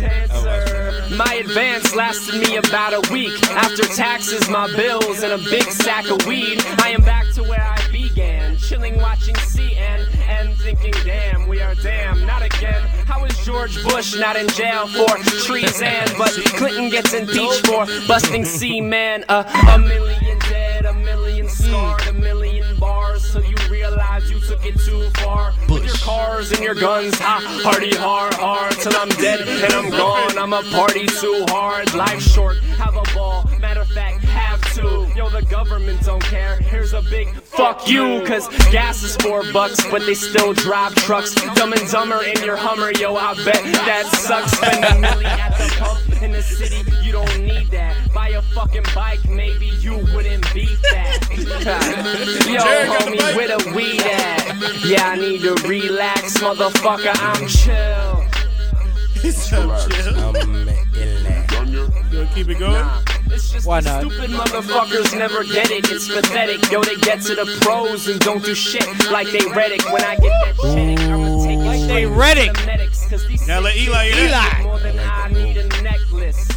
Speaker 16: My advance lasted me about a week. After taxes, my bills, and a big sack of weed, I am back to where I began. Chilling, watching CN, and thinking, damn, we are damn, not again. How is George Bush not in jail for treason? But Clinton gets impeached for busting C-Man. Uh, a million dead, a million scarred, a million bars. So you realize you took it too far. With your cars and your guns, ha, hardy har har. Till I'm dead and I'm gone, I'm a party too hard. Life short, have a ball. Matter of fact, have two. Yo, the government don't care. Here's a big fuck you, cause gas is four bucks, but they still drive trucks. Dumb and dumber in your Hummer, yo, I bet that sucks. Spend a million at the pump in the city, you don't need that. Buy a fucking bike, maybe you wouldn't beat that. yo,
Speaker 11: Jared got the
Speaker 16: homie,
Speaker 11: bike.
Speaker 16: where the weed at? Yeah, I need to relax, motherfucker, I'm chill.
Speaker 3: He's so chill. Yo, keep it going.
Speaker 16: It's just
Speaker 2: Why
Speaker 16: the
Speaker 2: not?
Speaker 16: Stupid motherfuckers never get it. It's pathetic. Yo, they get to the pros and don't do shit like they read it. When I get that shit, I'ma take it like
Speaker 2: they read it.
Speaker 16: Now
Speaker 3: let Eli hear that.
Speaker 16: More than I need a necklace.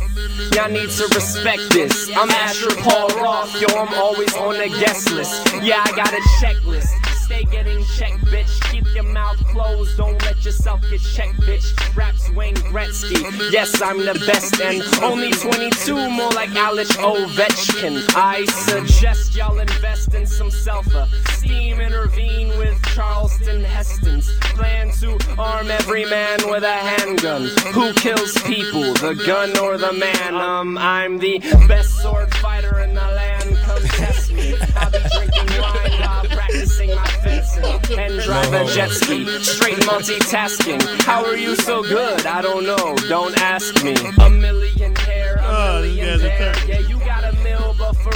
Speaker 16: Y'all need to respect this. I'm Asher Paul Roth. Yo, I'm always on the guest list. Yeah, I got a checklist. Stay getting checked, bitch. Keep your mouth closed. Don't let yourself get checked, bitch. Raps Wayne Gretzky. Yes, I'm the best and only 22, more like Alex Ovechkin. I suggest y'all invest in some self-esteem. Intervene with Charleston Heston's plan to arm every man with a handgun. Who kills people, the gun or the man? Um, I'm the best sword fighter in the land. Come test me. I'll be drinking wine while practicing my fencing and drive a jet ski. Straight multitasking. How are you
Speaker 2: Oh,
Speaker 16: so good? I don't know. Don't ask me. A million hair, a million there. Yeah, you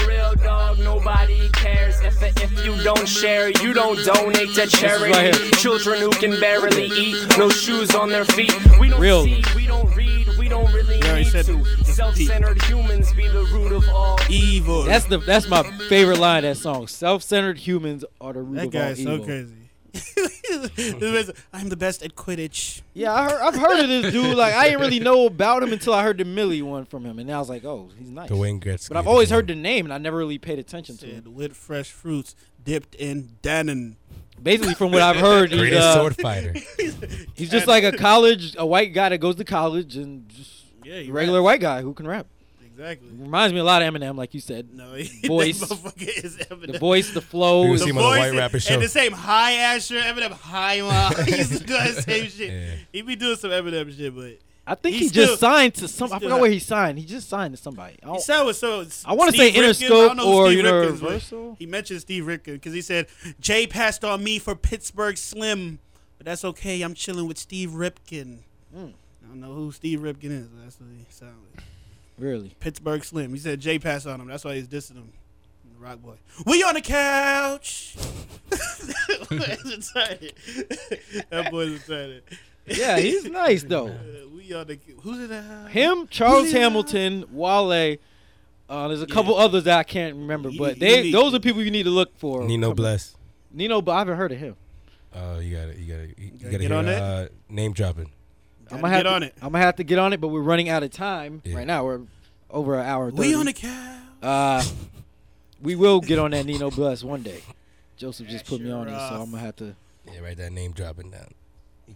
Speaker 16: real dog, nobody cares. If, if you don't share, you don't donate to
Speaker 2: is right
Speaker 16: charity.
Speaker 2: here.
Speaker 16: Children who can barely eat, no shoes on their feet. We don't
Speaker 2: Real.
Speaker 16: see, we don't read, we don't really need to. Self-centered humans be the root of all
Speaker 3: evil.
Speaker 2: That's the that's my favorite line of that song. Self-centered humans are the root
Speaker 3: That
Speaker 2: of
Speaker 3: guy
Speaker 2: all
Speaker 3: is so
Speaker 2: evil.
Speaker 3: This is- I'm the best at Quidditch.
Speaker 2: Yeah, I heard, I've heard of this dude. Like I didn't really know about him until I heard the Millie one from him, and I was like, oh, he's nice.
Speaker 4: Dwayne Gretzky,
Speaker 2: But I've always heard the name, and I never really paid attention to it.
Speaker 3: With fresh fruits dipped in Dannon.
Speaker 2: Basically, from what I've heard, he's,
Speaker 4: Greatest
Speaker 2: uh,
Speaker 4: sword fighter.
Speaker 2: He's just like a college, a white guy that goes to college and just
Speaker 3: Yeah, he
Speaker 2: regular
Speaker 3: raps.
Speaker 2: white guy who can rap.
Speaker 3: Exactly.
Speaker 2: Reminds me a lot of Eminem, like you said.
Speaker 3: No, he-
Speaker 2: voice,
Speaker 3: that motherfucker is Eminem.
Speaker 2: the voice, the flow.
Speaker 4: We would see him on a white rapper show.
Speaker 3: And the same high ass shirt, Eminem high ma. He used to do that same shit. He be doing some Eminem shit, but
Speaker 2: I think
Speaker 3: he's
Speaker 2: he
Speaker 3: still-
Speaker 2: just signed to some.
Speaker 3: he's
Speaker 2: I
Speaker 3: still
Speaker 2: forgot
Speaker 3: hot.
Speaker 2: where he signed. He just signed to somebody. I
Speaker 3: He
Speaker 2: don't-
Speaker 3: said it was so. it's
Speaker 2: I wanna
Speaker 3: Steve
Speaker 2: say
Speaker 3: Ripken.
Speaker 2: Interscope
Speaker 3: I don't know who
Speaker 2: or
Speaker 3: Steve Ripken is, but
Speaker 2: Universal.
Speaker 3: He mentioned Steve Ripken because he said Jay passed on me for Pittsburgh Slim, but that's okay. I'm chilling with Steve Ripken.
Speaker 2: Hmm.
Speaker 3: I don't know who Steve Ripken is. But that's what he sounded. Like.
Speaker 2: Really?
Speaker 3: Pittsburgh Slim. He said Jay passed on him. That's why he's dissing him. The Rock boy. We on the couch. That's retarded. that boy's retarded.
Speaker 2: yeah, he's nice though.
Speaker 3: We on the who's in the house?
Speaker 2: Him, Charles
Speaker 3: Who's in the
Speaker 2: Hamilton, Wale. Uh, there's a couple others that I can't remember, but they
Speaker 4: he-
Speaker 2: those are people you need to look for.
Speaker 4: Nino
Speaker 2: Come-
Speaker 4: Bless.
Speaker 2: Nino, but I haven't heard of him.
Speaker 4: Oh, you got to You got to You got to
Speaker 3: get
Speaker 4: hear
Speaker 3: on it?
Speaker 4: uh, name dropping.
Speaker 2: I'm
Speaker 3: Gotta
Speaker 2: gonna have
Speaker 3: get
Speaker 2: to,
Speaker 3: on it.
Speaker 2: I'm gonna have to get on it, but we're running out of time right now. We're over an hour. 30.
Speaker 3: We on the couch.
Speaker 2: Uh, we will get on that Nino Bless one day. Joseph just put me on it, so I'm gonna have to
Speaker 4: Yeah, write that name dropping down.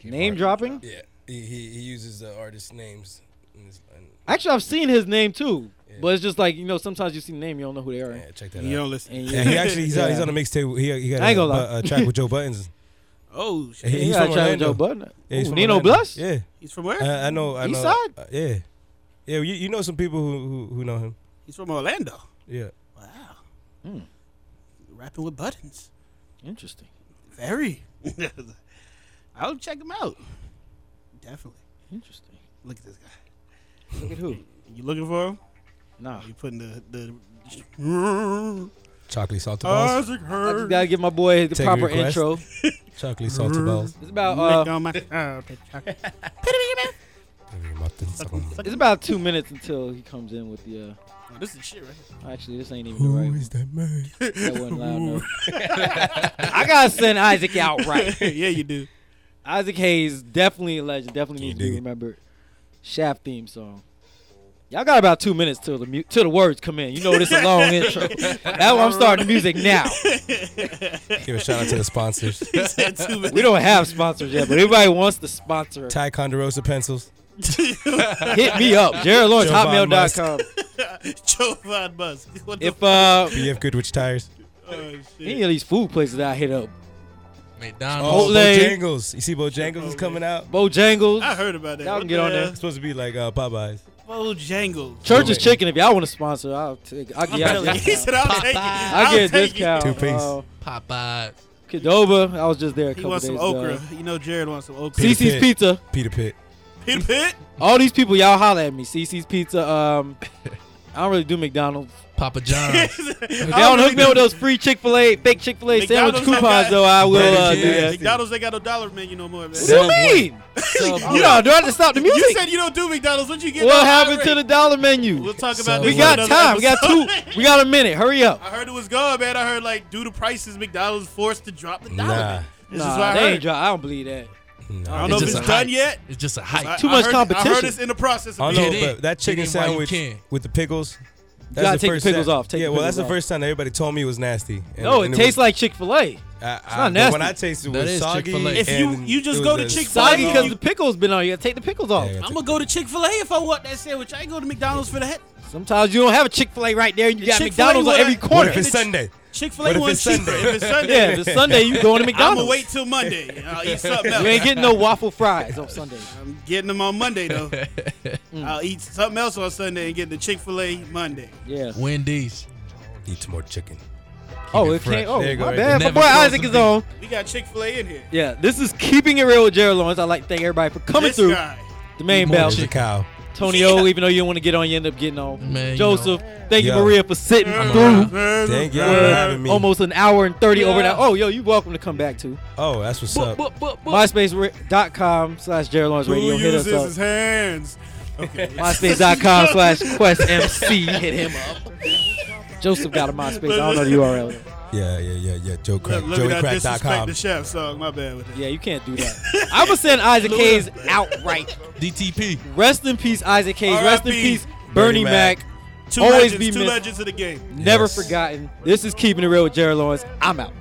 Speaker 2: name dropping.
Speaker 4: Yeah, he he, he uses the artist names. In his, in,
Speaker 2: Actually, I've seen his name too, but it's just like you know, sometimes you see the name, you don't know who they are. Yeah,
Speaker 4: check that
Speaker 3: You out. don't listen.
Speaker 2: And
Speaker 4: yeah, he actually he's, on, he's on a mixtape. He he got
Speaker 2: I ain't
Speaker 4: a,
Speaker 2: gonna lie.
Speaker 4: a, track with Joe Buttons.
Speaker 3: Oh,
Speaker 4: He-
Speaker 3: shit.
Speaker 2: He
Speaker 4: he's
Speaker 2: got a
Speaker 4: from
Speaker 2: track with
Speaker 4: Orlando.
Speaker 2: Joe Button?
Speaker 4: Yeah, he's
Speaker 2: Ooh,
Speaker 4: from
Speaker 2: Nino
Speaker 4: Orlando.
Speaker 2: Bless?
Speaker 4: Yeah,
Speaker 3: He's from where?
Speaker 4: I, I know. I
Speaker 3: East
Speaker 4: know.
Speaker 3: Side?
Speaker 4: uh, yeah, yeah. You, you know some people who who, who know him.
Speaker 3: He's from Orlando.
Speaker 4: Yeah.
Speaker 3: Wow. Rapping with buttons.
Speaker 2: Hmm. Interesting.
Speaker 3: Very. I'll check him out. Definitely.
Speaker 2: Interesting.
Speaker 3: Look at this guy.
Speaker 2: Look at who?
Speaker 3: You looking for him?
Speaker 2: No.
Speaker 3: You putting the the.
Speaker 4: Chocolate salted balls.
Speaker 2: I
Speaker 3: Isaac
Speaker 2: just
Speaker 3: Hurd.
Speaker 2: gotta give my boy the
Speaker 4: Take a
Speaker 2: proper
Speaker 4: request.
Speaker 2: intro.
Speaker 4: Chocolate salted balls.
Speaker 2: It's about uh,
Speaker 3: Lick on my- oh, the chocolate.
Speaker 2: it's about two minutes until he comes in with the. Uh,
Speaker 3: Oh, this is shit right here.
Speaker 2: Actually, this ain't even the right. Who is
Speaker 4: that man?
Speaker 2: That wasn't loud
Speaker 3: Who?
Speaker 2: enough. I gotta send Isaac out right.
Speaker 3: yeah, you do.
Speaker 2: Isaac Hayes definitely a legend. Definitely needs to
Speaker 4: dig
Speaker 2: be
Speaker 4: it?
Speaker 2: remembered. Shaft theme song. Y'all got about two minutes till the mu- till the words come in. You know this a long intro. That's why I'm starting the music now.
Speaker 4: Give a shout out to the sponsors.
Speaker 2: We don't have sponsors yet, but everybody wants the sponsor.
Speaker 4: Ty Conderosa pencils.
Speaker 2: Hit me up, Jared Lawrence,
Speaker 4: Jovan Musk.
Speaker 2: hotmail.com.
Speaker 3: Joe Von Musk. What the
Speaker 2: If uh,
Speaker 4: BF Goodrich tires.
Speaker 3: oh, shit.
Speaker 2: any of these food places that I hit up,
Speaker 4: Oh,
Speaker 2: Chipotle.
Speaker 4: Bojangles. You see Bojangles is coming out.
Speaker 2: Bojangles,
Speaker 3: I heard about that.
Speaker 2: Y'all
Speaker 3: What
Speaker 2: can get on
Speaker 3: the-
Speaker 2: there.
Speaker 4: It's supposed to be like uh, Popeyes.
Speaker 3: Bojangles.
Speaker 2: Church's Chicken. If y'all want to sponsor, I'll take. I'll
Speaker 3: I'm
Speaker 2: get y'all.
Speaker 3: telling you. He
Speaker 2: a
Speaker 3: said,
Speaker 2: discount.
Speaker 3: "I'll take it.
Speaker 2: I'll
Speaker 3: I'll
Speaker 2: get a
Speaker 3: take it."
Speaker 2: discount.
Speaker 4: Two piece.
Speaker 2: Uh,
Speaker 6: Popeye.
Speaker 2: Qdoba. I was just there a
Speaker 3: He
Speaker 2: couple
Speaker 3: wants
Speaker 2: days
Speaker 3: some
Speaker 2: ago.
Speaker 3: okra. You know Jared wants some okra.
Speaker 2: CC's Pizza.
Speaker 4: Peter Pitt.
Speaker 3: Peter Pitt.
Speaker 2: All these people, y'all holler at me. CC's Pizza. Um, I don't really do McDonald's.
Speaker 6: Papa John's.
Speaker 2: If y'all don't hook me up with those free Chick Fil A, fake Chick Fil A sandwich
Speaker 3: McDonald's, I
Speaker 2: coupons,
Speaker 3: got-
Speaker 2: though, I will uh, do
Speaker 6: Yeah.
Speaker 2: that.
Speaker 3: McDonald's they got no dollar menu no more, man.
Speaker 2: What do you mean? You know, do I have to stop the music?
Speaker 3: You said you don't do McDonald's. What you get?
Speaker 2: what
Speaker 3: on
Speaker 2: happened
Speaker 3: Irate?
Speaker 2: to the dollar menu?
Speaker 3: We'll talk about
Speaker 2: We
Speaker 3: this on
Speaker 2: got
Speaker 3: another
Speaker 2: time. We got two.
Speaker 3: episode.
Speaker 2: We got a minute. Hurry up.
Speaker 3: I heard it was gone, man. I heard like due to prices, McDonald's forced to drop the dollar.
Speaker 4: Nah.
Speaker 3: menu. This
Speaker 2: nah,
Speaker 3: is what I
Speaker 2: they
Speaker 3: heard.
Speaker 2: ain't dry. I don't believe that.
Speaker 3: I don't know
Speaker 6: just
Speaker 3: if it's
Speaker 6: a hype.
Speaker 3: done yet.
Speaker 6: It's just a
Speaker 3: I-
Speaker 6: hype.
Speaker 2: Too
Speaker 3: I
Speaker 2: much
Speaker 3: heard- I heard
Speaker 2: competition.
Speaker 3: it's in the process.
Speaker 4: I
Speaker 3: of
Speaker 4: don't
Speaker 3: being
Speaker 4: know,
Speaker 6: in.
Speaker 4: Oh, but that
Speaker 6: Get
Speaker 4: chicken
Speaker 6: in while you
Speaker 4: sandwich
Speaker 6: can.
Speaker 4: with the pickles. That's
Speaker 2: gotta take the
Speaker 4: first
Speaker 2: pickles
Speaker 4: time-
Speaker 2: off. Take the
Speaker 4: yeah, well,
Speaker 2: pickles
Speaker 4: that's
Speaker 2: off.
Speaker 4: the first time that everybody told me it was nasty. And-
Speaker 2: No, it
Speaker 4: and
Speaker 2: tastes
Speaker 4: was-
Speaker 2: like Chick Fil A.
Speaker 4: I,
Speaker 2: It's
Speaker 4: I-
Speaker 2: not
Speaker 4: but
Speaker 2: nasty.
Speaker 4: When I tasted it,
Speaker 6: That
Speaker 4: was
Speaker 6: is
Speaker 4: soggy.
Speaker 6: Chick-fil-A.
Speaker 3: If you-
Speaker 4: and
Speaker 3: you just
Speaker 4: it
Speaker 3: go
Speaker 4: was
Speaker 3: to
Speaker 4: a-
Speaker 3: Chick-fil-A,
Speaker 2: Soggy
Speaker 3: Why
Speaker 2: because
Speaker 3: you-
Speaker 2: the pickle's been on. You gotta take the pickles off.
Speaker 4: Yeah,
Speaker 3: I'm gonna go to Chick Fil A if I want that sandwich. I ain't go to McDonald's for that.
Speaker 2: Sometimes you don't have a Chick Fil A right there, and you got
Speaker 3: Chick-fil-A
Speaker 2: McDonald's on
Speaker 3: would-
Speaker 2: every
Speaker 4: What
Speaker 2: corner.
Speaker 4: if it's Sunday?
Speaker 3: Chick Fil
Speaker 4: What
Speaker 3: A
Speaker 4: if
Speaker 3: one
Speaker 4: it's Sunday?
Speaker 3: If it's Sunday,
Speaker 2: Yeah, the Sunday you going to
Speaker 3: I'm
Speaker 2: McDonald's.
Speaker 3: gonna wait till Monday. I'll eat something else.
Speaker 2: You ain't getting no waffle fries on Sunday. Mm.
Speaker 3: I'm getting them on Monday though. I'll eat something else on Sunday and get the Chick Fil A Monday.
Speaker 2: Yeah.
Speaker 6: Wendy's.
Speaker 4: Eat some more chicken.
Speaker 2: oh,
Speaker 6: it
Speaker 2: it
Speaker 6: fresh.
Speaker 2: can't. Oh,
Speaker 4: There you go,
Speaker 2: my
Speaker 4: right
Speaker 2: bad.
Speaker 6: there.
Speaker 2: My
Speaker 6: Never
Speaker 2: boy
Speaker 6: close
Speaker 2: Isaac
Speaker 6: the
Speaker 2: is
Speaker 6: thing.
Speaker 2: on.
Speaker 3: We got Chick Fil A in here.
Speaker 2: Yeah, this is keeping it real with Jared Lawrence. I'd like to thank everybody for coming
Speaker 3: this
Speaker 2: through
Speaker 3: guy.
Speaker 2: the main
Speaker 4: More
Speaker 2: bell.
Speaker 4: chicken. cow.
Speaker 2: Tony O, even though you don't want to get on, you end up getting on.
Speaker 6: Man, you
Speaker 2: Joseph, thank you,
Speaker 6: Yo.
Speaker 2: Maria, for sitting
Speaker 6: I'm
Speaker 2: through.
Speaker 6: around. Thank y'all for
Speaker 2: Yeah,
Speaker 6: having me.
Speaker 2: Almost an hour and 30 over
Speaker 6: Yeah.
Speaker 2: now. Oh, yo, you're welcome to come back, too.
Speaker 4: Oh, that's what's up.
Speaker 2: MySpace.com slash Jared Lawrence
Speaker 3: Who
Speaker 2: Radio. Hit us
Speaker 3: uses
Speaker 2: up.
Speaker 3: his hands? Okay.
Speaker 2: MySpace.com slash Quest MC. Hit him up. Joseph got a MySpace. I don't know the URL.
Speaker 4: Yeah, yeah, yeah, yeah. Joe Crack,
Speaker 3: Look, look at that disrespect
Speaker 4: JoeyCrack.com.
Speaker 3: the chef song. My bad with that.
Speaker 2: Yeah, you can't do that. I'm gonna send Isaac Hayes outright.
Speaker 6: DTP.
Speaker 2: Rest in peace, Isaac Hayes. Rest in
Speaker 3: R.I.P..
Speaker 2: peace, Bernie
Speaker 3: Bernie
Speaker 2: Mac.
Speaker 3: Mac. Two
Speaker 2: Always
Speaker 3: legends,
Speaker 2: be
Speaker 3: two
Speaker 2: missed.
Speaker 3: legends of the game.
Speaker 2: Never
Speaker 3: Yes.
Speaker 2: forgotten. This is keeping it real with Jared Lawrence. I'm out.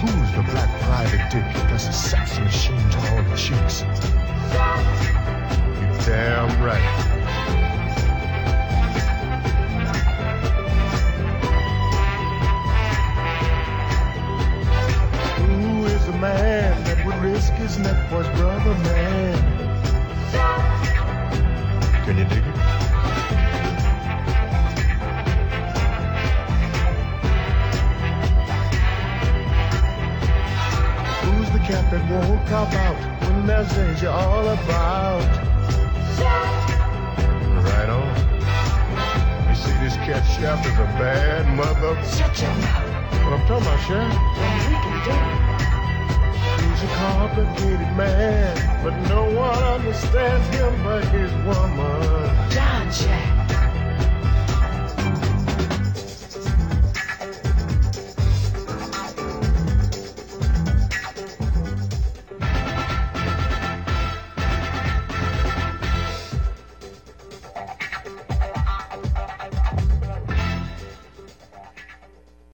Speaker 10: Who's the black private dick that's a sex machine to all the chicks? You're damn right. Who is the man that would risk his neck for his brother, man? Can you dig it? Who's the cat that won't cop out when there's things you're all about? Right on. You see, this cat chef is a bad mother. Shut your mouth. What I'm talking about, chef? He's a complicated man, but no one understands him.